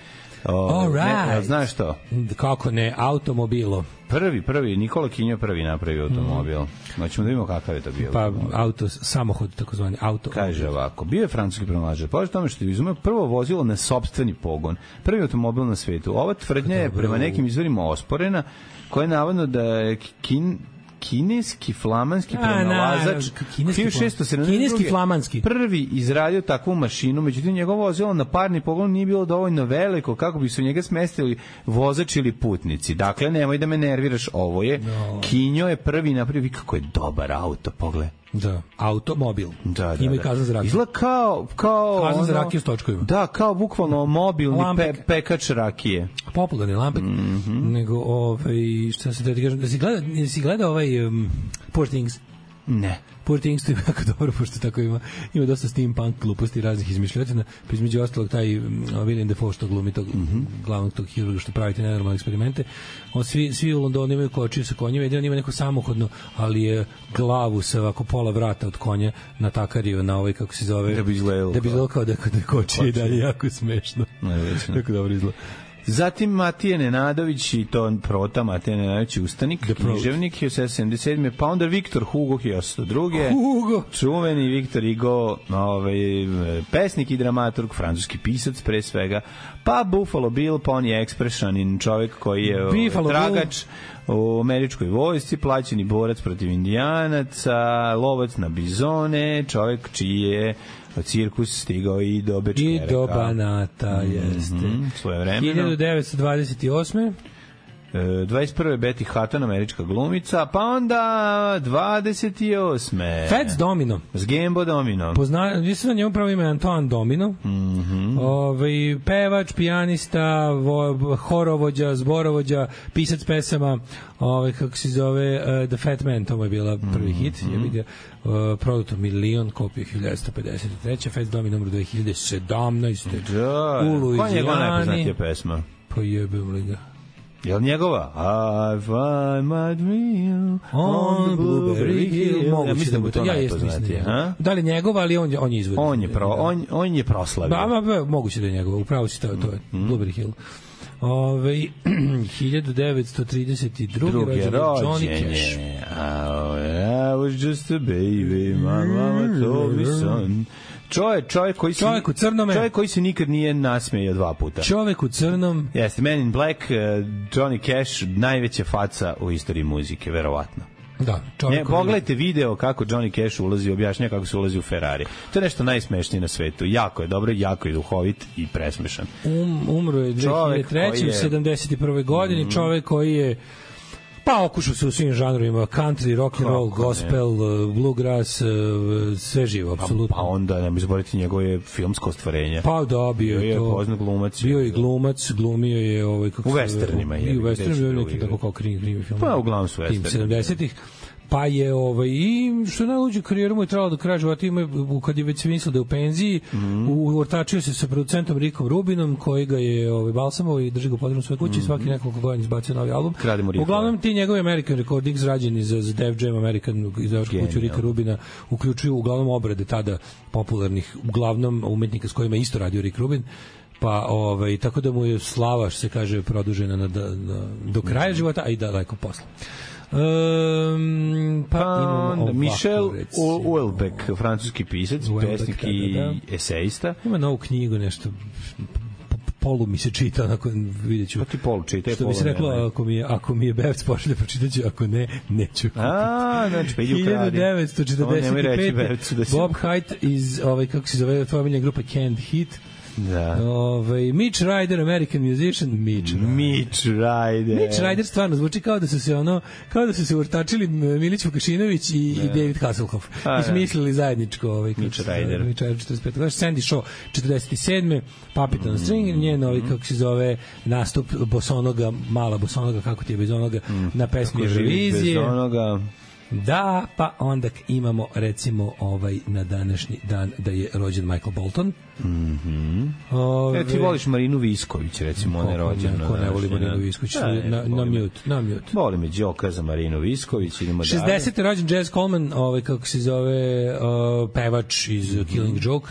Speaker 7: O,
Speaker 6: All
Speaker 7: Ne,
Speaker 6: right.
Speaker 7: a znaš to?
Speaker 6: Kako ne, automobilo.
Speaker 7: Prvi, prvi, Nikola Kinjo je prvi napravio automobil. Hoćemo da vidimo kakav je to bio.
Speaker 6: Pa auto, samohod, takozvani auto.
Speaker 7: Kaže ovako, bio je francuski pronalažer. Pošto tome što je izumeo prvo vozilo na sopstveni pogon, prvi automobil na svetu. Ova tvrdnja je prema nekim izvorima osporena, koja je navodno da je kin, kineski flamanski
Speaker 6: A,
Speaker 7: pronalazač
Speaker 6: na, kineski flam-
Speaker 7: 1672
Speaker 6: kineski flamanski.
Speaker 7: prvi izradio takvu mašinu, međutim njegovo vozilo na parni pogon nije bilo dovoljno veliko kako bi se u njega smestili vozač ili putnici. Dakle, nemoj da me nerviraš, ovo je Kinjo je prvi napravio, vidi kako je dobar auto, pogledaj.
Speaker 6: Da, automobil.
Speaker 7: Da, da,
Speaker 6: Ima i
Speaker 7: da.
Speaker 6: kazan za rakiju.
Speaker 7: Izgleda kao... kao
Speaker 6: Kazan za rakiju s točkovima.
Speaker 7: Da, kao bukvalno mobilni pe,
Speaker 6: Lampek.
Speaker 7: pekač rakije.
Speaker 6: popularni lampek, mm
Speaker 7: Mhm.
Speaker 6: -hmm. nego ovaj, šta se da ti kažem, da si gleda, da si gleda ovaj um, Poor Things,
Speaker 7: Ne.
Speaker 6: Poor Things to je jako dobro, pošto tako ima, ima dosta steampunk gluposti i raznih izmišljotina, pa između ostalog taj um, William Defoe što glumi tog mm
Speaker 7: Mhm.
Speaker 6: -hmm. glavnog tog hirurga što pravi te nenormalne eksperimente, on svi, svi u Londonu imaju kočiju sa konjima, jedin on ima neko samohodno, ali je glavu sa ovako pola vrata od konja natakario na ovaj, kako se zove,
Speaker 7: Da bi izgledalo
Speaker 6: da bi izgledalo kao da, da je kočija i dalje jako smešno.
Speaker 7: odlično.
Speaker 6: Tako dobro izgleda.
Speaker 7: Zatim Matija Nenadović i to prota Matija Nenadović Ustanik,
Speaker 6: The Prot.
Speaker 7: književnik 1777. Pa onda Viktor Hugo 1802.
Speaker 6: Hugo!
Speaker 7: Čuveni Viktor Hugo, ovaj, pesnik i dramaturg, francuski pisac pre svega. Pa Buffalo Bill, pa on je eksprešanin čovjek koji je ovaj,
Speaker 6: Buffalo Bill.
Speaker 7: tragač u američkoj vojsci, plaćeni borac protiv indijanaca, lovac na bizone, čovjek čiji je cirkus stigao i do
Speaker 6: I
Speaker 7: Bečkereka.
Speaker 6: do Banata, jeste.
Speaker 7: Mhm, svoje vremena.
Speaker 6: 1928.
Speaker 7: E, 21. Betty Hutton, američka glumica, pa onda 28.
Speaker 6: Fats Domino.
Speaker 7: S Gembo Domino.
Speaker 6: Pozna, mislim da njemu pravo ime je Antoine Domino. Mm
Speaker 7: Mhm.
Speaker 6: -hmm. Ove, pevač, pijanista, vo, horovođa, zborovođa, pisac pesama, ove, kako se zove, uh, The Fat Man, to mu je bila
Speaker 7: Mhm.
Speaker 6: prvi hit. Mm -hmm. Je vidio, uh, prodato milion, kopije 1953. Fats Domino, numero 2017.
Speaker 7: Da,
Speaker 6: u
Speaker 7: koja je njegova
Speaker 6: Luizijani.
Speaker 7: najpoznatija pesma?
Speaker 6: Pojebem Pa li ga.
Speaker 7: Je li njegova? I find my dream
Speaker 6: On Blueberry Hill,
Speaker 7: Ja
Speaker 6: moguće
Speaker 7: mislim da mu je to
Speaker 6: ja jesam mislim da je
Speaker 7: najpoznatije.
Speaker 6: njegov.
Speaker 7: a?
Speaker 6: Da li njegov, ali on je on je izvodio.
Speaker 7: On je, pro, on, on je proslavio.
Speaker 6: Da, ba, ba, moguće da je njegov, upravo si to, to je
Speaker 7: Mm-hmm.
Speaker 6: Blueberry Hill. Ovaj, Ove, 1932.
Speaker 7: drugi
Speaker 6: rođen je Johnny
Speaker 7: rođenje. Oh,
Speaker 6: Cash.
Speaker 7: I was just a baby, my mama told me son. Čovjek, čovjek koji se
Speaker 6: Čovjek u crnome.
Speaker 7: Čovjek koji se nikad nije nasmejao dva puta.
Speaker 6: Čovek u crnom,
Speaker 7: Jeste, Man in Black, eh, Johnny Cash, najveća faca u istoriji muzike, verovatno.
Speaker 6: da, čovek
Speaker 7: Ne,
Speaker 6: koji-
Speaker 7: pogledajte video kako Johnny Cash ulazi, objašnja kako se ulazi u Ferrari. To je nešto najsmešnije na svetu. Jako je dobro, jako je duhovit i presmešan.
Speaker 6: Um, umro je 2003.
Speaker 7: Čovek koji
Speaker 6: u
Speaker 7: je- Mm-hmm.
Speaker 6: 71. godini, čovek koji je Pa okušao se u svim žanrovima, country, rock and roll,
Speaker 7: Kako ne.
Speaker 6: gospel, eh, bluegrass, eh, sve živo, apsolutno.
Speaker 7: Pa onda, nemoj zaboraviti njegove filmsko ostvarenje.
Speaker 6: Pa da, bio
Speaker 7: Bio
Speaker 6: je
Speaker 7: je
Speaker 6: to.
Speaker 7: poznat glumac.
Speaker 6: Bio je i glumac, glumio je ovaj kako
Speaker 7: U
Speaker 6: se zove,
Speaker 7: westernima je,
Speaker 6: I u
Speaker 7: gde su
Speaker 6: westernima bio
Speaker 7: drugi
Speaker 6: neki
Speaker 7: igrali.
Speaker 6: tako kao krimi krimi film.
Speaker 7: Pa, uglavnom su
Speaker 6: Tim
Speaker 7: westerni.
Speaker 6: 70-ih. Pa je ovaj i što je najluđe karijeru mu je trebalo do kraja života ima u- kad je već mislio da je u penziji, mm
Speaker 7: Mhm.
Speaker 6: -hmm. ortačio se sa producentom Rikom Rubinom koji ga je ovaj balsamovao i drži ga pod u svojoj kući
Speaker 7: Mhm.
Speaker 6: mm -hmm. svaki nekoliko godina izbacio novi album.
Speaker 7: Krademo riffove.
Speaker 6: Uglavnom ti njegovi American Recordings rađeni za, za Def Jam American izdavačku kuću
Speaker 7: Genijalno.
Speaker 6: Rika Rubina uključuju uglavnom obrade tada popularnih uglavnom umetnika s kojima je isto radio Rick Rubin pa ovaj tako da mu je slava što se kaže produžena na, na, na do
Speaker 7: Mhm.
Speaker 6: kraja života a i da, daleko posle. Um, pa,
Speaker 7: Ehm, Pa
Speaker 6: imamo
Speaker 7: onda
Speaker 6: ovako,
Speaker 7: Michel
Speaker 6: recimo.
Speaker 7: U- Houellebecq, francuski pisac,
Speaker 6: Houellebecq,
Speaker 7: pesnik
Speaker 6: da, da,
Speaker 7: i
Speaker 6: da.
Speaker 7: esejista.
Speaker 6: Ima novu knjigu nešto p- p- polu mi se čita onako vidjet ću.
Speaker 7: Pa ti polu čitaj,
Speaker 6: Što bi se
Speaker 7: polu
Speaker 6: reklo,
Speaker 7: nemaj.
Speaker 6: ako mi je, ako mi je Bevc pošalje, pročitat ću, ako ne, neću.
Speaker 7: A, znači, pa idi u kradi. nemoj reći
Speaker 6: 1945.
Speaker 7: Bevcu da si...
Speaker 6: Bob Haidt iz, ovaj, kako se zove, familija grupa Canned Heat.
Speaker 7: Da.
Speaker 6: Ovaj, Mitch Ryder, American musician, Mitch Ryder.
Speaker 7: Mitch Ryder.
Speaker 6: Mitch Ryder stvarno zvuči kao da su se ono kao da su se urtačili Milić Vukašinović i, i David Hasselhoff.
Speaker 7: Da. A, da.
Speaker 6: I smislili zajedničko ovaj kako
Speaker 7: Mitch
Speaker 6: se zove,
Speaker 7: Ryder.
Speaker 6: Mitch Ryder 45. Znaš, Sandy Shaw 47. Puppet
Speaker 7: Mm.
Speaker 6: on a String, njen ovaj kako se zove nastup bosonoga, mala bosonoga kako ti je bez onoga na pesmi
Speaker 7: Mm. Bez
Speaker 6: Eurovizije.
Speaker 7: onoga...
Speaker 6: Da, pa onda k- imamo recimo ovaj na današnji dan da je rođen Michael Bolton. Mhm. Ove,
Speaker 7: E, ti voliš Marinu Visković, recimo, ona je
Speaker 6: Kako ne,
Speaker 7: rođena.
Speaker 6: Ko ne
Speaker 7: znaš,
Speaker 6: voli Marinu Visković,
Speaker 7: Da, ne,
Speaker 6: na, na
Speaker 7: volim je.
Speaker 6: mute, na mute.
Speaker 7: Voli me Đoka za Marinu Visković, idemo dalje.
Speaker 6: 60. je rođen Jazz Coleman, ovaj, kako se zove, uh, pevač iz Killing Joke.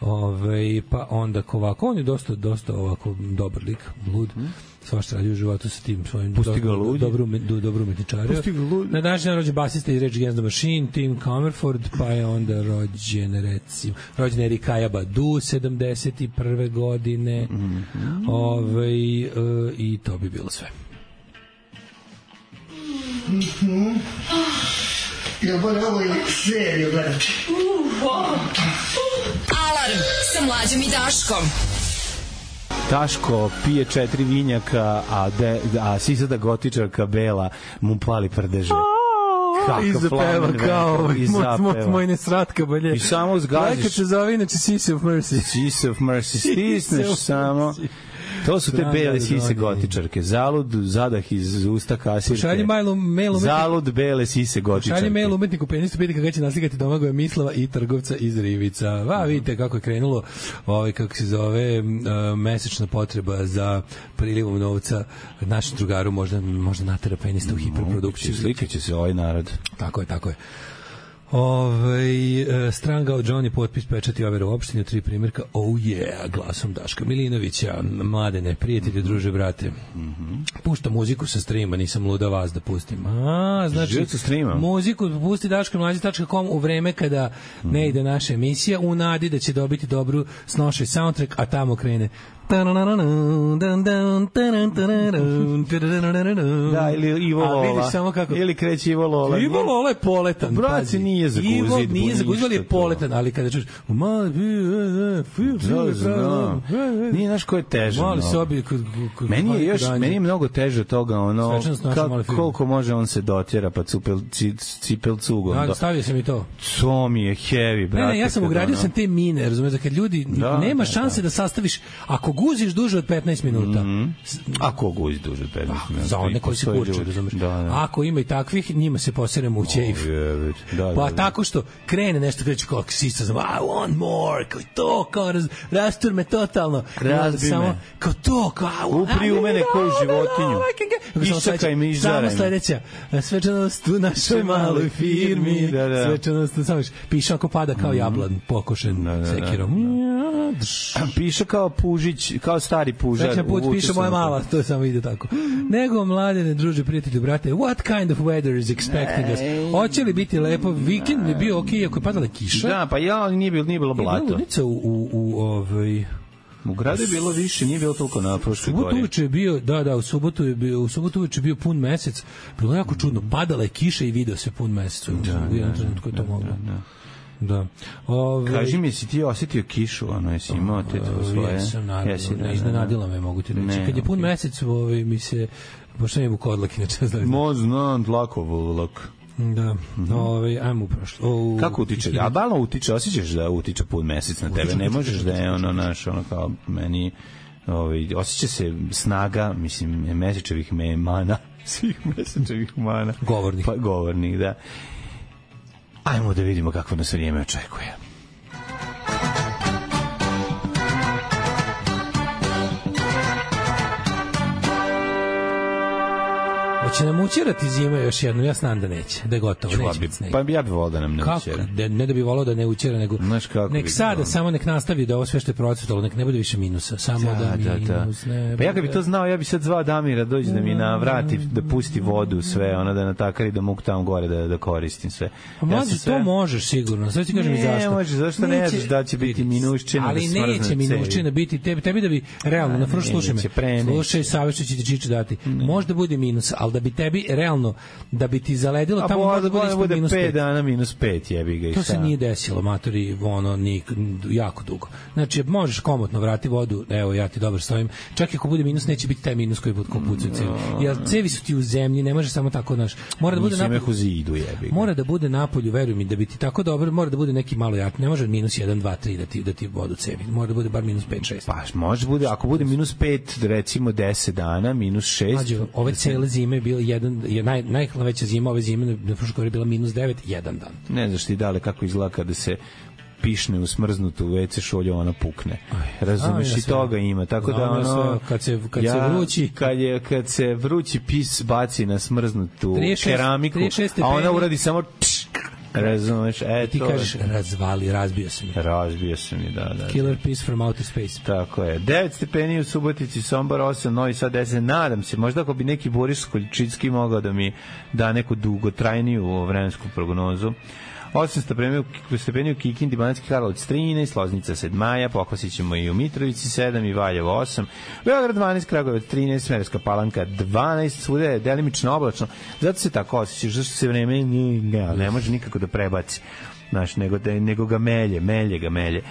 Speaker 6: Ove, pa onda ovako, on je dosta, dosta ovako dobar lik, lud. Mm svašta radi u životu sa tim svojim
Speaker 7: Mhm. Pusti
Speaker 6: do-
Speaker 7: ga ludi.
Speaker 6: dobro ume- do- dobro umetničario.
Speaker 7: Pusti ga ludi.
Speaker 6: Na današnji dan rođen basista iz Rage Against the Machine, Tim Comerford, pa je onda rođen, recimo, rođen Erik Kajaba Du, 71. godine. Mm -hmm.
Speaker 7: Mhm.
Speaker 6: Ove, e, I to bi bilo sve.
Speaker 12: Ja moram ovo i seriju gledati.
Speaker 9: Alarm sa mlađom i Daškom.
Speaker 7: Taško pije četiri vinjaka, a, de, a sisada gotičarka Bela mu pali prdeže. Kako
Speaker 6: I zapeva
Speaker 7: plamen
Speaker 6: kao
Speaker 7: vetar,
Speaker 6: ovaj,
Speaker 7: i
Speaker 6: moj- moj-
Speaker 7: zapeva.
Speaker 6: moj nesratka bolje.
Speaker 7: I samo zgaziš.
Speaker 6: Lajka se zove inače Sisi of Mercy.
Speaker 7: Sisi of Mercy,
Speaker 6: Sisi
Speaker 7: stisneš
Speaker 6: of da
Speaker 7: samo. To su te
Speaker 6: Draga
Speaker 7: bele sise
Speaker 6: Zoni.
Speaker 7: gotičarke. Zalud, zadah iz usta kasirke.
Speaker 6: Šalji mail, mail umetniku-
Speaker 7: Zalud bele sise gotičarke.
Speaker 6: Šalje mail umetniku pa penistu, pita ga kada će naslikati Domagoja Mislava i trgovca iz Rivica.
Speaker 7: Mhm.
Speaker 6: Va, vidite kako je krenulo, ovaj, kako se zove, m, e, mesečna potreba za prilivom novca našem drugaru, možda, možda natera penista u hiperprodukciju.
Speaker 7: Slikaće se ovaj narod.
Speaker 6: Tako je, tako je. Ovaj e, stranga od Johnny potpis pečati overa u opštini tri primjerka oh yeah glasom Daška Milinovića mladene prijatelje druže brate pušta muziku sa streama nisam luda vas da pustim a znači
Speaker 7: Živjet sa streama?
Speaker 6: muziku pusti daškamlađi.com u vreme kada ne ide naša emisija u nadi da će dobiti dobru snošaj soundtrack a tamo krene
Speaker 7: Da, ili Ivo
Speaker 6: A
Speaker 7: Lola.
Speaker 6: vidiš samo kako
Speaker 7: Ili kreće Ivo Lola.
Speaker 6: Ivo Lola je poletan.
Speaker 7: Braci,
Speaker 6: pazi.
Speaker 7: nije za
Speaker 6: Ivo
Speaker 7: guzidbu,
Speaker 6: nije za guzidbu, ali je
Speaker 7: ništa to.
Speaker 6: poletan, ali kada čuješ ma bi e,
Speaker 7: Da, znam. Nije znaš ko je teže.
Speaker 6: da. Mali
Speaker 7: mnogo.
Speaker 6: sobi kod kod-
Speaker 7: Meni je
Speaker 6: mali
Speaker 7: još
Speaker 6: kod Anje.
Speaker 7: meni je mnogo teže od toga ono
Speaker 6: Svečanost naša mala
Speaker 7: kako
Speaker 6: firma.
Speaker 7: koliko može on se dotjera pa cupel ci- cipel cugom.
Speaker 6: Da,
Speaker 7: do-
Speaker 6: stavio sam i to.
Speaker 7: To mi je heavy,
Speaker 6: Ne,
Speaker 7: brate.
Speaker 6: ne, ja sam
Speaker 7: kad
Speaker 6: ugradio
Speaker 7: ono-
Speaker 6: sam te mine, razumeš, da kad ljudi
Speaker 7: Da,
Speaker 6: nema
Speaker 7: da,
Speaker 6: šanse da sastaviš, ako guziš duže od 15 minuta, s-
Speaker 7: Ako ga izduže 15 minuta.
Speaker 6: Pa, za one koji se
Speaker 7: Mhm. postoje
Speaker 6: kurče,
Speaker 7: ljudi.
Speaker 6: razumeš.
Speaker 7: Da, da.
Speaker 6: Ako ima i takvih, njima se poseremo u ćeif.
Speaker 7: Jebeć, da, da,
Speaker 6: Pa
Speaker 7: da.
Speaker 6: tako što krene nešto kreće kao ksista, znam, I want more, kao to, kao raz, rastur me totalno. I onda
Speaker 7: Razbi me.
Speaker 6: Samo, kao to, kao I want-
Speaker 7: Upri u
Speaker 6: I want
Speaker 7: mene koju
Speaker 6: more, da,
Speaker 7: životinju.
Speaker 6: I can get-
Speaker 7: Iščekaj
Speaker 6: Samo
Speaker 7: me,
Speaker 6: sledeća-
Speaker 7: izžaraj me.
Speaker 6: Samo sledeća, svečanost u našoj maloj firmi,
Speaker 7: Da, da. Mhm.
Speaker 6: svečanost, samo još, piše ako pada kao jablan, pokošen
Speaker 7: da, da.
Speaker 6: sekirom. Ja, drž.
Speaker 7: Piše kao Pužić, kao stari Pužar.
Speaker 6: Treći put
Speaker 7: uvuče
Speaker 6: piše
Speaker 7: se
Speaker 6: moja
Speaker 7: na to.
Speaker 6: mala, to samo ide tako. Nego, mladene, druže, prijatelju, brate, what kind of weather is expecting us? Hoće li biti lepo? Vikend je bio okej, ako je padala kiša.
Speaker 7: Da, pa ja, ali nije bilo, nije bilo
Speaker 6: Bila
Speaker 7: blato.
Speaker 6: ludnica u, u, u ovaj...
Speaker 7: U gradu je bilo više, nije bilo toliko na prošle
Speaker 6: Subotu
Speaker 7: gori.
Speaker 6: uveče je bio, da, da, u subotu je bio, u subotu uveče je bio pun mesec. Bilo je
Speaker 7: Mm.
Speaker 6: jako čudno. Padala je kiša i video se pun mesec. U,
Speaker 7: Da,
Speaker 6: u jednom trenutku je to moglo. Da, da. Ovaj,
Speaker 7: Kaži mi, jesi ti osetio kišu, ono, jesi imao te to svoje?
Speaker 6: Jesam, Pa, naravno,
Speaker 7: Jesi, da, da,
Speaker 6: ne
Speaker 7: da.
Speaker 6: iznenadila me, mogu ti reći.
Speaker 7: Ne,
Speaker 6: Kad je pun
Speaker 7: okej.
Speaker 6: mesec, ovaj, mi se, pošto mi je vukodlak, inače, znaš.
Speaker 7: da. Mo znam, dlako volak.
Speaker 6: Da, ovaj ajmo u prošlo. O, u
Speaker 7: Mhm. Kako utiče? da?
Speaker 6: Kinu.
Speaker 7: A balno utiče, osjećaš da utiče pun mesec na tebe, ne možeš da je ono naš, ono kao meni, ovaj, osjeća se snaga, mislim, mesečevih me mana, svih mesečevih mana.
Speaker 6: Govornik.
Speaker 7: Pa govornik, da. Ajmo da vidimo kako nas vrijeme očekuje.
Speaker 6: Hoće nam učerati zima još jednom, ja znam da neće, da je gotovo,
Speaker 7: Pa
Speaker 6: neće
Speaker 7: bi,
Speaker 6: biti sneg.
Speaker 7: pa bi ja bi volao da nam ne
Speaker 6: Kako?
Speaker 7: učera.
Speaker 6: Ne, ne da bi volao da ne učera, nego
Speaker 7: Znaš kako
Speaker 6: nek
Speaker 7: bi
Speaker 6: sada,
Speaker 7: bilo.
Speaker 6: samo nek nastavi da ovo sve što je procvetalo, nek ne bude više minusa, samo da,
Speaker 7: Da, da, da.
Speaker 6: minus ne
Speaker 7: Pa ja kad bi to
Speaker 6: bude.
Speaker 7: znao, ja bi sad zvao Damira, dođi da mi navrati, da pusti vodu, sve, ono, da natakari, da mogu tamo gore da, da koristim sve.
Speaker 6: Pa
Speaker 7: Ja
Speaker 6: mlađe,
Speaker 7: sam sve-
Speaker 6: to možeš sigurno. Sad ti kažem i
Speaker 7: Ne,
Speaker 6: zašto.
Speaker 7: možeš, zašto ne znaš da će biti minuščina,
Speaker 6: Ali
Speaker 7: da smrzne
Speaker 6: neće
Speaker 7: cevi.
Speaker 6: minuščina biti tebi, tebi da bi realno, na prvo
Speaker 7: neće,
Speaker 6: slušaj me.
Speaker 7: preneće.
Speaker 6: Slušaj, savjet što će ti Čiče dati. Možda bude minus, ali da bi tebi realno, da bi ti zaledilo,
Speaker 7: A
Speaker 6: tamo
Speaker 7: bo-
Speaker 6: možda bude
Speaker 7: bo-
Speaker 6: ispod
Speaker 7: bude
Speaker 6: minus
Speaker 7: 5
Speaker 6: pet.
Speaker 7: dana minus 5, jebi ga i
Speaker 6: To se
Speaker 7: šta?
Speaker 6: nije desilo, matori, ono, nik, jako dugo. Znači, možeš komotno vrati vodu, evo, ja ti dobro stojim. Čak i ako bude minus, neće biti taj minus koji bude kupucu cevi. Jer cevi su ti u zemlji, ne može samo tako, znaš. Mora da bude
Speaker 7: Mislim,
Speaker 6: napolju-
Speaker 7: meh u zidu, jebi ga.
Speaker 6: Mora da bude napolju, veruj mi, da bi ti tako dobro, mora da bude neki malo jak. Ne može minus 1, 2, 3 da ti, da ti vodu cevi. Mora da bude bar minus 5, 6.
Speaker 7: Pa, može bude, ako bude minus 5, recimo 10 dana, minus 6,
Speaker 6: Mlađo, ove cele zime je bilo jedan, je naj, najhlaveća zima ove zime na, na Fruškoj je bila minus 9, jedan dan.
Speaker 7: ne znaš ti dale kako izgleda kada se pišne u smrznutu WC šolju, ona pukne. Razumeš,
Speaker 6: znam ja
Speaker 7: i
Speaker 6: sve.
Speaker 7: toga ima. Tako da,
Speaker 6: Znam ja
Speaker 7: ono,
Speaker 6: sve, kad se- kad se vrući-
Speaker 7: Kad, je, kad se vrući pis baci na smrznutu
Speaker 6: 36
Speaker 7: keramiku,
Speaker 6: 36
Speaker 7: a
Speaker 6: stepeni.
Speaker 7: ona uradi samo tš, Razumeš, e,
Speaker 6: ti
Speaker 7: to je.
Speaker 6: kažeš razvali, razbio se mi.
Speaker 7: Razbio se mi, da, da.
Speaker 6: Killer Piece from Outer Space.
Speaker 7: Tako je. 9 stepeni u Subotici, Sombor 8, Novi Sad 10. Nadam se, možda ako bi neki Boris Koljčitski mogao da mi da neku dugotrajniju vremensku prognozu. 8 stepeni u, stepeni u Kikindi, Banacki Karlovac 13, Loznica 7 maja, Pokvasit ćemo i u Mitrovici 7 i Valjevo 8, Beograd 12, Kragovac 13, Smerska Palanka 12, svuda je delimično oblačno, zato se tako osjećaš, zašto se vreme ne, ne, ne može nikako da prebaci, znaš, nego, da, nego ga melje, melje ga melje.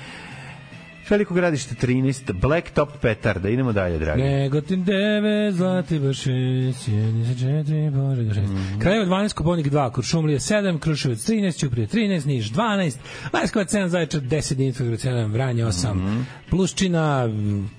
Speaker 7: Veliko gradište 13, Blacktop Petar, da idemo dalje, dragi.
Speaker 6: Negotin 9, Zlatibor 6, 74, Boredo 6.
Speaker 7: Mhm.
Speaker 6: Mm. Kraljevo 12, Koponik 2, Kuršumlija 7, Kruševac 13, Ćuprije 13, Niš 12, Leskovac 7, Zaječar 10, Dimitrovgrad 7, Vranje 8,
Speaker 7: Mhm.
Speaker 6: mm. Pluščina,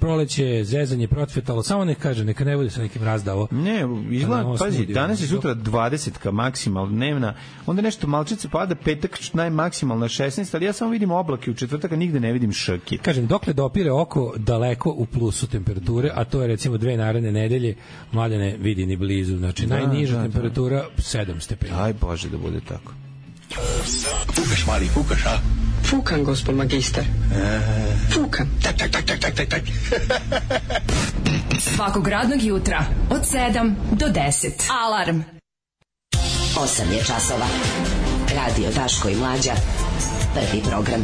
Speaker 6: Proleće, Zezanje, Procvetalo, samo nek kaže, neka ne bude sa nekim razdavo.
Speaker 7: Ne,
Speaker 6: Da nam
Speaker 7: izgleda, pazi,
Speaker 6: osmudi,
Speaker 7: danas
Speaker 6: ono,
Speaker 7: i sutra 20 ka maksimal dnevna, onda nešto malčice pada, petak najmaksimalna 16, ali ja samo vidim oblake u četvrtaka, nigde ne vidim šrki.
Speaker 6: Kažem, dokle dopire oko daleko u plusu temperature, a to je recimo dve naredne nedelje, mladene vidi ni blizu, znači
Speaker 7: Da,
Speaker 6: najniža
Speaker 7: da, da.
Speaker 6: temperatura 7 stepeni.
Speaker 7: Aj Bože da bude tako.
Speaker 13: Fukaš, mali, fukaš, a?
Speaker 14: Fukan, gospod magister.
Speaker 13: Fukan. Tak, tak, tak, tak, tak, tak, tak.
Speaker 9: Svakog radnog jutra od 7 do 10. Alarm.
Speaker 5: 8 je časova. Radio Daško i Mlađa. Prvi program.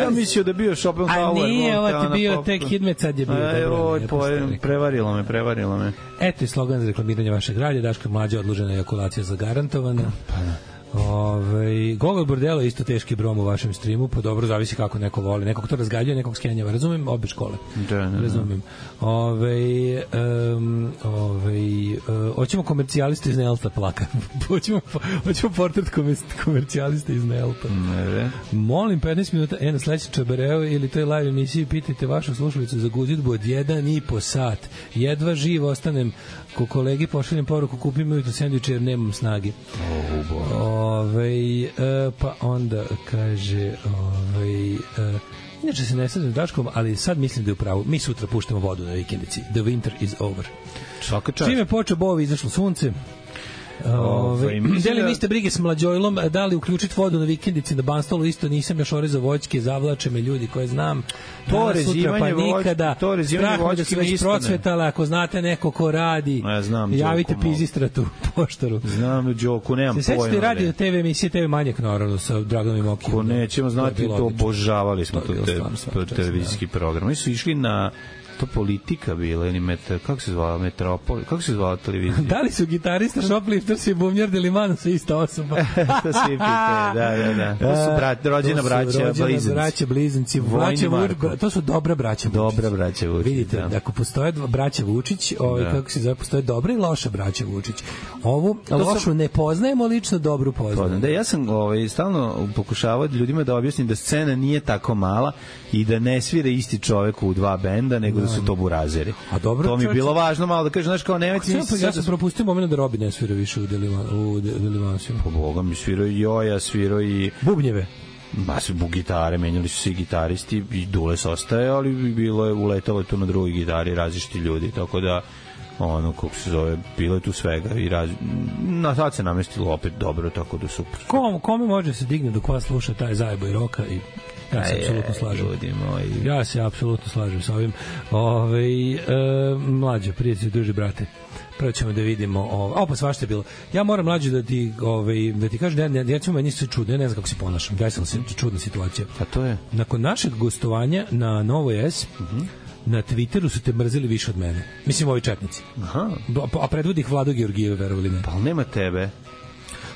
Speaker 7: Ja mislio da je bio Schopenhauer.
Speaker 6: A nije,
Speaker 7: no,
Speaker 6: ovo ti
Speaker 7: ona
Speaker 6: bio
Speaker 7: pop-
Speaker 6: tek Hidmet, sad je bio,
Speaker 7: Aj,
Speaker 6: dobro,
Speaker 7: oj,
Speaker 6: lijepo
Speaker 7: po-
Speaker 6: ste rekli.
Speaker 7: prevarilo me, prevarilo me.
Speaker 6: Eto i slogan za reklamiranje vašeg radija, Daško je mlađa odlužena ejakulacija zagarantovana.
Speaker 7: Pa da.
Speaker 6: Ove, Gogol Bordelo je isto teški brom u vašem streamu, pa dobro, zavisi kako neko voli. Nekog to razgaljuje, nekog skenjava. Razumem obe škole.
Speaker 7: Da, da, da.
Speaker 6: Razumem. Ovaj, Ove, um, ove, uh, hoćemo komercijaliste iz Nelta plaka. hoćemo, hoćemo portret komer- komercijaliste iz Nelta.
Speaker 7: Ne,
Speaker 6: Molim 15 minuta, e, eno sledeće čabereo ili toj live emisiji pitajte vašu slušalicu za guzidbu od 1 i po sat. Jedva živ ostanem ko kolegi pošaljem poruku kupim ujutro sendviče jer nemam snage. Ove, e, pa onda kaže ove, e, inače se ne slažem s Daškom, ali sad mislim da je u pravu. Mi sutra puštamo vodu na vikendici. The winter is over.
Speaker 7: Svaka čast.
Speaker 6: Čime je počeo bovi, izašlo sunce.
Speaker 7: Ovaj,
Speaker 6: Ove,
Speaker 7: mislim
Speaker 6: delim
Speaker 7: da-
Speaker 6: iste brige s mlađojlom, da li uključiti vodu na vikendici na Banstolu, isto nisam još ore za voćke, zavlače me ljudi koje znam.
Speaker 7: To
Speaker 6: Danas, sutra pa
Speaker 7: rezivanje voć-
Speaker 6: nikada.
Speaker 7: to rezivanje
Speaker 6: Strah me da
Speaker 7: voćke
Speaker 6: se
Speaker 7: mi
Speaker 6: već
Speaker 7: isto ne.
Speaker 6: procvetala, ako znate neko ko radi,
Speaker 7: Ma ja znam,
Speaker 6: javite
Speaker 7: Đoko, malo.
Speaker 6: pizistratu, poštaru.
Speaker 7: Znam, Đoku, nemam
Speaker 6: Se
Speaker 7: pojma.
Speaker 6: sećate
Speaker 7: bre.
Speaker 6: radio TV emisije TV Manjak naravno sa Draganom i Mokijem.
Speaker 7: Ko nećemo
Speaker 6: To
Speaker 7: znati,
Speaker 6: je bilo
Speaker 7: to
Speaker 6: odlično.
Speaker 7: obožavali smo
Speaker 6: To
Speaker 7: to
Speaker 6: je bilo
Speaker 7: te,
Speaker 6: stvarno svaka čast,
Speaker 7: televizijski program. Oni su išli na to politika bila ili meta, kako se zvala Metropol, kako se zvala televizija?
Speaker 6: Da li su gitarista, shoplifters i bubnjar Delimano su ista osoba?
Speaker 7: to svi pitaju, da, da, da. To su brat, rođena
Speaker 6: E, To su
Speaker 7: braća,
Speaker 6: rođena
Speaker 7: blizanci.
Speaker 6: braća blizanci.
Speaker 7: Vojni
Speaker 6: Braća Vuč,
Speaker 7: Marko.
Speaker 6: to su dobra braća Vučić.
Speaker 7: Dobra braća Vučić,
Speaker 6: Vidite,
Speaker 7: da.
Speaker 6: da. ako postoje dva braća Vučić, ovaj,
Speaker 7: Da.
Speaker 6: kako se zove, postoje dobra i loša braća Vučić. Ovu
Speaker 7: To sam-
Speaker 6: lošu ne poznajemo, lično dobru poznajemo.
Speaker 7: Da, ja sam ovaj, stalno pokušavao ljudima da objasnim da scena nije tako mala i da ne svira isti čovek u dva benda, nego da su to burazeri.
Speaker 6: A dobro,
Speaker 7: to mi je
Speaker 6: čovječe-
Speaker 7: bilo važno malo da kažem, znaš, kao nemeci...
Speaker 6: Ja, pa ja sam propustio moment da Robi ne svira više u Delivan- u De- Delivansiju.
Speaker 7: Po Boga mi svirao i Joja, svirao i...
Speaker 6: Bubnjeve.
Speaker 7: Ma su bu gitare, menjali su se i gitaristi i Dules ostaje, ali bi bilo je uletalo je tu na drugoj gitari različiti ljudi, tako da ono kako se zove, bilo je tu svega i raz... na sad se namestilo opet dobro, tako da super.
Speaker 6: Kom, kome može se digne dok vas sluša taj zajeboj roka i ja se
Speaker 7: Aj,
Speaker 6: apsolutno
Speaker 7: aj,
Speaker 6: slažem.
Speaker 7: Ljudi moji.
Speaker 6: Ja se apsolutno slažem sa ovim. Ove, e, mlađe, prijatelji, duži brate. Prvo ćemo da vidimo, ovaj, opa, svašta je bilo. Ja moram mlađe da ti, ovaj, da ti kažem, da ja, ja, ja ću meni se čudno, ja ne znam kako se ponašam, desila se čudna situacija.
Speaker 7: A to je?
Speaker 6: Nakon našeg gostovanja na Novoj S,
Speaker 7: Mhm.
Speaker 6: na Twitteru su te mrzili više od mene. Mislim, ovi četnici.
Speaker 7: Aha.
Speaker 6: A predvodi ih Vlado Georgijev, verovali ne.
Speaker 7: Pa ali nema tebe.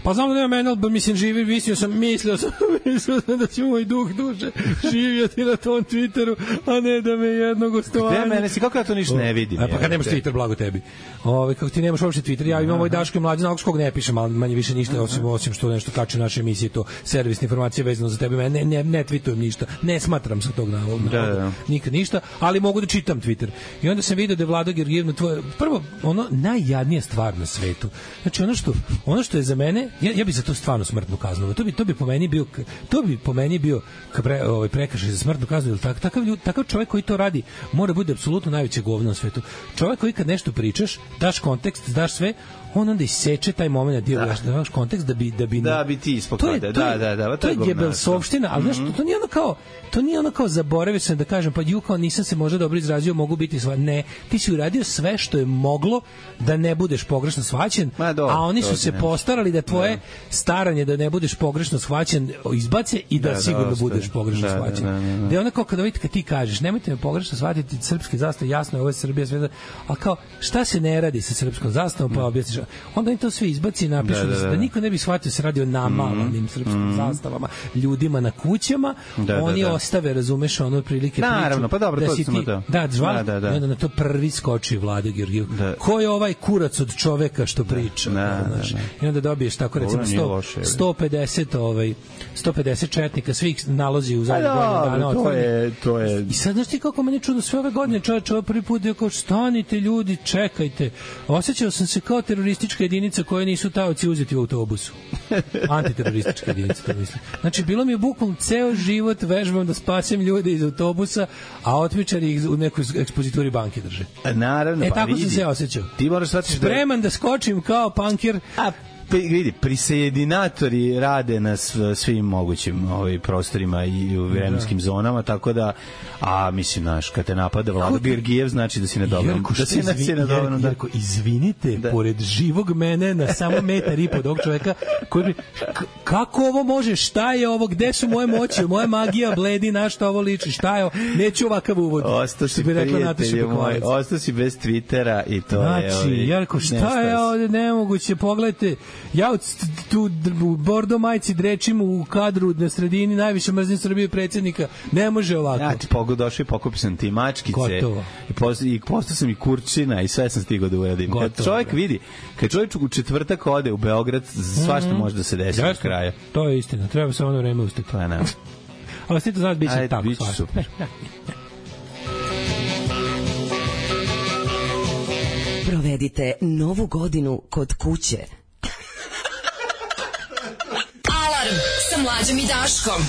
Speaker 6: Pa znam da nema mene, ali ba, mislim, živi, mislio sam, mislio sam, mislio sam da će moj duh duše živjeti na tom Twitteru, a ne da me jedno gostovanje.
Speaker 7: Gde mene si, kako ja to ništa ne vidim?
Speaker 6: E, pa kad nemaš
Speaker 7: jebote?
Speaker 6: Twitter, blago tebi. Ove, kako ti nemaš uopšte Twitter, ja imam ovaj Daško i mlađe, na kog ne pišem, ali manje više ništa, osim, osim što nešto kaču naše emisije, to servisne informacije vezano za tebe, ne, ne, ne tweetujem ništa, ne smatram se tog navodnog,
Speaker 7: Da, da, da.
Speaker 6: nikad ništa, ali mogu da čitam Twitter. I onda sam video da je Vlado Georgijev na tvoje, prvo, ono, najjadnija stvar na svetu. Znači, ono što, ono što je za mene ja, ja bih za to stvarno smrtnu kaznu. To bi to bi po meni bio to bi po meni bio pre, ovaj prekršaj za smrtnu kaznu ili tak, takav ljud, takav čovjek koji to radi mora da bude apsolutno najveće govno na svetu. Čovjek koji kad nešto pričaš, daš kontekst, daš sve, on onda iseče taj momenat djeluje da. daš kontekst da bi da bi
Speaker 7: da bi ti ispod da da da da
Speaker 6: to je djebelsovština ali mm -hmm. znaš to nije ono kao to nije ono kao zaboravio sam da kažem pa ju kao nisam se možda dobro izrazio mogu biti sva ne ti si uradio sve što je moglo da ne budeš pogrešno shvaćen
Speaker 7: Ma, do,
Speaker 6: a oni
Speaker 7: to
Speaker 6: su se
Speaker 7: ne.
Speaker 6: postarali da tvoje staranje da ne budeš pogrešno shvaćen izbace i da,
Speaker 7: Da, da,
Speaker 6: sigurno
Speaker 7: ostaje.
Speaker 6: budeš pogrešno
Speaker 7: Da, da,
Speaker 6: shvaćen
Speaker 7: da, da, da.
Speaker 6: da je ono kao kada vidite kad ti kažeš nemojte me pogrešno shvatiti srpski zastav jasno je ovo je Srbija sve da, a kao šta se ne radi sa srpskom zastavom pa objasniš onda im to sve izbaci i napišu da,
Speaker 7: Mhm. Da, da,
Speaker 6: da,
Speaker 7: da. Mhm.
Speaker 6: niko ne bi shvatio da se radi o namalanim srpskim zastavama ljudima na kućama
Speaker 7: Da, da,
Speaker 6: oni
Speaker 7: da.
Speaker 6: ostave razumeš ono otprilike priču
Speaker 7: Naravno, pa dobro,
Speaker 6: da
Speaker 7: to
Speaker 6: si
Speaker 7: smo
Speaker 6: ti,
Speaker 7: to.
Speaker 6: da,
Speaker 7: Da,
Speaker 6: da, da,
Speaker 7: da, da.
Speaker 6: i onda na to prvi skoči Vlada Georgijev ko je ovaj kurac od čoveka što priča
Speaker 7: da,
Speaker 6: znaš?
Speaker 7: da.
Speaker 6: i onda dobiješ tako
Speaker 7: Dobro,
Speaker 6: recimo
Speaker 7: nije
Speaker 6: 100,
Speaker 7: loše, je li?
Speaker 6: 150 ovaj 150 četnika svih nalozi u
Speaker 7: Pa
Speaker 6: zadnjih godinu dana
Speaker 7: dobro, to
Speaker 6: otvoreni.
Speaker 7: je to je
Speaker 6: I sad znaš ti kako meni čudno sve ove godine čoveč, ovo prvi put da je kao stanite ljudi, čekajte. Osećao sam se kao teroristička jedinica koje nisu taoci uzeti u autobusu. Antiteroristička jedinica, to mislim. Znači, bilo mi je bukvalno ceo život vežbam da spasim ljude iz autobusa, a otmičari ih u nekoj ekspozituri banke drže.
Speaker 7: naravno
Speaker 6: E,
Speaker 7: pa
Speaker 6: tako sam
Speaker 7: vidi.
Speaker 6: se osećao.
Speaker 7: Ti moraš shvatiti da
Speaker 6: Spreman da skočim kao punkir,
Speaker 7: A, pe- vidi, prisejedinatori rade na sv- svim mogućim ovaj, prostorima i
Speaker 6: Da.
Speaker 7: u vremenskim zonama, tako da, a mislim, naš, kad te napada Vlada Birgijev, znači da si na dobrom.
Speaker 6: Jerko,
Speaker 7: Da
Speaker 6: šta
Speaker 7: si na,
Speaker 6: izvi-
Speaker 7: si na dobrom,
Speaker 6: Jer-
Speaker 7: da.
Speaker 6: Jerko, izvinite,
Speaker 7: Da.
Speaker 6: pored živog mene na samo metar i pod ovog čoveka koji bi, k- kako ovo može, šta je ovo, gde su moje moći, moja magija bledi, na šta ovo liči, šta je ovo, neću ovakav uvod.
Speaker 7: da. Ostao
Speaker 6: Što
Speaker 7: si
Speaker 6: bi rekla Nataša
Speaker 7: prijatelju moj,
Speaker 6: Bekvalac.
Speaker 7: ostao si bez Twittera i to je...
Speaker 6: Znači,
Speaker 7: ovaj,
Speaker 6: Jarko, šta
Speaker 7: nestao
Speaker 6: je
Speaker 7: si.
Speaker 6: ovde nemoguće, pogledajte, ja u c- tu dr- u bordo majci drečim u kadru na sredini, najviše mrzim Srbije predsjednika, ne može ovako.
Speaker 7: Ja ti pogo došao i pokupio sam ti mačkice.
Speaker 6: Gotovo.
Speaker 7: I, post, I postao sam i kurčina i sve sam stigao da uradim. Kad
Speaker 6: Gotovo,
Speaker 7: čovjek
Speaker 6: bre.
Speaker 7: vidi, kad čovjek u četvrtak ode u Beograd, svašta
Speaker 6: Mhm.
Speaker 7: može da se desi na
Speaker 6: Jasno,
Speaker 7: kraju.
Speaker 6: To je istina, treba samo ono vreme ustati.
Speaker 7: Pa ne.
Speaker 6: Ali sve to znaš, bit će
Speaker 7: Ajde,
Speaker 6: tako.
Speaker 7: bit će
Speaker 6: svašta.
Speaker 7: super.
Speaker 15: Provedite novu godinu kod kuće.
Speaker 9: Alarm sa mlađom i Daškom.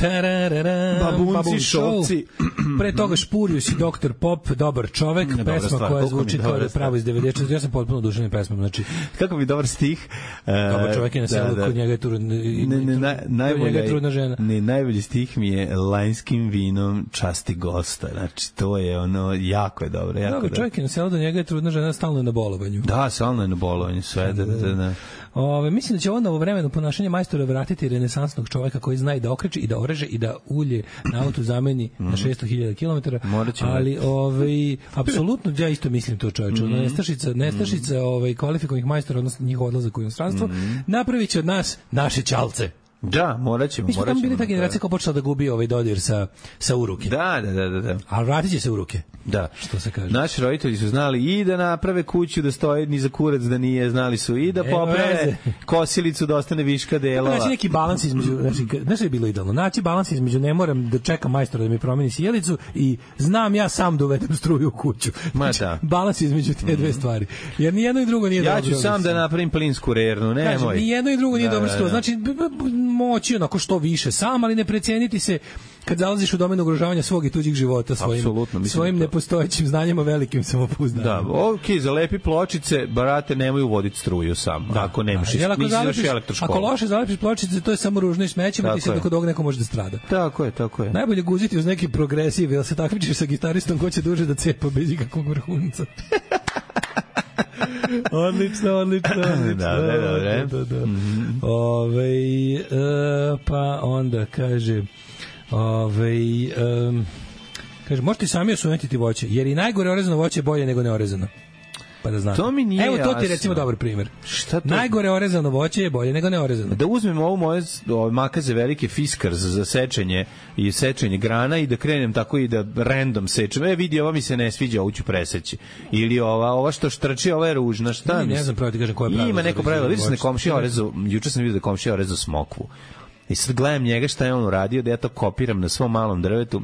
Speaker 6: Tararara,
Speaker 7: Babunci,
Speaker 6: Babun
Speaker 7: šovci.
Speaker 6: show. Pre toga Špurius i Dr. Pop, dobar čovek,
Speaker 7: Dobra
Speaker 6: pesma
Speaker 7: stvar,
Speaker 6: koja
Speaker 7: koliko mi je
Speaker 6: zvuči kao
Speaker 7: dobra
Speaker 6: da je pravo iz 94. Ja sam potpuno oduševljen pesmom, znači
Speaker 7: Kako bi dobar stih. e, da.
Speaker 6: dobar čovek je na selu, kod njega je trudna,
Speaker 7: Ne, ne, na, najbolja,
Speaker 6: njega je trudna žena.
Speaker 7: Ne, najbolji stih mi je lanjskim vinom časti gosta. Znači, to je ono, jako je dobro. Jako
Speaker 6: Dobar čovek je na selu, do njega je trudna žena stalno je na bolovanju.
Speaker 7: Da, stalno je na bolovanju, sve, da, da, da. da.
Speaker 6: Ove, mislim da će ovo novovremeno ponašanje majstora vratiti renesansnog čoveka koji zna i da okreće i da oreže i da ulje na autu zameni na 600.000 km.
Speaker 7: Mhm. Morat ćemo
Speaker 6: ali ovaj apsolutno ja isto mislim to čoveče.
Speaker 7: Mhm.
Speaker 6: Mm Nestašica, nestašica ovaj kvalifikovanih majstora odnosno njihov odlazak u inostranstvo
Speaker 7: Mhm.
Speaker 6: napraviće od nas naše ćalce.
Speaker 7: Da, morat ćemo,
Speaker 6: Mi smo
Speaker 7: morat
Speaker 6: tamo
Speaker 7: ćemo.
Speaker 6: bili ta generacija koja počela da gubi ovaj dodir sa, sa uruke.
Speaker 7: Da, da, da, da. da.
Speaker 6: A vratit će se u ruke.
Speaker 7: Da.
Speaker 6: Što se kaže.
Speaker 7: Naši roditelji su znali i da naprave kuću da stoji ni za kurac da nije, znali su i da
Speaker 6: Nema
Speaker 7: poprave
Speaker 6: veze.
Speaker 7: kosilicu da ostane viška delova.
Speaker 6: Naći neki balans između, znači, k- znaš što je bilo idealno? Naći balans između ne moram da čekam majstora da mi promeni sjelicu i znam ja sam da uvedem struju u kuću.
Speaker 7: Ma
Speaker 6: Znači,
Speaker 7: da. Mhm.
Speaker 6: balans između te dve stvari. Jer ni jedno i drugo nije
Speaker 7: Ja
Speaker 6: dobro.
Speaker 7: ću sam da napravim plinsku rernu,
Speaker 6: Kažem,
Speaker 7: nemoj.
Speaker 6: ni jedno i drugo nije
Speaker 7: Da,
Speaker 6: dobro
Speaker 7: da,
Speaker 6: skroz.
Speaker 7: da.
Speaker 6: Znači, b- b- b- moći onako što više sam, ali ne precijeniti se kad zalaziš u domen ugrožavanja svog i tuđih života svojim,
Speaker 7: Apsolutno, mislim
Speaker 6: svojim
Speaker 7: da to-
Speaker 6: nepostojećim znanjima, velikim samopouzdanjem.
Speaker 7: Da, ok, za lepi pločice, barate, nemoj uvoditi struju sam, ako nemaš,
Speaker 6: Jer
Speaker 7: da,
Speaker 6: ako,
Speaker 7: nisi
Speaker 6: zalepiš,
Speaker 7: završio elektroškolu.
Speaker 6: ako loše zalepiš pločice, to je samo ružno i smeće,
Speaker 7: Tako
Speaker 6: ti se
Speaker 7: je.
Speaker 6: kod ovog neko može da strada.
Speaker 7: Tako je, tako je.
Speaker 6: Najbolje guziti uz neki progresiv, jel se takmičiš sa gitaristom ko će duže da cepa bez ikakvog vrhunca. odlično, odlično, odlično.
Speaker 7: Da, da, Mhm.
Speaker 6: da,
Speaker 7: dobro.
Speaker 6: da. Ovaj, e, pa onda kaže, ovaj, em, kaže, možete i sami osunetiti voće, jer i najgore orezano voće je bolje nego neorezano. Pa da znate.
Speaker 7: To mi nije
Speaker 6: Evo, to ti je
Speaker 7: jasno.
Speaker 6: recimo dobar primer.
Speaker 7: Šta to?
Speaker 6: Najgore orezano voće je bolje nego neorezano.
Speaker 7: Da uzmem ovu moje ove makaze velike fiskar za, za sečenje i sečenje grana i da krenem tako i da random sečem. E, vidi, ova mi se ne sviđa, ovu ću preseći. Ili ova, ova što štrči, ova je ružna, šta
Speaker 6: Ne,
Speaker 7: mi
Speaker 6: ne
Speaker 7: se-
Speaker 6: znam pravo ti kažem koje pravilo
Speaker 7: Ima
Speaker 6: za
Speaker 7: neko pravilo,
Speaker 6: orezano
Speaker 7: vidio sam da
Speaker 6: voće.
Speaker 7: komšija orezu, juče sam vidio da je komšija orezu smokvu. I sad gledam njega šta je on uradio, da ja to kopiram na svom malom drvetu.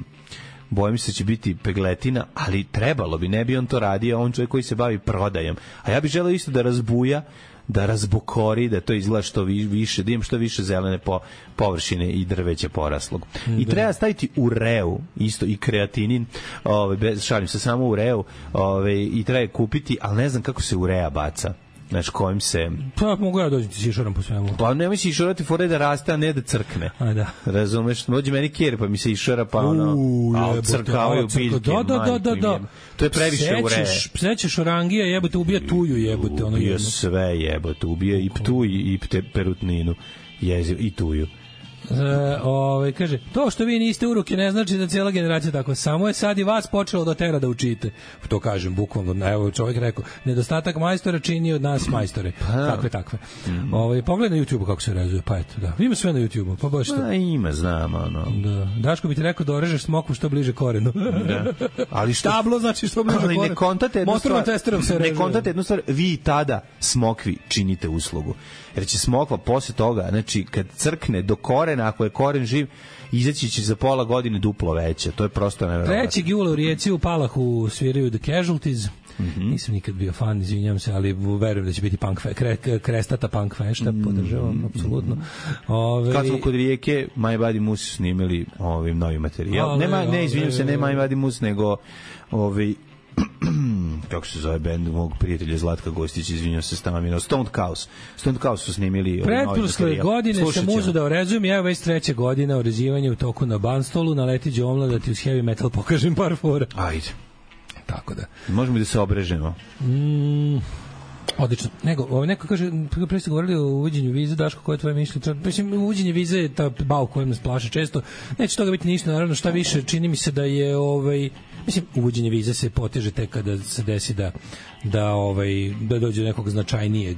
Speaker 7: Bojim se da će biti pegletina, ali trebalo bi, ne bi on to radio, on čovjek koji se bavi prodajom. A ja bih želeo isto da razbuja da razbokori, da to izgleda što vi- više, da imam što više zelene po, površine i drveća poraslog. I
Speaker 6: Da.
Speaker 7: treba staviti u reu, isto i kreatinin, ove, bez, šalim se samo u reu, ove, i treba je kupiti, ali ne znam kako se u rea baca. Znaš, kojim se...
Speaker 6: Pa mogu ja dođem ti sišaram po svemu.
Speaker 7: Pa ne misliš išorati fore da raste, a ne da crkne.
Speaker 6: A, da.
Speaker 7: Razumeš? Dođe meni kjer, pa mi se išora, pa ono...
Speaker 6: U,
Speaker 7: a,
Speaker 6: jebote,
Speaker 7: crkavaju
Speaker 6: a, crka-
Speaker 7: biljke,
Speaker 6: Da, da, da,
Speaker 7: majko
Speaker 6: da,
Speaker 7: im
Speaker 6: da.
Speaker 7: jebem. To je previše u re.
Speaker 6: Sećeš, sećeš orangija, jebote, ubija tuju, jebote, ono
Speaker 7: Ubio
Speaker 6: jedno.
Speaker 7: sve jebote, ubio i ptuj i pte, perutninu. Jeziv, i tuju.
Speaker 6: E, ovaj, kaže, to što vi niste u ruke ne znači da cijela generacija tako. Samo je sad i vas počelo da tera da učite. To kažem, bukvalno, evo čovjek rekao, nedostatak majstora čini od nas majstore.
Speaker 7: Pa.
Speaker 6: Takve, takve. Ovaj, pogledaj na YouTube kako se rezuje, pa eto, da. Ima sve na YouTube, pa baš to.
Speaker 7: Ma, ima, znam, ono.
Speaker 6: Da. Daško bi ti rekao da orežeš smokvu što bliže korenu.
Speaker 7: Da. Ali što...
Speaker 6: Tablo znači što bliže
Speaker 7: Ali
Speaker 6: korenu.
Speaker 7: ne kontate jednu
Speaker 6: Motornom
Speaker 7: stvar.
Speaker 6: testerom se
Speaker 7: ne
Speaker 6: režuje.
Speaker 7: kontate jednu stvar, vi i tada smokvi činite uslugu. Jer će smokva posle toga, znači kad crkne do korena, ako je koren živ, izaći će za pola godine duplo veće. To je prosto nevjerovatno.
Speaker 6: 3. jula u Rijeci u Palahu sviraju The Casualties.
Speaker 7: Mhm.
Speaker 6: Nisam nikad bio fan, izvinjam se, ali verujem da će biti punk fe, kre, krestata punk fešta, podržavam, apsolutno. Ove,
Speaker 7: Mhm. Kad smo kod rijeke, My Body Moose snimili ovim novi materijal.
Speaker 6: Ale,
Speaker 7: nema,
Speaker 6: ale,
Speaker 7: ne, izvinjam se, ne My Body Moose, nego ovaj kako se zove bend mog prijatelja Zlatka Gostić, izvinjam se, Stamino, Stone Chaos. Stone Chaos su snimili ovaj novi
Speaker 6: Pretprošle
Speaker 7: materijal.
Speaker 6: godine
Speaker 7: Slušat
Speaker 6: sam
Speaker 7: ćemo.
Speaker 6: uzu da orezujem, evo već treća godina orezivanja u toku na banstolu, naleti će omla da ti uz heavy metal pokažem par fora.
Speaker 7: Ajde.
Speaker 6: Tako da.
Speaker 7: Možemo i da se obrežemo.
Speaker 6: Mm, odlično. Nego, ovaj neko kaže, pre- pre ste govorili o uvođenju vize, Daško, koje je tvoje mišljenje? To- Mislim, uvođenje vize je ta bau koja nas plaše često. Neće toga biti ništa, naravno, šta više, čini mi se da je, ovaj, mislim, uvođenje vize se poteže tek kada se desi da, da, ovaj, da dođe do nekog značajnijeg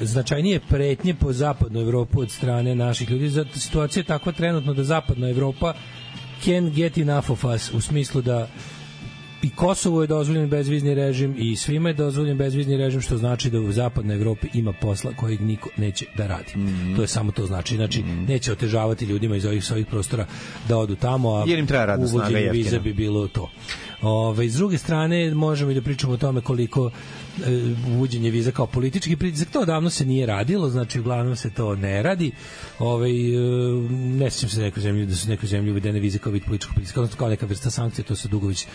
Speaker 6: značajnije pretnje po zapadnu Evropu od strane naših ljudi. Zato situacija je takva trenutno da zapadna Evropa can get enough of us u smislu da i Kosovo je dozvoljen bezvizni režim i svima je dozvoljen bezvizni režim što znači da u zapadnoj Evropi ima posla kojeg niko neće da radi.
Speaker 7: Mhm.
Speaker 6: To je samo to znači. Znači neće otežavati ljudima iz ovih svojih prostora da odu tamo, a
Speaker 7: Jer im treba da radna snaga
Speaker 6: uvođenje
Speaker 7: jeftina.
Speaker 6: vize da bi bilo to. Ove, s druge strane, možemo i da pričamo o tome koliko e, uvođenje viza kao politički pritisak, to davno se nije radilo, znači uglavnom se to ne radi. Ove, ne sjećam se nekoj zemlji, da su nekoj zemlji uvedene vize kao vid političkog pritiska, odnosno kao neka vrsta sankcije, to se dugo već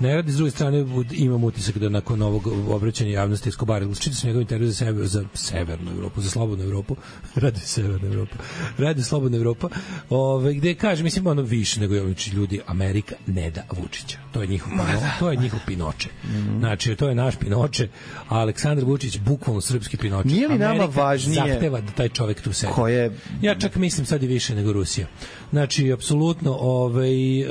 Speaker 6: ne radi. S druge strane, bud- imam utisak da nakon ovog obraćanja javnosti Escobar, čitao sam njegov intervju za, sebe, za Severnu Evropu, za Slobodnu Evropu, radi Severna Evropa, radi Slobodna Evropa, ove, gde kaže, mislim, ono više nego je znači, ljudi, Amerika ne da Vučića. To je njihov, pino,
Speaker 7: da.
Speaker 6: to je njihov pinoče.
Speaker 7: Mhm.
Speaker 6: Znači, to je naš pinoče, a Aleksandar Vučić bukvalno srpski pinoče.
Speaker 7: Nije li nama
Speaker 6: Amerika
Speaker 7: važnije-
Speaker 6: zahteva da taj čovek tu sedi.
Speaker 7: Koje
Speaker 6: Ja čak mislim sad i više nego Rusija. Znači, apsolutno, ovaj, e,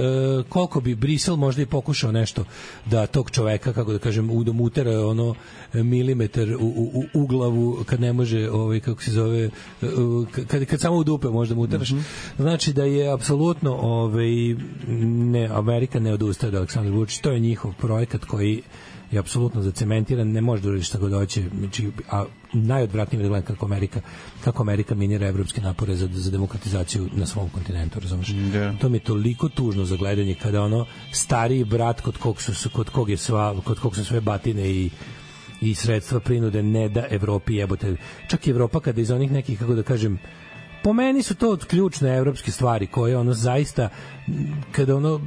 Speaker 6: koliko bi Brisel možda i pokušao nešto da tog čoveka, kako da kažem, u domu utera ono e, milimetar u, u, u, u glavu kad ne može, ovaj, kako se zove, e, e, kad, kad samo u dupe možda mu uteraš. Znači da je apsolutno ovaj, ne, Amerika ne odustaje od Aleksandra Vučića. To je njihov projekat koji je apsolutno zacementiran, ne može da uradi šta god hoće. Znači, a najodvratnije je da gledam kako Amerika, kako Amerika minira evropske napore za, za demokratizaciju na svom kontinentu, razumeš?
Speaker 7: Da.
Speaker 6: To mi je toliko tužno za gledanje kada ono stariji brat kod kog su kod kog je sva kod kog su sve batine i i sredstva prinude ne da Evropi jebote. Čak i Evropa kada iz onih nekih kako da kažem po meni su to od ključne evropske stvari koje ono zaista m, kada ono m,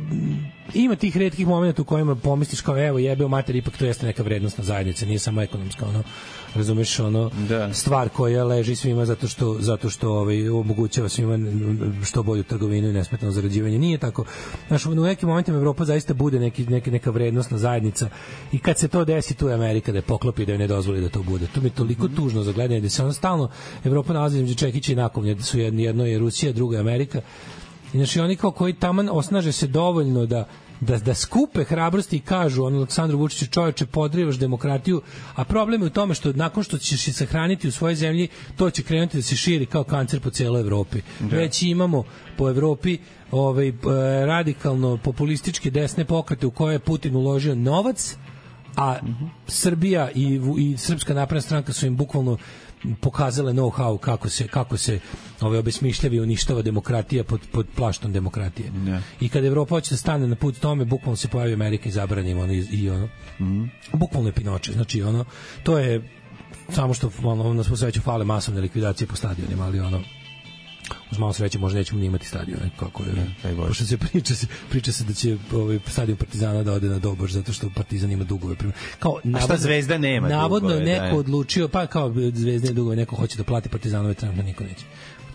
Speaker 6: ima tih retkih momenata u kojima pomisliš kao evo jebeo mater ipak to jeste neka vrednostna zajednica nije samo ekonomska ono razumeš ono
Speaker 7: Da.
Speaker 6: stvar koja leži svima zato što zato što ovaj omogućava svima što bolju trgovinu i nesmetano zarađivanje nije tako znači u nekim momentima Evropa zaista bude neki neka neka vrednosna zajednica i kad se to desi tu je Amerika da je poklopi i da joj ne dozvoli da to bude to mi je toliko tužno za gledanje da se ono stalno Evropa nalazi između čekića i nakovnja da su jedno, jedno je Rusija drugo je Amerika I znači oni kao koji taman osnaže se dovoljno da da, da skupe hrabrosti i kažu on Aleksandru Vučiću čoveče podrivaš demokratiju, a problem je u tome što nakon što ćeš se sahraniti u svojoj zemlji, to će krenuti da se širi kao kancer po celoj Evropi. Već imamo po Evropi ovaj, e, radikalno populističke desne pokrete u koje je Putin uložio novac, a Srbija i, Vu- i Srpska napredna stranka su im bukvalno pokazale know-how kako se kako se ovaj obesmišljavi uništava demokratija pod pod plaštom demokratije.
Speaker 7: Ne.
Speaker 6: I kad Evropa hoće da stane na put tome, bukvalno se pojavi Amerika i zabrani im ono i, i ono. Bukvalno je Pinoče, znači ono to je samo što ono, na svu sreću fale masovne likvidacije po stadionima, ali ono uz malo sreće možda nećemo ni imati stadion e, kako je. Ne, pošto se priča se priča se da će ovaj stadion Partizana da ode na dobar zato što Partizan ima dugove prema. Kao
Speaker 7: navodno, A šta Zvezda nema
Speaker 6: Navodno
Speaker 7: dugove,
Speaker 6: neko da, odlučio pa kao Zvezda je dugove neko hoće da plati Partizanove trenutno niko neće.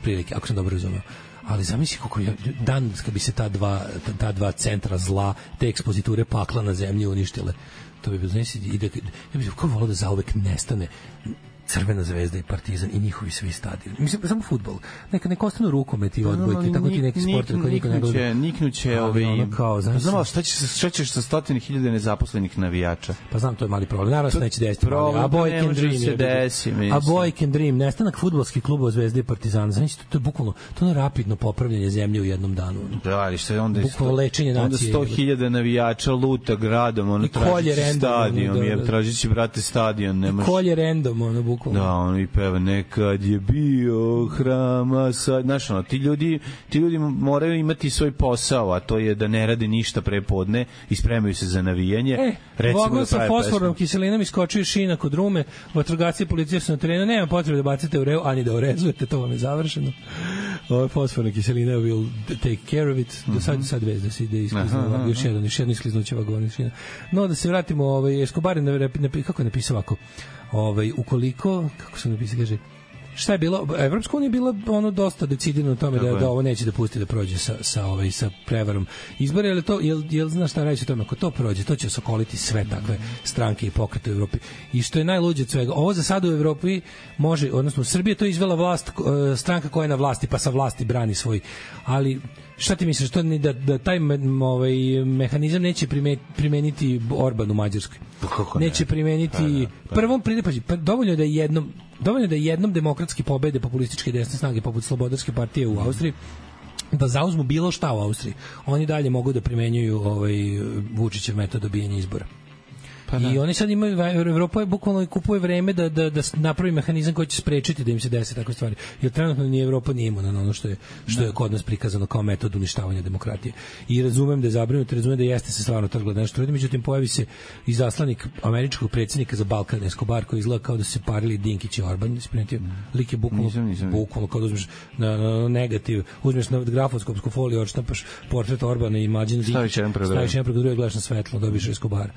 Speaker 6: Prilike, ako sam dobro razumeo ali zamisli kako je dan kad bi se ta dva, ta, ta dva centra zla, te ekspoziture pakla na zemlji uništile. To bi bilo, znaš, i da, ja bih kako volao da zauvek nestane Crvena zvezda i Partizan i njihovi svi stadioni. Mislim samo fudbal. Neka nek ostanu rukomet
Speaker 7: Pa,
Speaker 6: i odbojke, no, tako ti neki sportovi koji niko ne gleda.
Speaker 7: Niknuće,
Speaker 6: Ali
Speaker 7: ovi.
Speaker 6: ono kao, znaš,
Speaker 7: znam, ali šta će se šta ćeš sa stotine hiljada nezaposlenih navijača?
Speaker 6: Pa znam, to je mali problem. Naravno se
Speaker 7: To-
Speaker 6: neće desiti. ali
Speaker 7: problem
Speaker 6: a boy
Speaker 7: ne
Speaker 6: can
Speaker 7: može
Speaker 6: dream.
Speaker 7: da se
Speaker 6: je bilo.
Speaker 7: desi, mislim.
Speaker 6: a boy can dream. Nestanak fudbalskih klubova Zvezde i Partizana. Znači, to, to je bukvalno, to je ono rapidno popravljanje zemlje u jednom danu. ono.
Speaker 7: Da, ali šta je onda?
Speaker 6: Bukvalno lečenje
Speaker 7: Onda
Speaker 6: nacije.
Speaker 7: 100.000 navijača luta gradom, ono
Speaker 6: I kolje
Speaker 7: tražići
Speaker 6: random, ono,
Speaker 7: stadion,
Speaker 6: da,
Speaker 7: je
Speaker 6: da.
Speaker 7: tražići brate stadion, nemaš.
Speaker 6: Kolje random, ono, bukvalno.
Speaker 7: Da, ono i peva nekad je bio hrama sad. Znaš, ono, ti ljudi, ti ljudi moraju imati svoj posao, a to je da ne rade ništa prepodne i spremaju se za navijanje.
Speaker 6: E, Vogel sa
Speaker 7: da prave
Speaker 6: fosfornom
Speaker 7: pesme.
Speaker 6: kiselinom iskočio iz šina kod rume, vatrogasci i policija su na terenu, nema potrebe da bacite u reu, ani da orezujete, to vam je završeno. Ovo je fosforna kiselina, will take care of it. Do sad, sad vez da se ide iskliznu,
Speaker 7: Mhm. Aha,
Speaker 6: vagon, još
Speaker 7: aha.
Speaker 6: jedan, još jedan iskliznuće vagon iz šina. No, da se vratimo, ovaj, Escobar je, napi- napi- kako je napisao ovako, ovaj, ukoliko, kako se napisao, kaže, šta je bilo Evropska unija je bila ono dosta decidirana u tome da,
Speaker 7: Tako je.
Speaker 6: da ovo neće da pusti da prođe sa sa ovaj sa prevarom izbora jel to jel jel znaš šta radi se o tome ako to prođe to će sokoliti sve takve stranke i pokrete u Evropi i što je najluđe od svega ovo za sada u Evropi može odnosno u Srbiji je to izvela vlast e, stranka koja je na vlasti pa sa vlasti brani svoj ali šta ti misliš to ni da, da taj me- ovaj mehanizam neće prime- primeniti Orban u Mađarskoj
Speaker 7: Pa kako ne? Pa da,
Speaker 6: neće primeniti prvom prilikom pazi, pa dovoljno je da je jednom dovoljno je da je jednom demokratski pobede populističke desne snage poput Slobodarske partije
Speaker 7: Mhm.
Speaker 6: u Austriji da zauzmu bilo šta u Austriji. Oni dalje mogu da primenjuju ovaj Vučićev metod dobijanja izbora. Pa I oni sad imaju Evropa je bukvalno i kupuje vreme da da da s- napravi mehanizam koji će sprečiti da im se dese takve stvari. Jer trenutno ni Evropa nije imuna na ono što je što je kod nas prikazano kao metod uništavanja demokratije. I razumem da je zabrinut, razumem da jeste se stvarno trgla da nešto radi, međutim pojavi se i zaslanik američkog predsjednika za Balkan Escobar koji izgleda kao da su se parili Dinkić i Orban, jesi primetio? Lik je bukvalno, bukvalno kao da uzmeš na, na negativ, uzmeš na grafoskopsku foliju, odštampaš portret Orbana i Mlađana Dinkića,
Speaker 7: Staviš jedan preko drugog.
Speaker 6: staviš jedan preko drugog, gledaš na svetlo, dobiješ Escobara.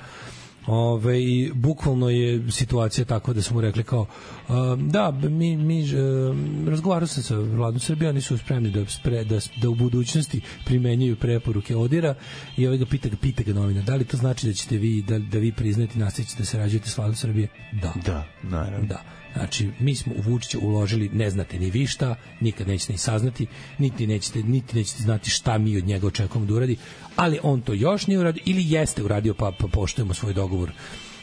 Speaker 6: Ove, i bukvalno je situacija takva da smo mu rekli kao um, da, mi, mi um, razgovarao sam sa vladom Srbije, oni su spremni da, spre, da, da u budućnosti primenjuju preporuke Odira i ovaj ga pita, pita ga novina, da li to znači da ćete vi da, da vi priznati nastavit da sarađujete s vladom Srbije? Da.
Speaker 7: Da, naravno.
Speaker 6: Da. Znači, mi smo u Vučića uložili, ne znate ni vi šta, nikad nećete ni saznati, niti nećete, niti nećete znati šta mi od njega očekujemo da uradi, ali on to još nije uradio, ili jeste uradio, pa, pa poštujemo svoj dogovor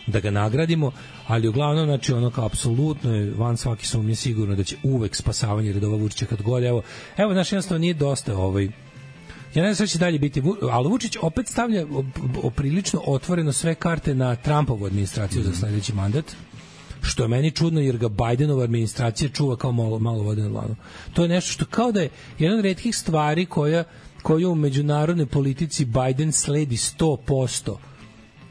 Speaker 6: da ga nagradimo, ali uglavnom znači ono kao apsolutno je van svake sumnje sigurno da će uvek spasavanje redova Vučića kad god evo evo znači jednostavno nije dosta ovaj Ja ne znam šta će dalje biti, Vu- ali Vučić opet stavlja op- op- prilično otvoreno sve karte na Trumpovu administraciju za sledeći mandat što je meni čudno jer ga Bidenova administracija čuva kao malo, malo vode na dlanu. To je nešto što kao da je jedna od retkih stvari koja koju u međunarodnoj politici Biden sledi 100%.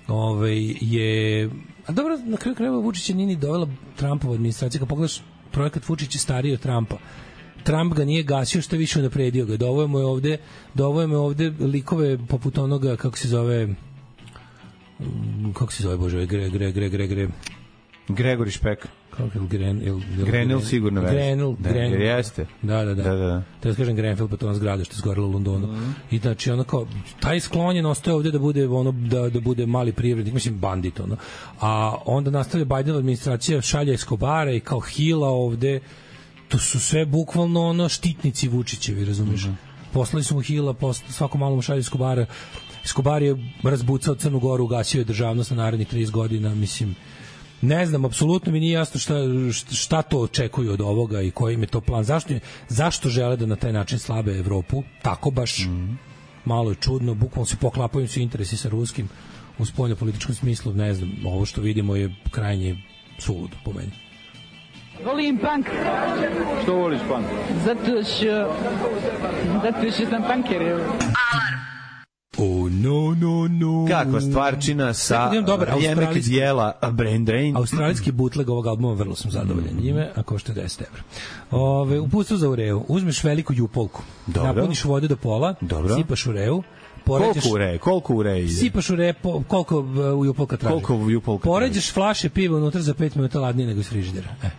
Speaker 6: Ovaj je a dobro na kraju krajeva Vučića nije ni dovela Trumpova administracija kad pogledaš projekat Vučić je stariji od Trumpa. Trump ga nije gasio što je više unapredio ga. Dovojemo je ovde, dovojemo je ovde likove poput onoga kako se zove mm, kako se zove bože gre gre gre gre gre
Speaker 7: Gregori Špek.
Speaker 6: kako je Gren, il, il,
Speaker 7: Grenell sigurno veš.
Speaker 6: Grenell,
Speaker 7: Da,
Speaker 6: Grenell.
Speaker 7: jer jeste.
Speaker 6: Da, da, da.
Speaker 7: Da, da. Mhm.
Speaker 6: Treba kažem Grenfell, pa to ona zgrada što je zgorela u Londonu. I znači ono kao, taj sklonjen ostaje ovde da bude, ono, da, da bude mali privrednik, mislim bandit, ono. A onda nastavlja Bidenova administracija, šalje Escobara i kao Hila ovde. To su sve bukvalno ono štitnici Vučićevi, razumiješ?
Speaker 7: Mhm.
Speaker 6: Poslali su mu Hila, posl- svako malo mu šalje Escobara. Escobar je razbucao Crnu Goru, ugasio je državnost na narednih 30 godina, mislim, ne znam, apsolutno mi nije jasno šta, šta to očekuju od ovoga i koji im je to plan. Zašto, zašto žele da na taj način slabe Evropu? Tako baš malo je čudno, bukvalno se poklapaju im se interesi sa ruskim u spoljno-političkom smislu, ne znam, ovo što vidimo je krajnje suludo po meni.
Speaker 16: Volim punk.
Speaker 17: Što voliš punk?
Speaker 16: Zato što... Zato što sam punker. Evo.
Speaker 6: Oh, no, no, no.
Speaker 7: Kakva stvarčina sa uh,
Speaker 6: Imam Mm. dobar
Speaker 7: Jemek
Speaker 6: australijski
Speaker 7: dijela a Brain Drain.
Speaker 6: Mhm. Australijski bootleg ovog albuma vrlo sam zadovoljan njime, a košta 10 evra. Ove, u pustu za ureu, uzmeš veliku jupolku,
Speaker 7: Dobro.
Speaker 6: napuniš vode do pola,
Speaker 7: Dobro.
Speaker 6: sipaš ureu, poređaš...
Speaker 7: Koliko ure, koliko ure ide?
Speaker 6: Sipaš u repo, koliko e, u jupolka traži.
Speaker 7: Koliko u jupolka traži?
Speaker 6: Poređaš flaše piva unutra za 5 minuta ladnije nego iz frižidera. E.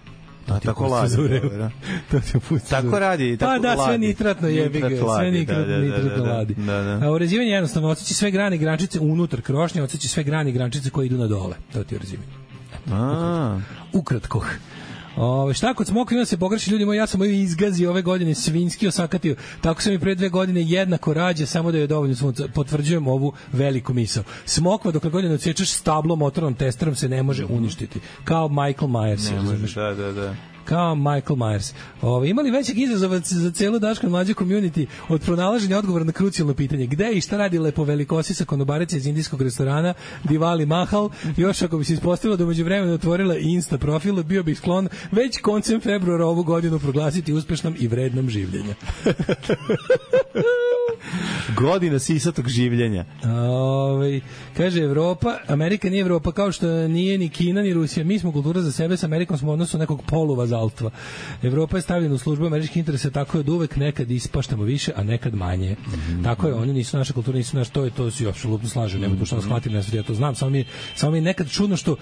Speaker 7: Da, tako ladi. dobro, Da.
Speaker 6: to ti opusti.
Speaker 7: Tako radi, tako
Speaker 6: Pa da, sve
Speaker 7: ladi.
Speaker 6: nitratno jebi ga,
Speaker 7: Nitrat
Speaker 6: sve
Speaker 7: ladi,
Speaker 6: nitratno,
Speaker 7: da, da, da,
Speaker 6: nitratno
Speaker 7: da, da.
Speaker 6: ladi.
Speaker 7: Da, da.
Speaker 6: A urezivanje je jednostavno, odseći sve grane i grančice unutar krošnje, odseći sve grane i grančice koje idu na dole. To ti je urezivanje.
Speaker 7: A,
Speaker 6: Ukratko. Ove, šta kod smokvina se pogreši ljudi moji, ja sam moju izgazi ove godine svinski osakatio, tako sam i pre dve godine jednako rađe, samo da je dovoljno sunca. Potvrđujem ovu veliku misao. Smokva dok godine odsječaš stablom, motornom testerom se ne može uništiti. Kao Michael Myers.
Speaker 7: ne
Speaker 6: razumeš?
Speaker 7: može, da, da, da.
Speaker 6: kao Michael Myers. Ove, imali većeg izazova c- za celu Daško mlađu community od pronalaženja odgovora na krucijalno pitanje gde i šta radi lepo velikosi sa konobarice iz indijskog restorana Divali Mahal. Još ako bi se ispostavilo da umeđu vremena otvorila Insta profil, bio bi sklon već koncem februara ovu godinu proglasiti uspešnom i vrednom življenja.
Speaker 7: Godina sisatog življenja.
Speaker 6: Ove, Ovaj, kaže Evropa, Amerika nije Evropa kao što nije ni Kina ni Rusija. Mi smo kultura za sebe, sa Amerikom smo u odnosu nekog poluvazaltva. Evropa je stavljena u službu američkih interesa, tako je od uvek nekad ispaštamo više, a nekad manje.
Speaker 7: Mhm.
Speaker 6: Tako je, oni nisu naša kultura, nisu naš, to je to, se apsolutno slažem, nema tu
Speaker 7: Mhm.
Speaker 6: što da shvatim, ne znam, ja to znam, samo mi, samo mi je nekad čudno što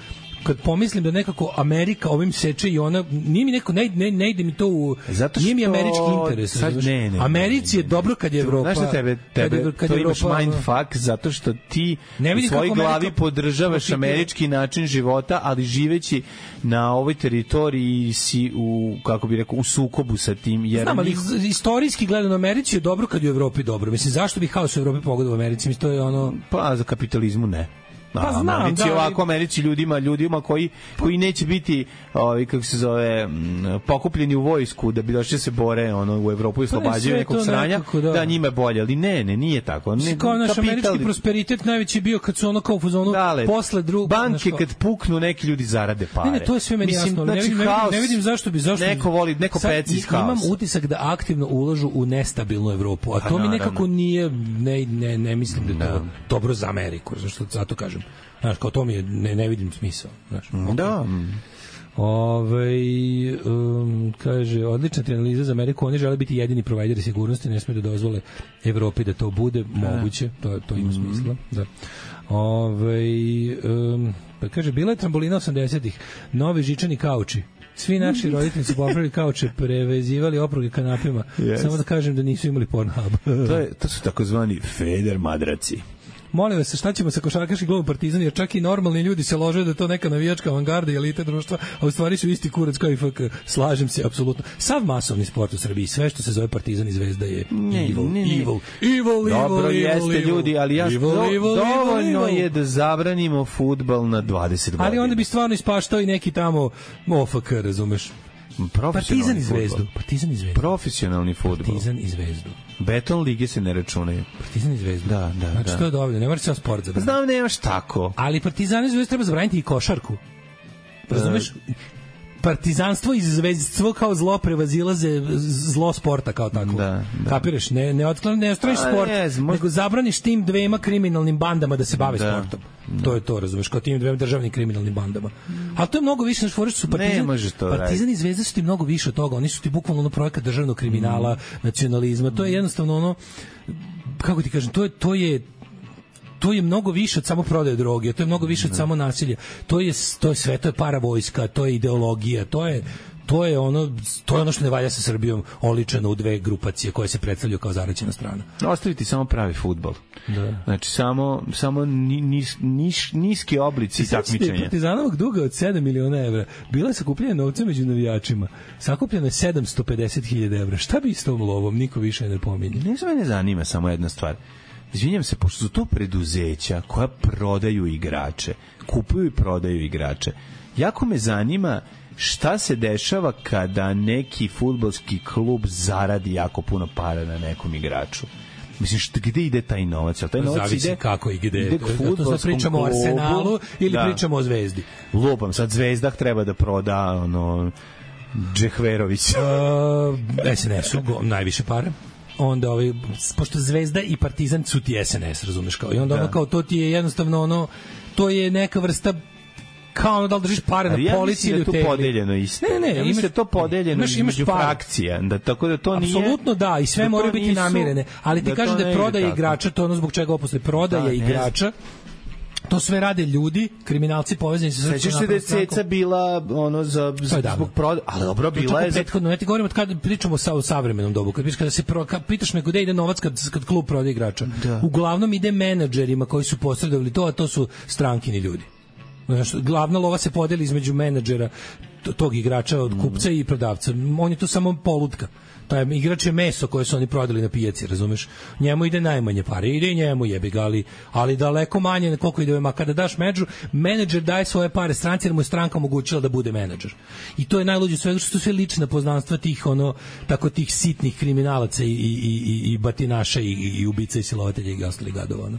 Speaker 6: kad pomislim da nekako Amerika ovim seče i ona, nije mi neko, ne, ne, ne ide mi to u,
Speaker 7: Zato
Speaker 6: nije mi
Speaker 7: što-
Speaker 6: američki interes.
Speaker 7: Sad,
Speaker 6: razumeš?
Speaker 7: ne, ne, ne,
Speaker 6: Americi je dobro kad je Evropa.
Speaker 7: Znaš šta tebe,
Speaker 6: kad
Speaker 7: tebe,
Speaker 6: je- kad je
Speaker 7: to imaš
Speaker 6: Evropa-
Speaker 7: mindfuck zato što ti
Speaker 6: Ne
Speaker 7: u
Speaker 6: vidim
Speaker 7: svojoj
Speaker 6: kako Amerika
Speaker 7: glavi podržavaš
Speaker 6: profitira.
Speaker 7: američki način života, ali živeći na ovoj teritoriji si u, kako bi rekao, u sukobu sa tim. Jer
Speaker 6: Znam, ali
Speaker 7: njih-
Speaker 6: iz- istorijski gledano Americi je dobro kad je u Evropi dobro. Mislim, zašto bi haos u Evropi pogodao Americi? Mislim, to je ono...
Speaker 7: Pa za kapitalizmu ne.
Speaker 6: Pa
Speaker 7: A,
Speaker 6: znam,
Speaker 7: Americi
Speaker 6: da, ali-
Speaker 7: ovako, Americi ljudima, ljudima koji, koji neće biti, ovaj, kako se zove, mm, pokupljeni u vojsku da bi došli da se bore ono, u
Speaker 6: Pa
Speaker 7: Evropu i
Speaker 6: ne, sve
Speaker 7: oslobađaju
Speaker 6: je
Speaker 7: nekog
Speaker 6: to
Speaker 7: sranja,
Speaker 6: nekako, da.
Speaker 7: da. njima je bolje, ali ne, ne, nije tako. Ne,
Speaker 6: Mislim, kao naš američki prosperitet najveći je bio kad su ono kao u fazonu
Speaker 7: Dale,
Speaker 6: posle drugog...
Speaker 7: banke
Speaker 6: znaš kao-
Speaker 7: kad puknu neki ljudi zarade pare.
Speaker 6: Ne, ne, to je sve meni
Speaker 7: Mislim,
Speaker 6: jasno. ali
Speaker 7: Znači,
Speaker 6: ne, vidim, ne, vidim,
Speaker 7: haos,
Speaker 6: ne vidim zašto bi zašto bi-
Speaker 7: Neko voli, neko
Speaker 6: Sad
Speaker 7: peci iz
Speaker 6: imam
Speaker 7: haosa.
Speaker 6: utisak da aktivno ulažu u nestabilnu Evropu, a
Speaker 7: Pa,
Speaker 6: to mi
Speaker 7: naravno.
Speaker 6: nekako nije ne ne ne mislim da je to dobro za Ameriku, zašto zato kažem. Znaš, kao to mi je, ne, ne vidim smisao, znaš.
Speaker 7: Da,
Speaker 6: Ove, um, kaže, odlična ti analiza za Ameriku, oni žele biti jedini provajderi sigurnosti, ne smiju da dozvole Evropi da to bude moguće, to, to
Speaker 7: Mhm.
Speaker 6: ima smisla. Da. Ove, um, pa kaže, bila je trambolina 80-ih, novi žičani kauči. Svi naši roditelji su popravili kauče, prevezivali opruge kanapima.
Speaker 7: Yes.
Speaker 6: Samo da kažem da nisu imali Pornhub.
Speaker 7: to, je, to su takozvani feder madraci.
Speaker 6: Molim vas, šta ćemo sa košarkaškim klubom Partizan, jer čak i normalni ljudi se lože da je to neka navijačka avangarda i elite društva, a u stvari su isti kurac kao i FK. Slažem se, apsolutno. Sav masovni sport u Srbiji, sve što se zove Partizan i Zvezda je
Speaker 7: Ne,
Speaker 6: evil,
Speaker 7: ne, ne.
Speaker 6: evil, evil,
Speaker 7: Dobro
Speaker 6: evil, evil,
Speaker 7: jeste
Speaker 6: evil.
Speaker 7: ljudi, ali ja
Speaker 6: Evil,
Speaker 7: do-
Speaker 6: evil,
Speaker 7: dovoljno
Speaker 6: evil, evil.
Speaker 7: je da zabranimo fudbal na 20 godina.
Speaker 6: Ali onda bi stvarno ispaštao i neki tamo OFK, razumeš?
Speaker 7: Profesionalni
Speaker 6: Partizan i
Speaker 7: fudbal.
Speaker 6: Zvezdu, Partizan i Zvezdu.
Speaker 7: Profesionalni fudbal.
Speaker 6: Partizan i Zvezdu.
Speaker 7: Beton lige se ne računaju.
Speaker 6: Partizan i Zvezdu.
Speaker 7: Da, da,
Speaker 6: Znači,
Speaker 7: da.
Speaker 6: to je dovoljno, ne mora se ceo sport zabraniti.
Speaker 7: Znam, nemaš tako.
Speaker 6: Ali Partizan i Zvezda treba zabraniti i košarku. Razumeš?
Speaker 7: E.
Speaker 6: Partizanstvo i zvezdstvo kao zlo prevazilaze zlo sporta kao tako.
Speaker 7: Da, da.
Speaker 6: Kapiraš? Ne, ne, otklan, ne ostraniš
Speaker 7: A,
Speaker 6: sport,
Speaker 7: ne znam, možda-
Speaker 6: nego zabraniš tim dvema kriminalnim bandama da se bave
Speaker 7: Da,
Speaker 6: sportom. To je to, razumeš, kao tim dvema državnim kriminalnim bandama. Ali to je mnogo više, znaš, fore što su Partizan,
Speaker 7: Ne može to
Speaker 6: partizan
Speaker 7: raditi.
Speaker 6: i Zvezda su ti mnogo više od toga. Oni su ti bukvalno ono projekat državnog kriminala,
Speaker 7: Mm.
Speaker 6: nacionalizma. To je jednostavno ono, kako ti kažem, to je, to je to je mnogo više od samo prodaje droge, to je mnogo više od
Speaker 7: Mm.
Speaker 6: samo nasilja. To je to je sve to je para vojska, to je ideologija, to je to je ono to je ono što ne valja sa Srbijom oličeno u dve grupacije koje se predstavljaju kao zaraćena strana.
Speaker 7: Ostaviti samo pravi fudbal.
Speaker 6: Da.
Speaker 7: Znači, samo, samo ni, nis, niš, niski oblici
Speaker 6: Sećate
Speaker 7: takmičenja.
Speaker 6: Partizanovog duga od 7 miliona evra bila je sakupljena novca među navijačima. Sakupljeno je 750.000 evra. Šta bi s tom lovom? Niko više ne pominje.
Speaker 7: Ne znam, mene zanima samo jedna stvar. Izvinjam se, pošto su to preduzeća koja prodaju igrače, kupuju i prodaju igrače, jako me zanima šta se dešava kada neki futbalski klub zaradi jako puno para na nekom igraču. Mislim, šta, gde ide taj novac? Jel Taj novac
Speaker 6: Zavisi
Speaker 7: ide,
Speaker 6: kako i gde.
Speaker 7: ide
Speaker 6: To-
Speaker 7: k
Speaker 6: to sad
Speaker 7: fudbalskom
Speaker 6: pričamo o
Speaker 7: klubu.
Speaker 6: Arsenalu ili
Speaker 7: Da.
Speaker 6: pričamo o Zvezdi. E,
Speaker 7: Lupam, sad Zvezdah treba da proda ono, Džehverovića.
Speaker 6: Uh, SNS-u go- najviše pare. onda ovaj pošto Zvezda i Partizan su ti SNS, razumeš kao. I onda da. ono kao to ti je jednostavno ono to je neka vrsta kao ono da li držiš pare
Speaker 7: Ali
Speaker 6: na
Speaker 7: ja
Speaker 6: polici
Speaker 7: mislim
Speaker 6: ili
Speaker 7: da
Speaker 6: u
Speaker 7: je to
Speaker 6: tegli.
Speaker 7: podeljeno isto.
Speaker 6: Ne, ne, ne,
Speaker 7: ja mislim da je to podeljeno
Speaker 6: imaš, imaš
Speaker 7: između
Speaker 6: pare.
Speaker 7: frakcija, da, tako da to nije...
Speaker 6: Apsolutno da, i sve
Speaker 7: da to
Speaker 6: moraju biti
Speaker 7: nisu-
Speaker 6: namirene. Ali ti
Speaker 7: da
Speaker 6: da
Speaker 7: to
Speaker 6: kažem da
Speaker 7: ne
Speaker 6: je
Speaker 7: ide
Speaker 6: prodaja
Speaker 7: tako.
Speaker 6: igrača, to je ono zbog čega ovo posle prodaja
Speaker 7: Da, ne znam.
Speaker 6: igrača, to sve rade ljudi, kriminalci povezani sa Srpskom
Speaker 7: Sećaš se da je
Speaker 6: naprednom strankom.
Speaker 7: ceca bila ono za,
Speaker 6: To
Speaker 7: za
Speaker 6: je davno.
Speaker 7: zbog prodaje, ali dobro
Speaker 6: To je
Speaker 7: bila
Speaker 6: čak
Speaker 7: je
Speaker 6: u
Speaker 7: za
Speaker 6: prethodno, ne ti govorim od kad pričamo sa u savremenom dobu, kad pričaš kada se pro, kad pitaš me gde ide novac kad kad klub prodaje igrača. Da. Uglavnom ide menadžerima koji su posredovali to, a to su strankini ljudi. Znaš, glavna lova se podeli između menadžera t- tog igrača
Speaker 7: Mm.
Speaker 6: od kupca i prodavca. On je tu samo polutka. Taj igrač Pa je meso koje su oni prodali na pijaci, razumeš? Njemu ide najmanje pare, ide i njemu jebi ga, ali, ali daleko manje na koliko ide ovima. Kada daš među, menadžer daje svoje pare stranci jer mu je stranka omogućila da bude menadžer. I to je najluđe u svega što su sve lična poznanstva tih ono tako tih sitnih kriminalaca i, i, i, i- i batinaša i, i, i ubica i silovatelja i ostalih gadova. Ono.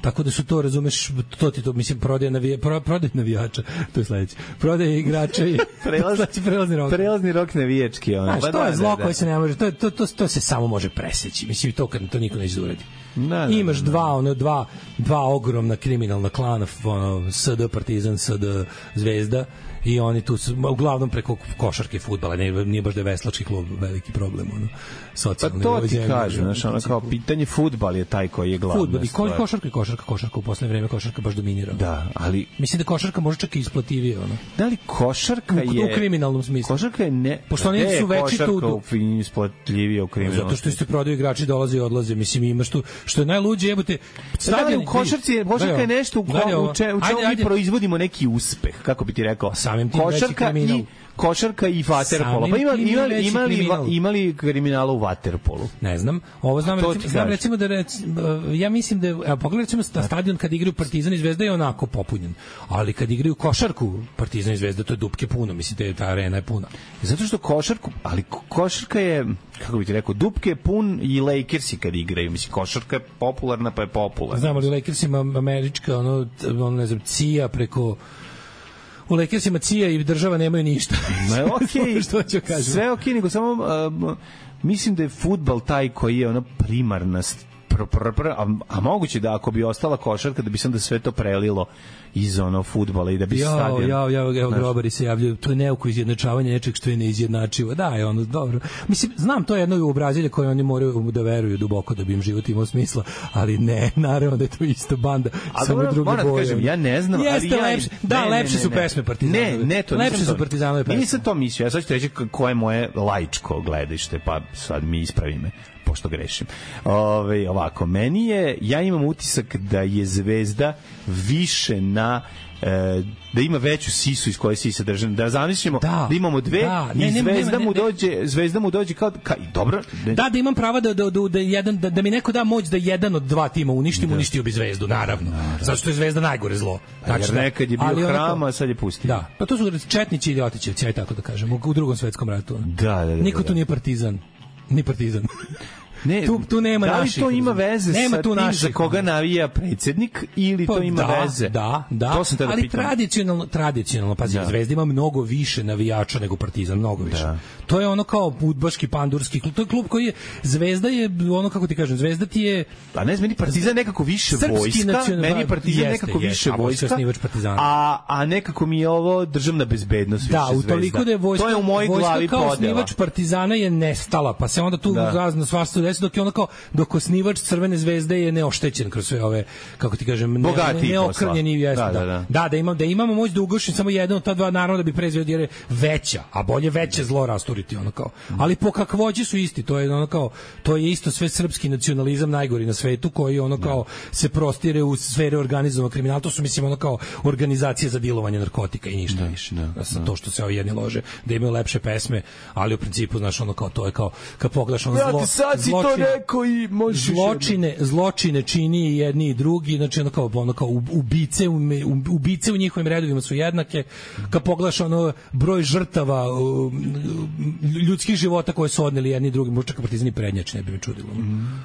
Speaker 6: Tako da su to, razumeš, to ti to, mislim, prodaje, navija, pro, prodaje navijača, to je sledeće. Prodaje igrača i
Speaker 7: Prelaz-
Speaker 6: sledeći prelazni rok.
Speaker 7: prelazni rok navijački. Ono. Pa da,
Speaker 6: Znaš, to je zlo koje se
Speaker 7: ne...
Speaker 6: ne može, to, je- to, to, to se samo može preseći. Mislim, to kad to niko neće da uradi.
Speaker 7: Da, da,
Speaker 6: Imaš dva, ono, dva, dva ogromna kriminalna klana, f- ono, SD Partizan, SD Zvezda, i oni tu su, ma, uglavnom preko košarke i fudbala, ne, nije baš da je veslački klub veliki problem, ono,
Speaker 7: Pa
Speaker 6: socijalni.
Speaker 7: to
Speaker 6: u ovoj
Speaker 7: ti
Speaker 6: zemlji,
Speaker 7: kažem, znaš, ono
Speaker 6: principu.
Speaker 7: kao pitanje fudbal je taj koji je glavna
Speaker 6: Fudbal i ko,
Speaker 7: stvar.
Speaker 6: košarka, i košarka, košarka u poslednje vreme košarka baš dominira.
Speaker 7: Da, ali
Speaker 6: Mislim da košarka može čak i isplativije, ono.
Speaker 7: Da li košarka
Speaker 6: U- u
Speaker 7: je...
Speaker 6: kriminalnom smislu.
Speaker 7: Košarka je ne...
Speaker 6: Pošto oni
Speaker 7: Gde je
Speaker 6: su večito
Speaker 7: košarka
Speaker 6: u du-
Speaker 7: u fin- isplatljivija u kriminalnom
Speaker 6: Zato što isto prodaju igrači dolaze i odlaze, mislim imaš tu što je najluđe jebote.
Speaker 7: Stadion
Speaker 6: Stadion
Speaker 7: Pa u košarci je, košarka je nešto u, ko, u, če, u čemu mi proizvodimo neki uspeh, kako bi ti rekao.
Speaker 6: Samim tim veći
Speaker 7: košarka
Speaker 6: kriminal.
Speaker 7: i košarka i vaterpolo.
Speaker 6: Samim
Speaker 7: Pa imali
Speaker 6: tim je
Speaker 7: imali
Speaker 6: veći
Speaker 7: imali va-
Speaker 6: kriminal.
Speaker 7: imali kriminala u vaterpolu.
Speaker 6: Ne znam. Ovo znam,
Speaker 7: To ti
Speaker 6: recimo, znam
Speaker 7: kažem.
Speaker 6: recimo da rec, ja mislim da a pogledaj recimo na stadion kad igraju Partizan i Zvezda je onako popunjen. Ali kad igraju košarku Partizan i Zvezda to je dupke puno, mislim da je ta arena je puna.
Speaker 7: Zato što košarku, ali ko- košarka je, kako bi ti rekao, dupke je pun i Lakersi kad igraju. Mislim, košarka je popularna pa je popularna.
Speaker 6: Znam ali Lakers ima američka ono, t- ono ne znam CIA preko u Lakersima CIA i država nemaju ništa.
Speaker 7: Ma je okej.
Speaker 6: Što ću kažem?
Speaker 7: Sve je okej, nego samo um, mislim da je fudbal taj koji je ona primarna st- pr, pr, pr, a, a moguće da ako bi ostala košarka da bi sam da sve to prelilo iz ono fudbala i da bi
Speaker 6: Jao,
Speaker 7: stadion
Speaker 6: jao, jao, evo
Speaker 7: Znaš.
Speaker 6: grobari se javljaju. To je neuko izjednačavanje nečeg što je neizjednačivo. Da, je ono dobro. Mislim, znam to je jedno u Braziliji koje oni moraju da veruju duboko da bi im život imao smisla, ali ne, naravno da je to isto banda,
Speaker 7: A
Speaker 6: samo
Speaker 7: dobro,
Speaker 6: druge
Speaker 7: moram da
Speaker 6: boje.
Speaker 7: kažem, ja ne znam,
Speaker 6: Jeste
Speaker 7: ali ja...
Speaker 6: lepše, da,
Speaker 7: ne, ne,
Speaker 6: lepše
Speaker 7: ne,
Speaker 6: su
Speaker 7: ne.
Speaker 6: pesme Partizanove.
Speaker 7: Ne, ne, to
Speaker 6: Lepše
Speaker 7: nisam
Speaker 6: su
Speaker 7: to-
Speaker 6: Partizanove pesme.
Speaker 7: Ja nisam to mislio, ja sad ću ti reći k- koje je moje laičko gledište, pa sad mi ispravi me, pošto grešim. Ove, ovako, meni je, ja imam utisak da je Zvezda više na e, da ima veću sisu iz koje sisa držana. Da zamislimo da,
Speaker 6: Da.
Speaker 7: imamo dve
Speaker 6: Da,
Speaker 7: i
Speaker 6: ne, nema,
Speaker 7: zvezda
Speaker 6: nema, ne,
Speaker 7: mu
Speaker 6: ne.
Speaker 7: dođe, zvezda mu dođe kao ka, i dobro. ne-
Speaker 6: Da, da imam prava da, da, da, da, jedan, da, da mi neko da moć da jedan od dva tima uništim, da. uništio bi Zvezdu, naravno. Zato što je Zvezda najgore zlo.
Speaker 7: jer nekad je
Speaker 6: ali
Speaker 7: bio
Speaker 6: onako-
Speaker 7: hrama, a sad je pustio.
Speaker 6: Da, pa to su četnici i ljotićevci, aj tako da kažem, u, u drugom svetskom ratu. ono.
Speaker 7: Da, da, da, da,
Speaker 6: Niko
Speaker 7: da.
Speaker 6: tu nije partizan. Ni partizan.
Speaker 7: Ne,
Speaker 6: Tu- tu nema
Speaker 7: da li
Speaker 6: naših,
Speaker 7: to ima
Speaker 6: razumeš?
Speaker 7: veze
Speaker 6: Nema
Speaker 7: sa
Speaker 6: tu
Speaker 7: tim za
Speaker 6: naših,
Speaker 7: koga
Speaker 6: ono.
Speaker 7: navija predsednik ili to ima
Speaker 6: da,
Speaker 7: veze?
Speaker 6: Da, da.
Speaker 7: To sam tada
Speaker 6: ali
Speaker 7: pitao.
Speaker 6: tradicionalno, tradicionalno, pazi,
Speaker 7: Da.
Speaker 6: da. Zvezda ima mnogo više navijača nego Partizan, mnogo više.
Speaker 7: Da.
Speaker 6: To je ono kao udbaški, pandurski klub. To je klub koji je, Zvezda je, ono kako ti kažem, Zvezda ti je...
Speaker 7: A Pa ne znam, meni Partizan nekako više
Speaker 6: Srpski
Speaker 7: vojska,
Speaker 6: nacional-
Speaker 7: meni Partizan
Speaker 6: Jeste,
Speaker 7: nekako
Speaker 6: jeste,
Speaker 7: više
Speaker 6: a vojska je
Speaker 7: vojska,
Speaker 6: osnivač Partizana.
Speaker 7: a, a nekako mi je ovo državna bezbednost
Speaker 6: Da,
Speaker 7: više
Speaker 6: u toliko
Speaker 7: zvezda.
Speaker 6: da je vojska,
Speaker 7: to je u mojoj
Speaker 6: vojska
Speaker 7: glavi
Speaker 6: kao
Speaker 7: podela.
Speaker 6: osnivač Partizana je nestala, pa se onda tu
Speaker 7: Da.
Speaker 6: da. razno svašta desi, dok je ono kao, dok osnivač Crvene zvezde je neoštećen kroz sve ove, kako ti kažem, ne,
Speaker 7: Bogatiji
Speaker 6: ne, neokrnjeni
Speaker 7: posla.
Speaker 6: vjesno.
Speaker 7: Da,
Speaker 6: Da,
Speaker 7: da,
Speaker 6: da,
Speaker 7: da.
Speaker 6: da. da, da, imam, da imamo moć da ugušim samo jedno od ta dva, naravno da bi prezveo jer je veća, a bolje veće zlo rasturiti, ono kao. Ali po kakvođi su isti, to je ono kao, to je isto sve srpski nacionalizam najgori na svetu, koji ono kao se prostire u sfere organizovanog kriminala, to su mislim ono kao organizacije za dilovanje narkotika i ništa više.
Speaker 7: da,
Speaker 6: Da, to što se ovi jedni lože, da imaju lepše pesme, ali u principu, znaš, ono kao, to je kao, kad pogledaš ono zlo,
Speaker 7: Brate, sad si to
Speaker 6: zločin-
Speaker 7: rekao i možeš još
Speaker 6: zločine, zločine čini i jedni i drugi, znači ono kao, ono kao u- ubice, u me- u- ubice u njihovim redovima su jednake, kad pogledaš ono broj žrtava um, ljudskih života koje su odneli jedni i drugi, možda čak partizani prednjači, ne bi me čudilo.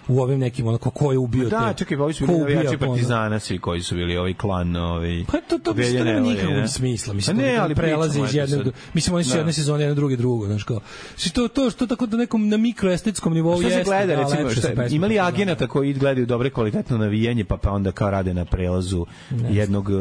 Speaker 6: U ovim nekim, ono, kao, ko je ubio
Speaker 7: Da,
Speaker 6: te...
Speaker 7: čekaj, pa ovi su
Speaker 6: ko
Speaker 7: bili
Speaker 6: ubija,
Speaker 7: navijači
Speaker 6: ko ono-
Speaker 7: Partizana, svi koji su bili ovaj klan, ovaj...
Speaker 6: Pa to to mislim da nema
Speaker 7: Velje
Speaker 6: nikakvog
Speaker 7: Nevolje, ne?
Speaker 6: smisla, mislim
Speaker 7: Pa
Speaker 6: ne, ali prelazi
Speaker 7: pričamo,
Speaker 6: iz
Speaker 7: eto
Speaker 6: jedne
Speaker 7: sad.
Speaker 6: do, mislim oni su
Speaker 7: Da.
Speaker 6: jedne sezone jedno druge drugo, znači kao. Što to to što tako da nekom na mikroestetskom nivou
Speaker 7: Što se
Speaker 6: jeste.
Speaker 7: gleda je da,
Speaker 6: Da,
Speaker 7: recimo,
Speaker 6: lepše su
Speaker 7: šta,
Speaker 6: pesme,
Speaker 7: ima li
Speaker 6: da.
Speaker 7: agenata koji gledaju dobre kvalitetno navijanje, pa pa onda kao rade na prelazu jednog uh,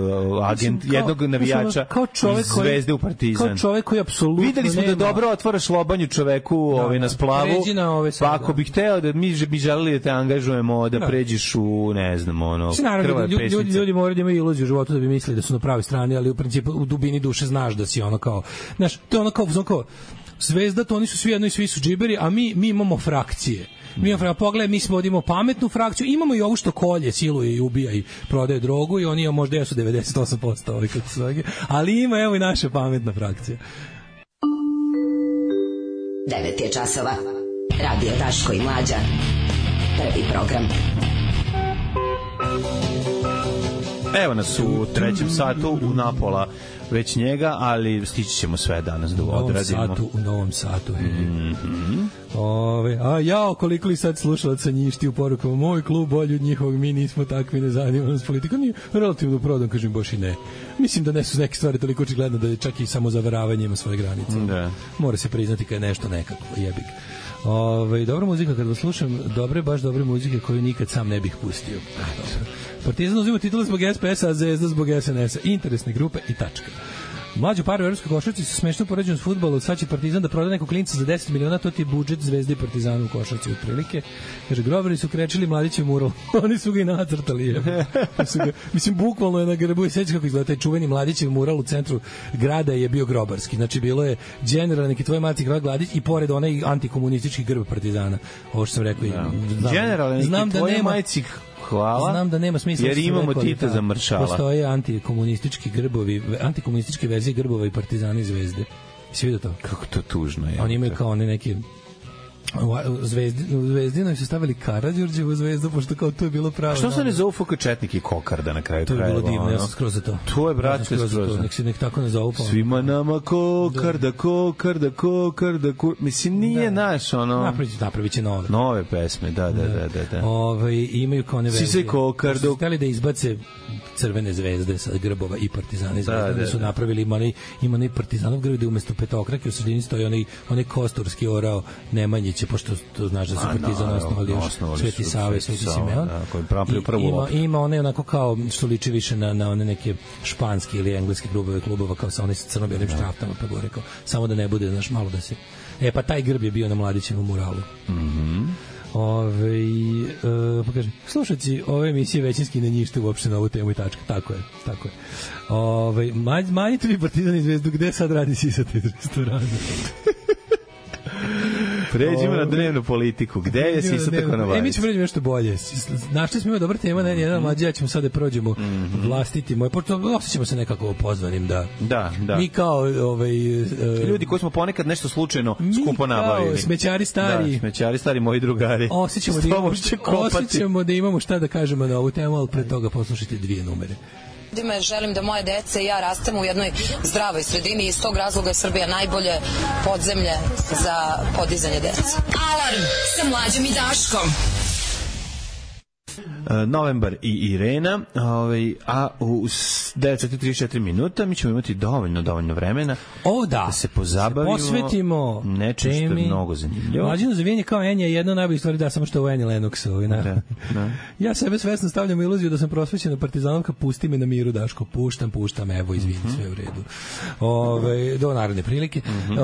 Speaker 7: agent,
Speaker 6: Mislim, kao-
Speaker 7: jednog
Speaker 6: mislim,
Speaker 7: navijača
Speaker 6: ono, kao čovek
Speaker 7: iz
Speaker 6: koji-
Speaker 7: Zvezde u Partizan.
Speaker 6: kao čovek koji apsolutno
Speaker 7: Videli smo da
Speaker 6: nema-
Speaker 7: dobro otvaraš lobanju čoveku da, ovaj, na splavu,
Speaker 6: Pređi na ove sad,
Speaker 7: pa
Speaker 6: da.
Speaker 7: ako bi hteo da mi, mi želeli da te angažujemo, da
Speaker 6: Da.
Speaker 7: pređeš u, ne znam, ono,
Speaker 6: Mislim, naravno,
Speaker 7: krva
Speaker 6: ljudi, ljudi,
Speaker 7: pesnica.
Speaker 6: ljudi moraju da imaju iluziju u životu da bi mislili da su na pravi strani, ali u principu u dubini duše znaš da si ono kao, znaš, to je ono kao, ono kao zvezda, to oni su svi jedno i svi su džiberi, a mi, mi imamo frakcije. Mi imamo, fra- pogledaj, mi smo ovdje imamo pametnu frakciju, imamo i ovu što kolje, siluje i ubija i prodaje drogu i oni imamo možda jesu 98% ovih kako se zove, ali ima evo i naša pametna frakcija.
Speaker 9: 9 je časova. Radio Daško i Mlađa. Prvi program.
Speaker 7: Evo nas u trećem satu, u napola već njega, ali stići ćemo sve danas da
Speaker 6: U novom
Speaker 7: odradimo.
Speaker 6: satu, u novom satu. Mm Ove, a jao, koliko li sad slušalaca njišti u porukama, moj klub bolji od njihovog, mi nismo takvi, ne zanima nas politika, nije relativno prodan, kažem, baš i ne. Mislim da ne su neke stvari toliko očigledne da je čak i samo zavaravanje ima svoje granice.
Speaker 7: Da.
Speaker 6: Mora se priznati kad je nešto nekako, jebik. Ove, dobra muzika, kad vas slušam, dobre, baš dobre muzike koju nikad sam ne bih pustio. Partizan uzima titul zbog SPS-a, a Zvezda zbog SNS-a. Interesne grupe i tačka. Mlađu paru u evropskoj košarci su smešno poređeni s futbolom, sad će Partizan da proda nekog klinca za 10 miliona, to ti je budžet Zvezde i Partizana u košarci otprilike. Kaže, grobari su krečili Mladićev mural, oni su ga i nacrtali. jebe. Pa su ga, mislim, bukvalno je na grebu i sećaš kako izgleda taj čuveni Mladićev mural u centru grada je bio grobarski. Znači, bilo je general neki tvoj mati grad Gladić i pored onaj antikomunistički grb Partizana. Ovo što sam rekao. i-
Speaker 7: Da.
Speaker 6: Znam,
Speaker 7: Generale,
Speaker 6: znam da nema...
Speaker 7: majci, hvala.
Speaker 6: Znam da nema smisla.
Speaker 7: Jer
Speaker 6: što su
Speaker 7: imamo
Speaker 6: rekli,
Speaker 7: Tita
Speaker 6: da,
Speaker 7: za mršala.
Speaker 6: Postoje antikomunistički grbovi, antikomunističke verzije grbova i partizana i zvezde. Jesi vidio to?
Speaker 7: Kako to tužno je.
Speaker 6: Oni imaju kao one neke u Zvezdi, u Zvezdinoj su stavili Karadžorđevu zvezdu, pošto kao to je bilo pravo.
Speaker 7: Što se ne zovu FK Četnik i Kokarda na kraju
Speaker 6: To je
Speaker 7: krajeva,
Speaker 6: bilo divno, ja
Speaker 7: ono?
Speaker 6: sam skroz za to.
Speaker 7: To je, brate,
Speaker 6: Ja sam skroz za to,
Speaker 7: skroz.
Speaker 6: Nek se nek tako ne zovu. pa ono.
Speaker 7: Svima nama da kokarda, kokarda, kokarda, ko... da Mislim,
Speaker 6: Da.
Speaker 7: nije naš, ono...
Speaker 6: Napravit- napravit će nove.
Speaker 7: Nove pesme, da, da, da, da. da.
Speaker 6: Ove, imaju kao one verzije.
Speaker 7: Sisaj Kokardu.
Speaker 6: Su Hteli da izbace crvene zvezde sa grbova i partizane zvezde.
Speaker 7: Da,
Speaker 6: Da,
Speaker 7: da,
Speaker 6: su
Speaker 7: da.
Speaker 6: napravili, ima onaj, ima onaj partizanov grb gde umesto petokrake u sredini stoji onaj, onaj kosturski orao Nemanjiće, pošto to znaš da su
Speaker 7: Ma,
Speaker 6: partizan
Speaker 7: naravno,
Speaker 6: osnovali još
Speaker 7: osnovali
Speaker 6: Sveti
Speaker 7: su
Speaker 6: Save,
Speaker 7: Sveti
Speaker 6: Sveti
Speaker 7: Sava,
Speaker 6: Simeon.
Speaker 7: da, koji je napravio
Speaker 6: I
Speaker 7: prvu
Speaker 6: ima,
Speaker 7: loptu.
Speaker 6: ima one onako kao, što liči više na, na one neke španske ili engleske grubove klubova, kao sa onim sa
Speaker 7: Da.
Speaker 6: crno-bjelim štraftama, pa gore kao, samo da ne bude, znaš, malo da se... E, pa taj grb je bio na mladićevom muralu.
Speaker 7: Mhm.
Speaker 6: Ove, e, pa kaže, slušaći ove emisije većinski ne njište uopšte na ovu temu i tačka. Tako je, tako je. Ove, manj, manji tu i partizan i zvezdu, gde sad radi sisati iz restorana?
Speaker 7: Pređimo
Speaker 6: Ovo-
Speaker 7: na dnevnu politiku. Gde je Sisak
Speaker 6: E, mi
Speaker 7: Konovac?
Speaker 6: ćemo pređemo nešto bolje. S- s- Našli smo ima dobra tema, ne,
Speaker 7: Mhm.
Speaker 6: jedan mlađi, ja ćemo sad da prođemo vlastiti moj, pošto osjećamo se nekako pozvanim da...
Speaker 7: Da, da.
Speaker 6: Mi kao, ovaj... e,
Speaker 7: Ljudi koji smo ponekad nešto slučajno skupo
Speaker 6: kao
Speaker 7: nabavili.
Speaker 6: smećari stari.
Speaker 7: Da, smećari stari, moji drugari.
Speaker 6: Osjećamo
Speaker 7: S
Speaker 6: da, imamo,
Speaker 7: tobom će kopati.
Speaker 6: osjećamo da imamo šta da kažemo na ovu temu, ali pre toga poslušajte dvije numere.
Speaker 18: ljudima jer želim da moje dece i ja rastemo u jednoj zdravoj sredini i iz tog razloga je Srbija najbolje podzemlje za podizanje dece.
Speaker 9: Alarm sa Mlađom i Daškom.
Speaker 7: E, novembar i Irena, ovaj, a u s- 9.34 minuta mi ćemo imati dovoljno, dovoljno vremena
Speaker 6: o, da,
Speaker 7: se pozabavimo.
Speaker 6: Posvetimo
Speaker 7: nečem što je
Speaker 6: temi-
Speaker 7: mnogo zanimljivo.
Speaker 6: Mlađino zavijenje kao Enja je jedna od najboljih stvari, da, samo što u Enji Lennox. Ovaj, na.
Speaker 7: Da.
Speaker 6: Ja sebe svesno stavljam u iluziju da sam prosvećena partizanovka, pusti me na miru, Daško, puštam, puštam, evo, izvini,
Speaker 7: Mhm.
Speaker 6: sve je u redu. Ove, do naredne prilike.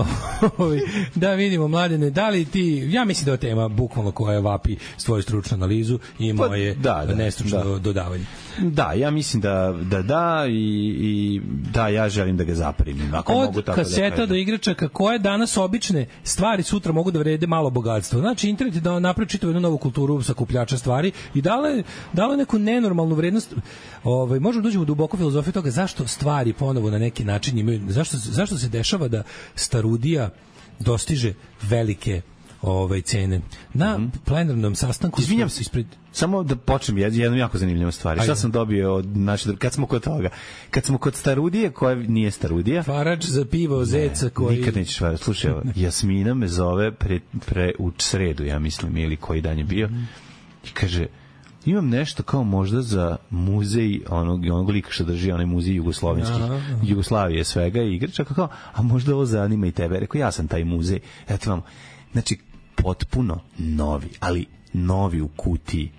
Speaker 6: Ovaj, da vidimo, mladene, da li ti, ja mislim da je tema bukvalno koja vapi svoju stručnu analizu i
Speaker 7: Pa,
Speaker 6: moje
Speaker 7: da, da,
Speaker 6: nestručno dodavanje.
Speaker 7: Da, ja mislim da da, da i, i da, ja želim da ga zaprimim. Ako
Speaker 6: od
Speaker 7: mogu tako
Speaker 6: kaseta
Speaker 7: da
Speaker 6: do
Speaker 7: kažem.
Speaker 6: igračaka koje danas obične stvari sutra mogu da vrede malo bogatstvo. Znači internet je da napravi čitavu jednu novu kulturu sakupljača stvari i da dala je dala je neku nenormalnu vrednost. Ovaj možemo dođemo duboko u filozofiju toga zašto stvari ponovo na neki način imaju zašto zašto se dešava da starudija dostiže velike ovaj cene. Na plenarnom sastanku
Speaker 7: Mhm. Izvinjam
Speaker 6: se ispred
Speaker 7: Samo da počnem jed- jednom jako zanimljivom stvari. Šta
Speaker 6: Ajde.
Speaker 7: sam dobio od naše dru- kad smo kod toga? Kad smo kod starudije koja nije starudija.
Speaker 6: Farač za pivo zeca koji
Speaker 7: Nikad nećeš varati. Slušaj, evo, Jasmina me zove pre, pre u sredu, ja mislim, ili koji dan je bio. I kaže, imam nešto kao možda za muzej onog, onog lika što drži onaj muzej jugoslovenskih,
Speaker 6: Aha, aha.
Speaker 7: Jugoslavije svega i igračaka, kao, a možda ovo zanima i tebe. Rekao, ja sam taj muzej. Eto vam, znači, potpuno novi, ali novi u kutiji,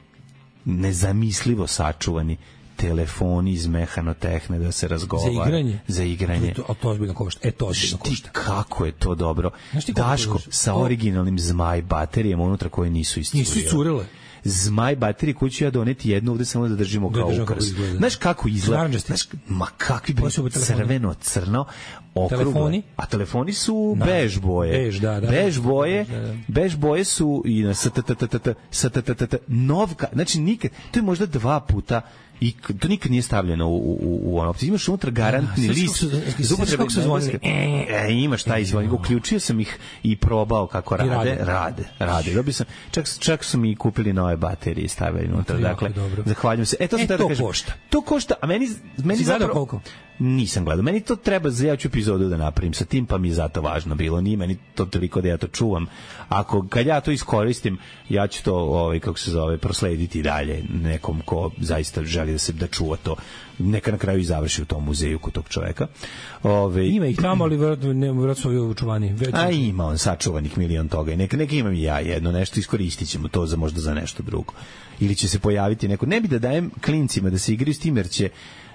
Speaker 7: nezamislivo sačuvani telefoni iz mehanotehne da se razgovara.
Speaker 6: Za igranje?
Speaker 7: Za igranje.
Speaker 6: To, a to ozbiljno košta. E, to ozbiljno
Speaker 7: košta. kako je to dobro.
Speaker 6: Znaš ti kako
Speaker 7: Daško,
Speaker 6: to-
Speaker 7: sa originalnim zmaj baterijama unutra koje nisu iscurile.
Speaker 6: Nisu iscurele.
Speaker 7: Dakle, Zmaj baterije koju ću ja doneti jednu ovde samo da držimo
Speaker 6: Da
Speaker 7: kao
Speaker 6: držimo kako
Speaker 7: ukras.
Speaker 6: izgleda.
Speaker 7: Znaš kako izgleda?
Speaker 6: Narandžasti.
Speaker 7: Znaš, ma kakvi bi
Speaker 6: Koji su ovi telefoni?
Speaker 7: crveno, crno, okruglo.
Speaker 6: Telefoni?
Speaker 7: A telefoni su
Speaker 6: Da.
Speaker 7: bež boje.
Speaker 6: Bež, da, da.
Speaker 7: Bež boje,
Speaker 6: Da, da.
Speaker 7: bež boje su i na STTTT, STTTT, novka, znači nikad, to je možda dva puta i k- to nikad nije stavljeno u, u, u- u ono. opciju. Imaš unutra garantni
Speaker 6: Da, sve
Speaker 7: list.
Speaker 6: su- sve
Speaker 7: za upotrebu
Speaker 6: kako su zvonili.
Speaker 7: engleske. E, e, imaš taj zvon. Uključio sam ih i probao kako rade.
Speaker 6: rade.
Speaker 7: Rade, rade. Dobio sam, čak, čak su mi kupili nove baterije i stavili unutra.
Speaker 6: To je jako
Speaker 7: Dakle,
Speaker 6: dobro.
Speaker 7: zahvaljujem se. E, to, sam
Speaker 6: E,
Speaker 7: teo da
Speaker 6: to
Speaker 7: kažem.
Speaker 6: košta.
Speaker 7: To košta, a meni, meni
Speaker 6: Si gledao
Speaker 7: zapravo...
Speaker 6: koliko?
Speaker 7: Nisam gledao. Meni to treba za jaču epizodu da napravim sa tim, pa mi je zato važno bilo. Nije meni to toliko da ja to čuvam. Ako, kad ja to iskoristim, ja ću to, ovaj, kako se zove, proslediti dalje nekom ko zaista želi da se da čuva to. Neka na kraju i završi u tom muzeju kod tog čoveka. Ovaj- Ove,
Speaker 6: Ima ih tamo, ali vjerojatno ne, vjerojatno su ovi očuvani. Već
Speaker 7: A ima on sačuvanih milion toga i neka, neka imam i ja jedno nešto, iskoristit ćemo to za možda za nešto drugo. Ili će se pojaviti neko, ne bi da dajem klincima da se igraju s tim jer će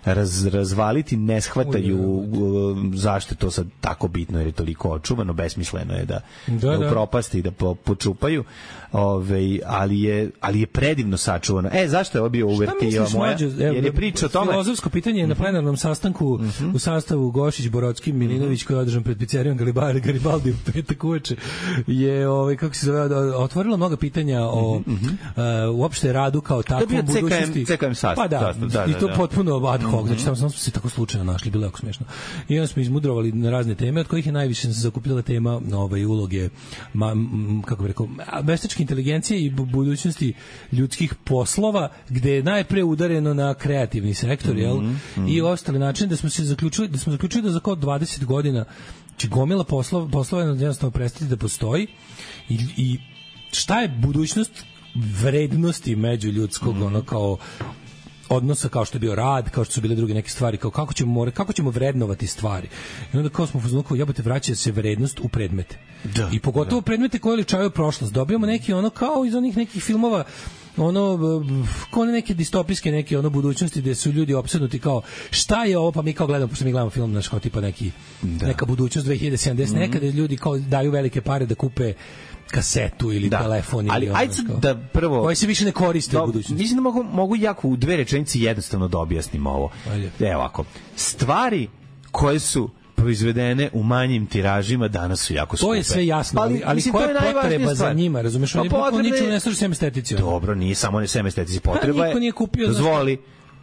Speaker 7: raz, razvaliti, ne shvataju
Speaker 6: da.
Speaker 7: u- zašto je to sad tako bitno jer je toliko očuvano, besmisleno je da,
Speaker 6: Da,
Speaker 7: da, da.
Speaker 6: da.
Speaker 7: upropasti i da po, počupaju, Ove, ali, je, ali je predivno sačuvano. E, zašto je ovo bio
Speaker 6: Pa
Speaker 7: uvertija moja?
Speaker 6: da mlađe, evo,
Speaker 7: jer je priča o tome... Mhm.
Speaker 6: Filozofsko pitanje je na plenarnom sastanku u sastavu Gošić, Borodski, Milinović, koji je održan pred pizzerijom Garibaldi, Garibaldi u petak uveče, je, ovaj, kako se zove, otvorilo mnoga pitanja o
Speaker 7: Mhm,
Speaker 6: e, uopšte radu kao
Speaker 7: bio
Speaker 6: takvom
Speaker 7: CKM
Speaker 6: budućnosti.
Speaker 7: CKM sastav-
Speaker 6: Pa da,
Speaker 7: sastav, da,
Speaker 6: i
Speaker 7: da,
Speaker 6: to
Speaker 7: da.
Speaker 6: potpuno ad hoc, znači tamo smo se tako slučajno našli, bilo je jako smešno. I onda smo izmudrovali na razne teme, od kojih je najviše se zakupila tema ovaj, uloge, ma, m, kako bih rekao, a, veštačke inteligencije i bu- budućnosti ljudskih poslova, gde je najpre udareno na kreativni sektor, jel? I ostali način da smo se zaključili, da smo zaključili da za kao 20 godina će gomila poslova, poslova jednostavno prestati da postoji i, i šta je budućnost vrednosti međuljudskog, ono kao odnosa kao što je bio rad, kao što su bile druge neke stvari, kao kako ćemo more, kako ćemo vrednovati stvari. I onda kao smo fuzonu kao jebote vraća se vrednost u predmete.
Speaker 7: Da,
Speaker 6: I pogotovo predmete koje ličaju prošlost. Dobijamo neki ono kao iz onih nekih filmova ono b- kao one neke distopijske neke ono budućnosti gde su ljudi opsednuti kao šta je ovo pa mi kao gledamo pošto mi gledamo film znači kao tipa neki
Speaker 7: Da.
Speaker 6: neka budućnost 2070
Speaker 7: Mhm.
Speaker 6: nekada ljudi kao daju velike pare da kupe kasetu ili
Speaker 7: Da.
Speaker 6: telefon ili
Speaker 7: Ali
Speaker 6: ono,
Speaker 7: ajde sad
Speaker 6: kao,
Speaker 7: da prvo-
Speaker 6: koje se više ne koriste
Speaker 7: Do-
Speaker 6: u budućnosti
Speaker 7: Mislim da mogu, mogu jako u dve rečenice jednostavno da objasnim ovo.
Speaker 6: Ajde.
Speaker 7: Evo ovako. Stvari koje su proizvedene u manjim tiražima danas su jako skupe.
Speaker 6: To je sve jasno,
Speaker 7: Pa,
Speaker 6: ali, ali
Speaker 7: mislim,
Speaker 6: koja
Speaker 7: to
Speaker 6: je
Speaker 7: najvažnija
Speaker 6: potreba za
Speaker 7: stvar.
Speaker 6: njima, razumeš?
Speaker 7: Pa
Speaker 6: Oni pa
Speaker 7: potrebna
Speaker 6: ničemu
Speaker 7: je-
Speaker 6: ne služi sem estetici. ono.
Speaker 7: Dobro, nije samo ne seme estetici, potreba
Speaker 6: niko nije kupio,
Speaker 7: je...
Speaker 6: znaš-
Speaker 7: Dozvoli,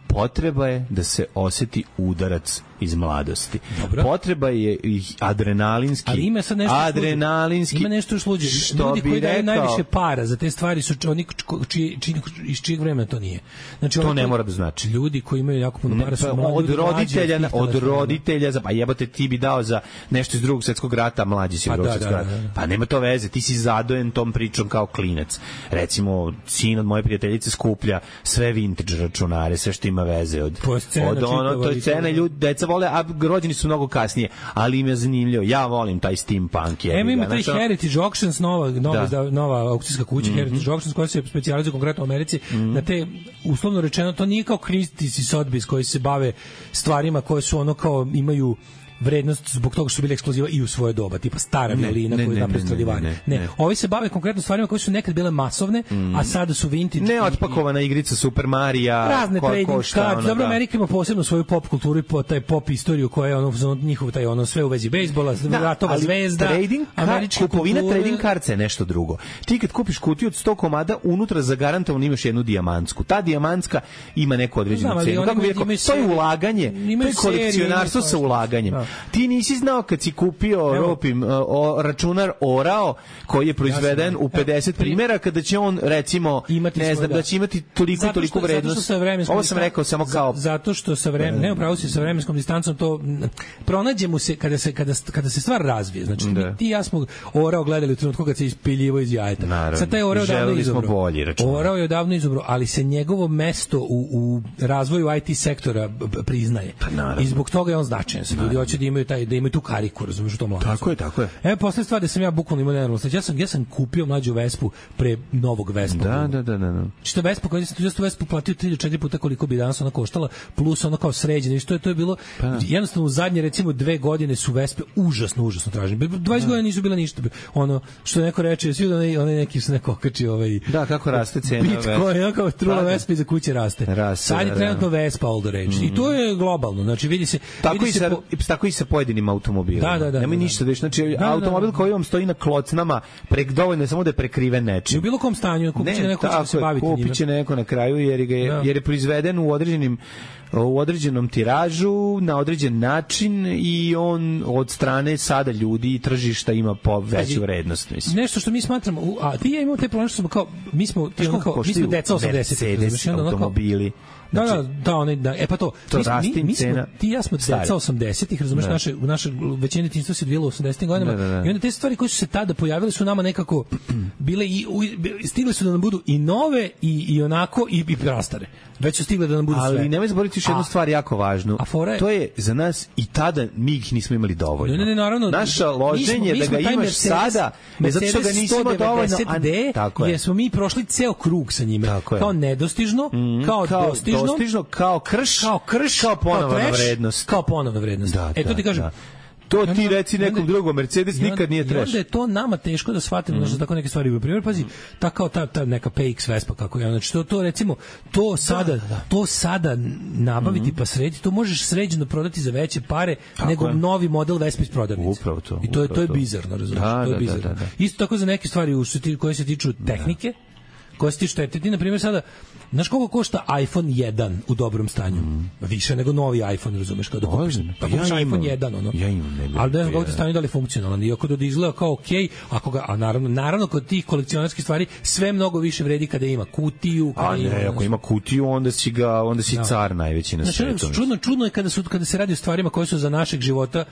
Speaker 7: potreba je da se oseti udarac iz mladosti.
Speaker 6: Dobro.
Speaker 7: Potreba je i adrenalinski.
Speaker 6: Ali ima sad nešto još luđe.
Speaker 7: adrenalinski.
Speaker 6: Ima nešto još luđe.
Speaker 7: Što
Speaker 6: Ljudi koji
Speaker 7: bi
Speaker 6: daju
Speaker 7: rekao,
Speaker 6: najviše para za te stvari su č- oni č- ko- čiji, čiji, iz čijeg vremena to nije. Znači,
Speaker 7: to
Speaker 6: oni
Speaker 7: ne
Speaker 6: koji-
Speaker 7: mora da znači.
Speaker 6: Ljudi koji imaju jako puno
Speaker 7: Ne,
Speaker 6: para
Speaker 7: pa
Speaker 6: su mladi,
Speaker 7: od
Speaker 6: ljudi mlađi
Speaker 7: roditelja,
Speaker 6: tih
Speaker 7: od
Speaker 6: telefona.
Speaker 7: roditelja, za, pa jebote ti bi dao za nešto iz drugog svetskog rata, a mlađi si od
Speaker 6: Pa
Speaker 7: drugog
Speaker 6: da, da,
Speaker 7: svetskog rata.
Speaker 6: da, da.
Speaker 7: Pa nema to veze, ti si zadojen tom pričom kao klinac. Recimo, sin od moje prijateljice skuplja sve vintage računare, sve što ima veze od,
Speaker 6: To je scena
Speaker 7: od ono,
Speaker 6: čitava
Speaker 7: to
Speaker 6: i
Speaker 7: je
Speaker 6: to
Speaker 7: cena,
Speaker 6: je-
Speaker 7: ljudi, deca vole, a rođeni su mnogo kasnije, ali im je zanimljivo. Ja volim taj steampunk. jebi
Speaker 6: Em
Speaker 7: ga,
Speaker 6: ima taj
Speaker 7: znaš, ono-
Speaker 6: Heritage Auctions, nova, nova,
Speaker 7: Da. Mhm.
Speaker 6: da. nova aukcijska kuća Heritage Auctions koja se specijalizuje konkretno u Americi na te, uslovno rečeno, to nije kao Christie's i Sotheby's koji se bave stvarima koje su ono kao imaju vrednost zbog toga što su bili ekskluziva i u svoje doba, tipa stara
Speaker 7: Ne,
Speaker 6: violina
Speaker 7: ne,
Speaker 6: koju je
Speaker 7: ne,
Speaker 6: napravio
Speaker 7: ne, ne,
Speaker 6: Stradivari.
Speaker 7: ne, ne, Mhm. ne.
Speaker 6: ovi se bave konkretno stvarima koje su nekad bile masovne, a sada su vintage. i-
Speaker 7: Neotpakovana igrica Super Marija,
Speaker 6: razne
Speaker 7: koja
Speaker 6: trading
Speaker 7: košta,
Speaker 6: cards.
Speaker 7: ono,
Speaker 6: Dobro,
Speaker 7: da.
Speaker 6: Amerika ima posebno svoju pop kulturu i po, taj pop istoriju koja je ono, ono njihov taj ono sve u vezi bejsbola, da, ratova
Speaker 7: ali
Speaker 6: zvezda,
Speaker 7: trading, ka-
Speaker 6: američke
Speaker 7: kupovina
Speaker 6: kulture.
Speaker 7: trading karce je nešto drugo. Ti kad kupiš kutiju od 100 komada, unutra zagarantovano imaš jednu dijamantsku. Ta dijamantska ima neku određenu
Speaker 6: Znam, Da, ali
Speaker 7: cenu.
Speaker 6: oni
Speaker 7: Kako bi
Speaker 6: imaju-
Speaker 7: rekao,
Speaker 6: imaju
Speaker 7: to je
Speaker 6: seriju-
Speaker 7: ulaganje, to
Speaker 6: imaju
Speaker 7: je
Speaker 6: seriju,
Speaker 7: kolekcionarstvo
Speaker 6: imaju
Speaker 7: sa ulaganjem.
Speaker 6: svašta.
Speaker 7: Ti nisi znao kad si kupio ropim, e, o, računar Orao, koji je proizveden u 50 primjera, kada će on, recimo,
Speaker 6: Imati
Speaker 7: ne
Speaker 6: svoj,
Speaker 7: znam,
Speaker 6: da.
Speaker 7: da će imati toliko, toliko vrednost.
Speaker 6: sa vremenskom
Speaker 7: Ovo sam
Speaker 6: distan-
Speaker 7: rekao samo kao Da.
Speaker 6: za- zato što sa vremenom ne upravo si sa vremenskom distancom to n- pronađe mu se kada se kada kada se stvar razvije znači
Speaker 7: Da.
Speaker 6: mi, ti i ja smo orao gledali u trenutku kad se ispiljivo iz jajeta
Speaker 7: Naravno.
Speaker 6: sad taj orao
Speaker 7: I
Speaker 6: odavno
Speaker 7: želeli smo
Speaker 6: izobro
Speaker 7: bolji računar.
Speaker 6: orao je odavno izobro ali se njegovo mesto u, u razvoju IT sektora b- b- priznaje
Speaker 7: Pa naravno.
Speaker 6: i zbog toga je on značajan se ljudi hoće osjećaj da imaju taj da imaju tu kariku, razumeš, u tom lancu.
Speaker 7: Tako je, tako je.
Speaker 6: E, posle stvar da sam ja bukvalno imao nervno osjećaj. Ja sam, ja sam kupio mlađu Vespu pre novog Vespa.
Speaker 7: Da, da, da, da. da.
Speaker 6: Čita Vespa koja sam tu istu Vespu platio 3 ili 4 puta koliko bi danas ona koštala, plus ono kao sređeno i što je to je bilo. Pa.
Speaker 7: da.
Speaker 6: Jednostavno u zadnje recimo dve godine su Vespe užasno, užasno tražene. 20 da. godina nisu bila ništa. Ono što neko reče, svi da onaj, onaj neki se neko okači ovaj.
Speaker 7: Da, kako raste cena
Speaker 6: Bitcoin,
Speaker 7: Vespe.
Speaker 6: ja kao trula
Speaker 7: Pa da.
Speaker 6: Vespa iza kuće raste.
Speaker 7: Raste,
Speaker 6: Sad
Speaker 7: da,
Speaker 6: je
Speaker 7: da.
Speaker 6: trenutno Vespa all the rage. I to je globalno. Znači vidi se
Speaker 7: Tako
Speaker 6: vidi
Speaker 7: i,
Speaker 6: se
Speaker 7: sa,
Speaker 6: po-
Speaker 7: i- tako i sa pojedinim automobilima.
Speaker 6: Da, da, da,
Speaker 7: Nemoj
Speaker 6: da, da.
Speaker 7: ništa da ješ. Znači,
Speaker 6: da, da.
Speaker 7: automobil koji vam stoji na klocnama, prek, dovoljno je samo da je prekriven
Speaker 6: I u
Speaker 7: nečim.
Speaker 6: bilo kom stanju, kupit će ga neko ko će se
Speaker 7: je,
Speaker 6: baviti njime.
Speaker 7: kupit će neko na kraju jer, ga je,
Speaker 6: Da.
Speaker 7: jer je proizveden u određenim u određenom tiražu, na određen način i on od strane sada ljudi i tržišta ima po veću
Speaker 6: Pazi,
Speaker 7: vrednost, mislim.
Speaker 6: Nešto što mi smatramo, u- a ti i ja imamo te probleme što smo kao, mi smo, ti
Speaker 7: Znaš
Speaker 6: ono
Speaker 7: koliko
Speaker 6: kao, mi smo
Speaker 7: koštaju
Speaker 6: deca 80.
Speaker 7: Mercedes,
Speaker 6: razumiješ, ono kao,
Speaker 7: automobili.
Speaker 6: Da, da, da, onaj, da, e pa to.
Speaker 7: Znači, To
Speaker 6: mi, smo-
Speaker 7: raste
Speaker 6: mi,
Speaker 7: im
Speaker 6: mi smo,
Speaker 7: cena.
Speaker 6: ti i ja smo deca
Speaker 7: Stari.
Speaker 6: 80-ih, razumeš,
Speaker 7: Da.
Speaker 6: naše, naše većina detinjstva se odvijela u 80-im godinama.
Speaker 7: Da, da, da.
Speaker 6: I onda te stvari koje su se tada pojavile su nama nekako bile i u, stigle su da nam budu i nove i, i onako i, i prastare. Već su stigle da nam budu sve.
Speaker 7: Ali nemoj zaboraviti još jednu
Speaker 6: A-
Speaker 7: stvar jako važnu.
Speaker 6: a fora je-
Speaker 7: To je za nas i tada mi ih nismo imali dovoljno.
Speaker 6: Ne, ne, ne, naravno.
Speaker 7: Naša loženje
Speaker 6: mi smo- mi smo
Speaker 7: da ga
Speaker 6: taj
Speaker 7: imaš
Speaker 6: Mercedes-
Speaker 7: sada je zato što ga
Speaker 6: Mercedes
Speaker 7: nisi imao dovoljno. a-
Speaker 6: 190D,
Speaker 7: tako je.
Speaker 6: jer smo mi prošli ceo krug sa njime.
Speaker 7: je. Mhm,
Speaker 6: Kao nedostižno, kao,
Speaker 7: kao
Speaker 6: dostižno,
Speaker 7: dostižno, kao krš,
Speaker 6: kao krš,
Speaker 7: kao ponovna
Speaker 6: trash,
Speaker 7: vrednost.
Speaker 6: Kao ponovna vrednost.
Speaker 7: Da,
Speaker 6: e, to
Speaker 7: da,
Speaker 6: ti kažem,
Speaker 7: da. To ti reci
Speaker 6: onda-
Speaker 7: nekom drugom, Mercedes
Speaker 6: i onda-
Speaker 7: nikad nije
Speaker 6: i
Speaker 7: treš. Mhm.
Speaker 6: Onda je to nama teško da shvatimo, mm -hmm. tako neke stvari. Na primjer, pazi, ta kao ta, ta neka PX Vespa kako je, znači to, to recimo,
Speaker 7: Da,
Speaker 6: to sada, to sada nabaviti pa srediti, to možeš sređeno prodati za veće pare
Speaker 7: Mhm. Tako
Speaker 6: nego
Speaker 7: je.
Speaker 6: novi model Vespa iz prodavnice.
Speaker 7: Upravo to,
Speaker 6: I to je, to je
Speaker 7: upravo to.
Speaker 6: bizarno, razumiješ?
Speaker 7: Da,
Speaker 6: to je
Speaker 7: da, da,
Speaker 6: bizarno.
Speaker 7: da, da.
Speaker 6: Isto tako za neke stvari u- što ti- koje se tiču tehnike, koje se tiču tehnike. Ti, na primjer, sada, znaš koliko košta iPhone 1 u dobrom stanju? Više nego novi iPhone, razumeš, kada kupiš.
Speaker 7: Mhm. Ozbiljno?
Speaker 6: Pa
Speaker 7: Pa ja
Speaker 6: kupiš
Speaker 7: imam-
Speaker 6: iPhone 1, ono.
Speaker 7: ja imam, ne bi-
Speaker 6: Ali da ne znam kako ti
Speaker 7: ja-
Speaker 6: stanje da li je funkcionalan. I ako da izgleda kao ok, ako ga, a naravno, naravno kod tih kolekcionarskih stvari sve mnogo više vredi kada ima kutiju. Kada
Speaker 7: A ne, ako ima kutiju, onda si ga, onda si
Speaker 6: Da.
Speaker 7: car najveći na
Speaker 6: Znači, ono,
Speaker 7: svetu.
Speaker 6: čudno, čudno je kada, su, kada se radi o stvarima koje su za našeg života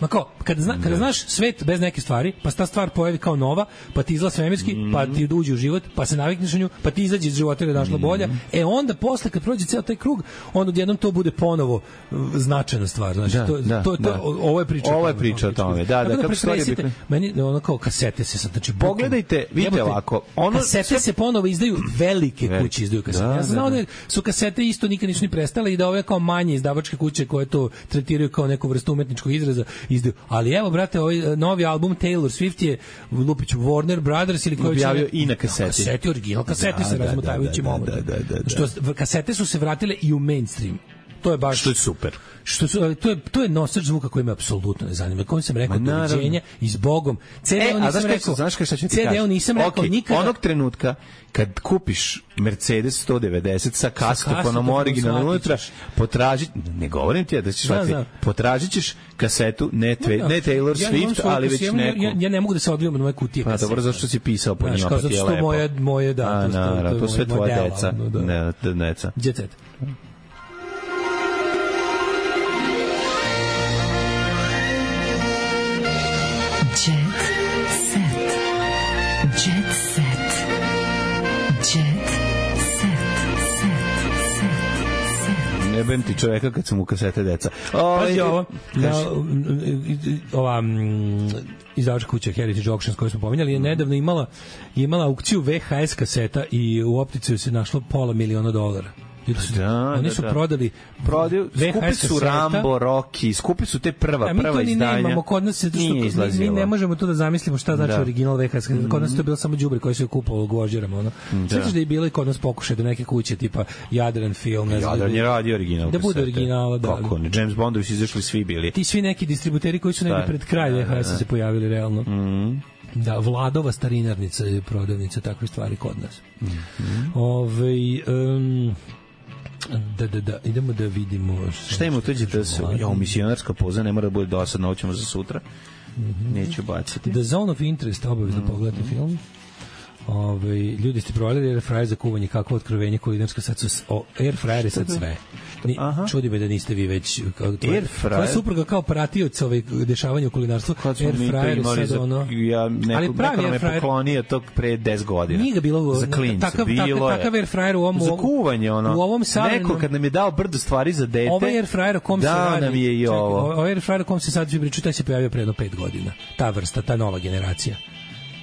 Speaker 6: Ma kao, kada, zna,
Speaker 7: Da.
Speaker 6: kada znaš svet bez neke stvari, pa se ta stvar pojavi kao nova, pa ti izla svemirski, pa
Speaker 7: Mhm.
Speaker 6: ti uđe u život, pa se navikneš na nju, pa ti izađe iz života jer je našla bolja. E onda posle, kad prođe ceo taj krug, onda odjednom to bude ponovo uh, značajna stvar. Znači,
Speaker 7: Da,
Speaker 6: to,
Speaker 7: da,
Speaker 6: to, to,
Speaker 7: da.
Speaker 6: o- ovo je priča. o
Speaker 7: Ovo je
Speaker 6: tome,
Speaker 7: priča o tome, da, da,
Speaker 6: Tako
Speaker 7: kako stvari
Speaker 6: pretresite.
Speaker 7: bitne.
Speaker 6: Meni, ono kao kasete se sad, znači, bukvalno-
Speaker 7: Pogledajte, vidite
Speaker 6: Jebote,
Speaker 7: ovako, ono-
Speaker 6: kasete
Speaker 7: sve-
Speaker 6: se ponovo izdaju, velike
Speaker 7: Velike.
Speaker 6: kuće izdaju kasete.
Speaker 7: Da,
Speaker 6: ja sam znao
Speaker 7: da,
Speaker 6: da
Speaker 7: da.
Speaker 6: je su kasete isto nikad nisu ni prestale i da ove kao manje izdavačke kuće koje to tretiraju kao neku vrstu umetničkog izraza izdaju. Ali evo, brate, ovaj eh, novi album Taylor Swift je Lupić Warner Brothers ili koji da-
Speaker 7: Objavio i na kaseti.
Speaker 6: Kaseti, original kasete
Speaker 7: Da,
Speaker 6: se
Speaker 7: da,
Speaker 6: razmotavajući
Speaker 7: da, da,
Speaker 6: moment.
Speaker 7: da, da, da, da.
Speaker 6: Što s- v- kasete su se vratile i u mainstream. To je baš
Speaker 7: Što je super.
Speaker 6: što su, ali to je to je nosač zvuka koji me apsolutno ne zanima. Kojim sam rekao
Speaker 7: Ma, naravno.
Speaker 6: doviđenja i s Bogom.
Speaker 7: E,
Speaker 6: CD-u
Speaker 7: a
Speaker 6: nisam
Speaker 7: znaš
Speaker 6: rekao.
Speaker 7: kako, znaš kako šta ću ti
Speaker 6: CD-u
Speaker 7: kažem?
Speaker 6: nisam rekao
Speaker 7: Okej,
Speaker 6: nikada.
Speaker 7: Onog trenutka kad kupiš Mercedes 190 sa kastofonom
Speaker 6: kastofonom,
Speaker 7: originalno
Speaker 6: shvatit
Speaker 7: unutra, potraži, ne govorim ti ja da ćeš
Speaker 6: Znam,
Speaker 7: shvatiti,
Speaker 6: znam.
Speaker 7: potražit ćeš kasetu, ne, tve,
Speaker 6: Da,
Speaker 7: ne Taylor
Speaker 6: ja nemam
Speaker 7: Swift,
Speaker 6: svoju
Speaker 7: ali već
Speaker 6: kasiju, ja- Ja,
Speaker 7: neku.
Speaker 6: ja ne mogu da se odbijem od moje kutije.
Speaker 7: Pa
Speaker 6: kaseta.
Speaker 7: dobro, zašto si pisao po
Speaker 6: Znaš,
Speaker 7: njima,
Speaker 6: kao,
Speaker 7: pa ti
Speaker 6: zato
Speaker 7: je
Speaker 6: što
Speaker 7: lepo.
Speaker 6: moje- moje, da,
Speaker 7: A,
Speaker 6: to su- to-
Speaker 7: naravno,
Speaker 6: to je
Speaker 7: to sve
Speaker 6: moje
Speaker 7: tvoja
Speaker 6: modela,
Speaker 7: deca.
Speaker 6: ono, da.
Speaker 7: Ne, te deca.
Speaker 6: Jet set.
Speaker 5: Jet set. Jet set. Jet
Speaker 7: Ne bem ti čoveka kad su mu kasete deca. Ovaj,
Speaker 6: Pazi ovo. Na,
Speaker 7: kaži.
Speaker 6: ova mm, izdavačka kuća Heritage Auctions koju smo pominjali je
Speaker 7: Mhm.
Speaker 6: nedavno imala imala aukciju VHS kaseta i u opticaju se našlo pola miliona dolara. Ljudi su-
Speaker 7: Da,
Speaker 6: oni
Speaker 7: da,
Speaker 6: su
Speaker 7: da.
Speaker 6: prodali
Speaker 7: Prodaju, skupi su
Speaker 6: kaseta.
Speaker 7: Rambo, Rocky, skupi su te prva,
Speaker 6: A mi
Speaker 7: prva
Speaker 6: to ni
Speaker 7: Pa izdanja.
Speaker 6: nemamo, kod nas je to
Speaker 7: Nije
Speaker 6: što, mi, mi
Speaker 7: izlazilo.
Speaker 6: ne možemo to da zamislimo šta znači
Speaker 7: Da.
Speaker 6: original VHS. kaseta. Kod nas je to bilo samo đubre koje se je kupalo u gvožđerama. Ono. Da. Sveći da je bilo i kod nas pokušaj da neke kuće tipa Jadran film. Ne znam,
Speaker 7: Jadran je radio original.
Speaker 6: Da bude
Speaker 7: kasete.
Speaker 6: originala, da.
Speaker 7: Kako ne, James Bondovi su izašli svi bili.
Speaker 6: ti svi neki distributeri koji su negde
Speaker 7: Da.
Speaker 6: pred kraj
Speaker 7: Da, da,
Speaker 6: VHS-a
Speaker 7: da. Mhm.
Speaker 6: se pojavili realno. Da, Vladova starinarnica je prodavnica takve stvari kod nas.
Speaker 7: Mhm.
Speaker 6: Ove, um, da, da, da, idemo da vidimo...
Speaker 7: Šta ima u tuđi TS? Jo, misionarska poza ne mora da bude dosadna, ovo
Speaker 6: Mhm.
Speaker 7: ćemo za sutra. Neću
Speaker 6: Da,
Speaker 7: baciti. Mhm.
Speaker 6: The Zone of Interest, obavezno pogledati film. Ove, ljudi ste provali air fryer za kuvanje, kako otkrovenje kulinarsko, sad su s- o, air fryer je sad sve. Ni, čudi me da niste vi već... Kao, tvoja,
Speaker 7: Air fryer?
Speaker 6: Tvoja supruga kao pratioc ovaj dešavanja u kulinarstvu,
Speaker 7: smo
Speaker 6: air
Speaker 7: mi to
Speaker 6: fryer
Speaker 7: imali
Speaker 6: je sad
Speaker 7: za-
Speaker 6: ono...
Speaker 7: ja neko-
Speaker 6: ali pravi
Speaker 7: neko nam je
Speaker 6: air fryer-
Speaker 7: poklonio to pre 10 godina.
Speaker 6: Nije ga bilo
Speaker 7: za klince.
Speaker 6: takav-
Speaker 7: bilo
Speaker 6: takav-
Speaker 7: je.
Speaker 6: takav air fryer u ovom-
Speaker 7: za kuvanje ono.
Speaker 6: u ovom savremenom-
Speaker 7: Neko kad nam je dao brdo stvari za dete.
Speaker 6: Ovaj air fryer o kom se
Speaker 7: dao
Speaker 6: radi.
Speaker 7: Da, nam je i
Speaker 6: čekaj,
Speaker 7: ovo.
Speaker 6: o- Ovaj air fryer o kom se sad priču, taj se pojavio pre jedno 5 godina. Ta vrsta, ta nova generacija.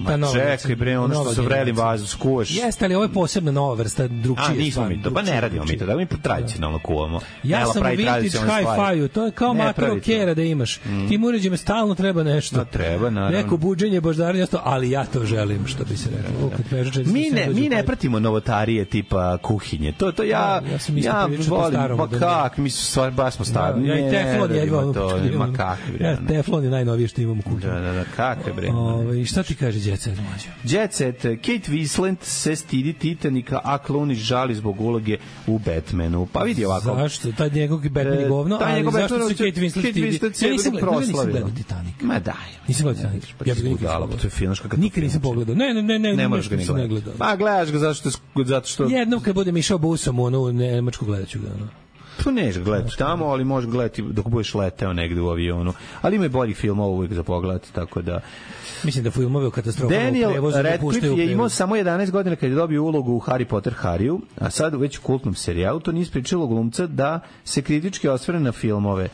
Speaker 6: Pa
Speaker 7: Ma Pa čekaj bre, ono što
Speaker 6: nova
Speaker 7: se vreli
Speaker 6: generacija.
Speaker 7: vazu skuvaš.
Speaker 6: Jeste, ali ovo je posebna nova vrsta,
Speaker 7: A,
Speaker 6: drugčije.
Speaker 7: nismo
Speaker 6: stvar,
Speaker 7: mi to, pa ne
Speaker 6: drugčije,
Speaker 7: radimo mi to,
Speaker 6: drugčije.
Speaker 7: da mi tradicionalno kuvamo.
Speaker 6: Ja
Speaker 7: Nela
Speaker 6: sam
Speaker 7: pravi
Speaker 6: vintage
Speaker 7: tradicionalne
Speaker 6: high
Speaker 7: stvari.
Speaker 6: five to je kao
Speaker 7: Ne
Speaker 6: matro
Speaker 7: pravi to.
Speaker 6: kjera da imaš.
Speaker 7: Mm.
Speaker 6: Tim uređima stalno treba nešto.
Speaker 7: Da, treba, naravno.
Speaker 6: Neko buđenje, boždarenje, ostalo, ali ja to želim, što bi se rekao. O, kad pežače,
Speaker 7: Mi
Speaker 6: sve
Speaker 7: ne,
Speaker 6: da dođe pa-
Speaker 7: mi
Speaker 6: u
Speaker 7: ne pratimo novotarije tipa kuhinje. To to ja
Speaker 6: Da, ja
Speaker 7: ja,
Speaker 6: sam isto prilično po
Speaker 7: volim
Speaker 6: starom,
Speaker 7: pa
Speaker 6: da ne-
Speaker 7: kak, mi su stvar baš smo starni.
Speaker 6: Da, ja i
Speaker 7: ne
Speaker 6: teflon
Speaker 7: radimo
Speaker 6: jedva, ono,
Speaker 7: to,
Speaker 6: pučka,
Speaker 7: ma
Speaker 6: ono,
Speaker 7: kakvi bre.
Speaker 6: Ja, teflon je najnovije što imam u kuću.
Speaker 7: Da, da, da, kakve bre.
Speaker 6: Ove, šta ti kaže djeca mlađe?
Speaker 7: Jet Set, Kate Winslet se stidi Titanika, a Clooney žali zbog uloge u Batmanu. Pa vidi ovako.
Speaker 6: Zašto? Taj njegov Batman je
Speaker 7: E,
Speaker 6: govno,
Speaker 7: taj
Speaker 6: ali
Speaker 7: njegov
Speaker 6: zašto
Speaker 7: Batman
Speaker 6: su
Speaker 7: je-
Speaker 6: Kate Winslet
Speaker 7: Kate
Speaker 6: i Vin-
Speaker 7: Winslet
Speaker 6: Ja
Speaker 7: je
Speaker 6: nisam gledao, nisam
Speaker 7: proslavila.
Speaker 6: gledao Titanic.
Speaker 7: Ma daj.
Speaker 6: Nisam gledao Titanic. Ja bih ga nikad
Speaker 7: Budala,
Speaker 6: nisam
Speaker 7: pa to je filmska
Speaker 6: gledao. Nikad nisam
Speaker 7: katastrofa.
Speaker 6: pogledao. Ne, ne, ne, ne,
Speaker 7: Ne moraš ga ni Pa,
Speaker 6: nisam
Speaker 7: gledati.
Speaker 6: gledao.
Speaker 7: Ma gledaš ga zato što zato što
Speaker 6: Jednom kad budem išao busom u onu Nemačku gledat ću ga. Ono.
Speaker 7: Tu neš gledati tamo, ali možeš gledati dok budeš leteo negde u avionu. Ali ima i boljih filmova uvijek za pogledati, tako da...
Speaker 6: Mislim da filmove o katastrofama u
Speaker 7: Daniel
Speaker 6: prevozu ne
Speaker 7: Radcliffe
Speaker 6: puštaju u
Speaker 7: je imao
Speaker 6: prevozu.
Speaker 7: samo 11 godina kad je dobio ulogu u Harry Potter Harryu, a sad u već kultnom serijalu to nije spričalo glumca da se kritički osvrne na filmove.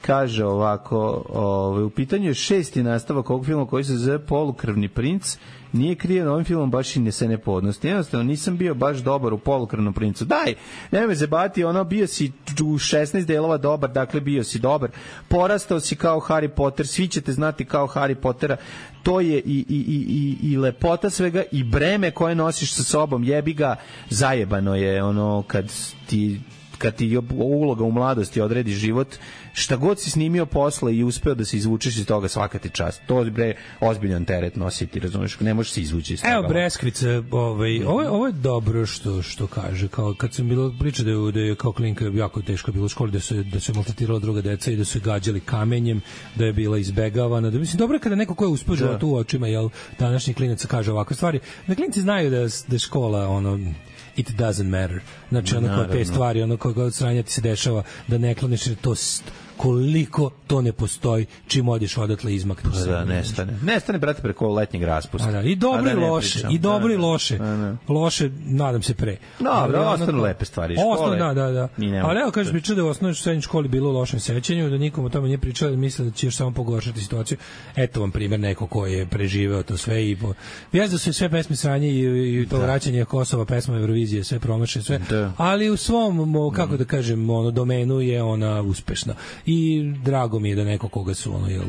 Speaker 7: Kaže ovako, ovaj, u pitanju je šesti nastavak ovog filma koji se zove Polukrvni princ, nije krijen ovim filmom baš i ne se ne podnosti. Jednostavno nisam bio baš dobar u polukrvnom princu. Daj, nemoj me zebati, ono bio si u 16 delova dobar, dakle bio si dobar. Porastao si kao Harry Potter, svi ćete znati kao Harry Pottera. To je i, i, i, i, i lepota svega i breme koje nosiš sa sobom, jebi ga, zajebano je ono kad ti kad ti uloga u mladosti odredi život, šta god si snimio posle i uspeo da se izvučeš iz toga svaka ti čast. To bre ozbiljan teret nositi, razumeš, ne možeš se izvući iz toga.
Speaker 6: Evo Breskvica, ovaj,
Speaker 7: Mhm.
Speaker 6: ovo, je- ovo je dobro što što kaže, kao kad sam bilo priča da je, da je kao klinka jako teško bilo u školi, da se, da se maltretirala druga deca i da su je gađali kamenjem, da je bila izbegavana, da mislim, dobro je kada neko ko je uspeo
Speaker 7: Da.
Speaker 6: da. tu u očima, jel, današnji klinac kaže ovakve stvari, da klinci znaju da, s- da je škola, ono, it doesn't matter. Znači, ono kao te
Speaker 7: Naravno.
Speaker 6: stvari, ono kao god sranja ti se dešava, da ne kloniš, jer to s- koliko to ne postoji, čim odeš odatle izmakneš
Speaker 7: Pa
Speaker 6: se.
Speaker 7: da, nestane. Nestane, brate, preko letnjeg raspusta.
Speaker 6: Pa da, I
Speaker 7: A
Speaker 6: dobro
Speaker 7: da
Speaker 6: i
Speaker 7: ne
Speaker 6: loše,
Speaker 7: pričam.
Speaker 6: i dobro
Speaker 7: Da,
Speaker 6: i
Speaker 7: da.
Speaker 6: loše.
Speaker 7: Da, da.
Speaker 6: Loše, nadam se pre.
Speaker 7: Dobro,
Speaker 6: Ali ono
Speaker 7: ostanu
Speaker 6: kao-
Speaker 7: lepe stvari,
Speaker 6: Ostanu, da,
Speaker 7: škole.
Speaker 6: da, da.
Speaker 7: Mi nemamo
Speaker 6: Ali evo, kažeš,
Speaker 7: to.
Speaker 6: pričao da je u osnovnoj i srednjoj školi bilo u lošem sećanju, da nikom o tome nije pričao, da misle da će još samo pogoršati situaciju. Eto vam primer neko ko je preživeo to sve i po... Vjez da su i sve pesme sranje i, i to vraćanje Kosova, pesma Eurovizije, sve promaše, sve.
Speaker 7: Da.
Speaker 6: Ali u svom, mo- kako da kažem, ono, domenu je ona uspešna. I drago mi je da neko koga su, ono, jel,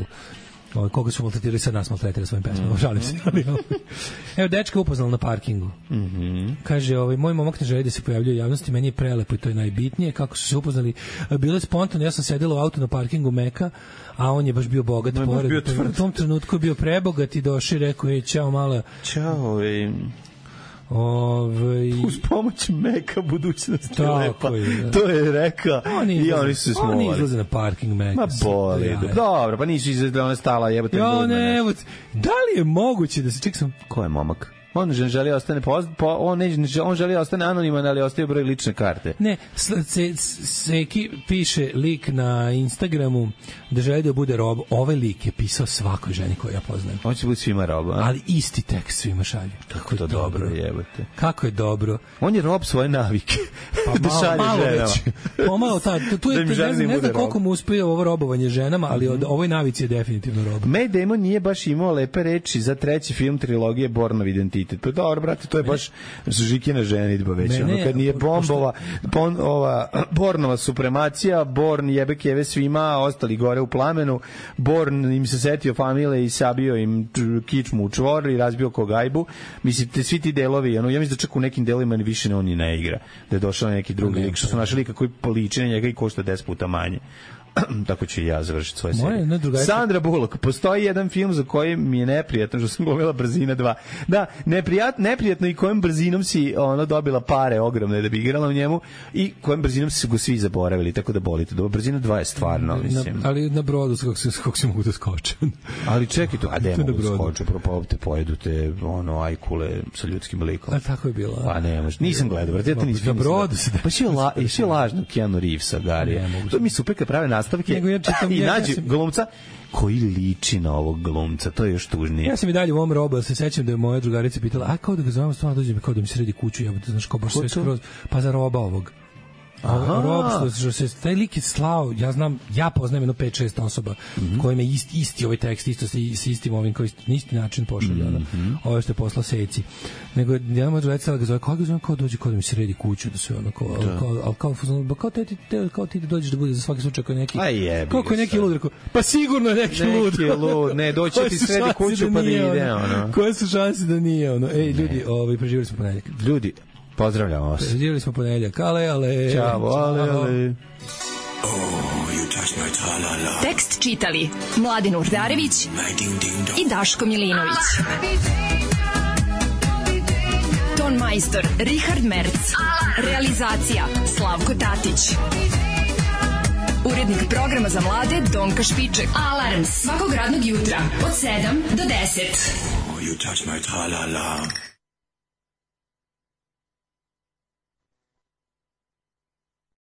Speaker 6: Ovaj, koga su maltretirali, sad nas maltretira svojim
Speaker 7: Mm.
Speaker 6: pesmama, žalim se. Ali, ovaj, evo, dečka upoznala na parkingu.
Speaker 7: Mhm.
Speaker 6: Kaže, ovaj, moj momak ne želi da se pojavljuje u javnosti, meni je prelepo i to je najbitnije. Kako su se upoznali, E, bilo je spontano, ja sam sedela u autu na parkingu Meka, a on je baš bio bogat
Speaker 7: je baš
Speaker 6: pored.
Speaker 7: bio
Speaker 6: u
Speaker 7: tvrd.
Speaker 6: tom trenutku je bio prebogat i došao i rekao, ej, čao, mala,
Speaker 7: Ćao, ej.
Speaker 6: ovaj,
Speaker 7: Uz pomoć meka budućnost je
Speaker 6: Tako
Speaker 7: lepa.
Speaker 6: je, da.
Speaker 7: To je reka i oni su se
Speaker 6: Oni
Speaker 7: smovali.
Speaker 6: izlaze na parking Meka.
Speaker 7: Ma Pa boli.
Speaker 6: super, jaja.
Speaker 7: Dobro, pa nisu izlaze, ona je stala jebate.
Speaker 6: Ja,
Speaker 7: ludna,
Speaker 6: ne,
Speaker 7: nešto.
Speaker 6: evo, da li je moguće da se, čekaj sam,
Speaker 7: Ko je momak? On žel- želi ostane poz, po, on ne, ne- on želi ostane anoniman, ali ostaje broj lične karte.
Speaker 6: Ne, sl- se, Seki piše lik na Instagramu da želi da bude rob. Ovaj lik je pisao svakoj ženi koju ja poznajem.
Speaker 7: On će biti svima roba. a?
Speaker 6: Ali isti tekst svima šalje. Kako je
Speaker 7: to dobro, jebote.
Speaker 6: Kako je dobro.
Speaker 7: On je rob svoje navike.
Speaker 6: Pa
Speaker 7: da
Speaker 6: malo,
Speaker 7: šalje
Speaker 6: malo
Speaker 7: ženama.
Speaker 6: već. Pomalo ta, tu- tu je,
Speaker 7: Da im
Speaker 6: ne
Speaker 7: žena
Speaker 6: znam,
Speaker 7: ne
Speaker 6: ne znam
Speaker 7: bude
Speaker 6: koliko
Speaker 7: rob. Mhm.
Speaker 6: mu uspio ovo robovanje ženama, ali od ovoj navici je definitivno rob.
Speaker 7: Matt Damon nije baš imao lepe reči za treći film trilogije Bornov identitet. Pa dobro, brate, to je baš Žikina ženitba već.
Speaker 6: Mene-
Speaker 7: ono, kad nije bombova, bon, ova, Bornova supremacija, Born jebe kjeve svima, a ostali gore u plamenu, Born im se setio familije i sabio im č- kičmu u čvor i razbio kogajbu. Mislim, te, svi ti delovi, ono, ja mislim da čak u nekim delovima ni više ne on i ne igra. Da je došao neki drugi lik, što su našli lika koji poliči na njega i košta 10 puta manje. tako ću i ja završiti svoje
Speaker 6: Moja
Speaker 7: serije.
Speaker 6: jedna drugarica-
Speaker 7: Sandra Bullock, postoji jedan film za koji mi je neprijatno što sam glumila brzina 2. Da, neprijat, neprijatno i kojom brzinom si ona dobila pare ogromne da bi igrala u njemu i kojom brzinom su ga svi zaboravili, tako da bolite. Dobro, brzina 2 je stvarno, mislim.
Speaker 6: Na, ali na brodu s kako se, kako se mogu da skoče.
Speaker 7: Ali čekaj to, a
Speaker 6: To
Speaker 7: gde
Speaker 6: je
Speaker 7: mogu
Speaker 6: dobro.
Speaker 7: da skoče, propao te pojedu te, ono, ajkule sa ljudskim likom.
Speaker 6: A tako je bilo.
Speaker 7: Pa ne, možda. Nisam gledao, brate, ja to nisam.
Speaker 6: Na
Speaker 7: nisam
Speaker 6: brodu
Speaker 7: gledao.
Speaker 6: se da-
Speaker 7: Pa što je, la, što je lažno Keanu Reevesa, Gari? To mi super kad prave nastavke
Speaker 6: Nego ja čitam-
Speaker 7: i
Speaker 6: ja- ja
Speaker 7: nađu
Speaker 6: sam-
Speaker 7: glumca koji liči na ovog glumca. To je još tužnije.
Speaker 6: Ja sam i dalje u ovom robu, ja se sećam da je moja drugarica pitala, a kao da ga zovem, stvarno dođe mi kao da mi sredi kuću, ja znaš kao baš sve skroz, pa za roba ovog.
Speaker 7: Aha.
Speaker 6: A, rob što, što se taj lik je slao, ja znam, ja poznajem jedno 5-6 osoba mm
Speaker 7: Mhm.
Speaker 6: -hmm. kojima je isti, isti ovaj tekst, isto se s istim ovim, koji na isti način pošalje mm
Speaker 7: Mhm.
Speaker 6: -hmm. ovo što je poslao Seci. Nego jedan moj drugarica ga zove, kao ga zovem, kao dođe kao da mi sredi kuću, da sve ono kao, da. kao, al kao, kao, kao, kao, te, ti- te, kao ti dođeš da bude za svaki slučaj kao neki,
Speaker 7: A Pa jebi
Speaker 6: kao
Speaker 7: ga
Speaker 6: koji neki
Speaker 7: sad.
Speaker 6: lud, rekao, pa sigurno je neki,
Speaker 7: Neki
Speaker 6: lud.
Speaker 7: je lud, ne, doći
Speaker 6: Koje
Speaker 7: ti
Speaker 6: su
Speaker 7: sredi
Speaker 6: šanse
Speaker 7: kuću pa da
Speaker 6: nije
Speaker 7: ide, ono.
Speaker 6: Koje su šanse da nije ono? Ej, ljudi, ovaj, preživjeli smo ponedjeljak.
Speaker 7: Ljudi, pozdravljam vas.
Speaker 6: Preživjeli smo ponedjeljak. Ale, ale.
Speaker 7: Ćao, ale, ale.
Speaker 5: Tekst čitali Mladin Urdarević i Daško Milinović. Ton majstor Richard Merc. Realizacija Slavko Tatić. Urednik programa za mlade Donka Špiček. Alarms svakog radnog jutra od 7 do 10.
Speaker 13: Oh, you touch my tra-la-la.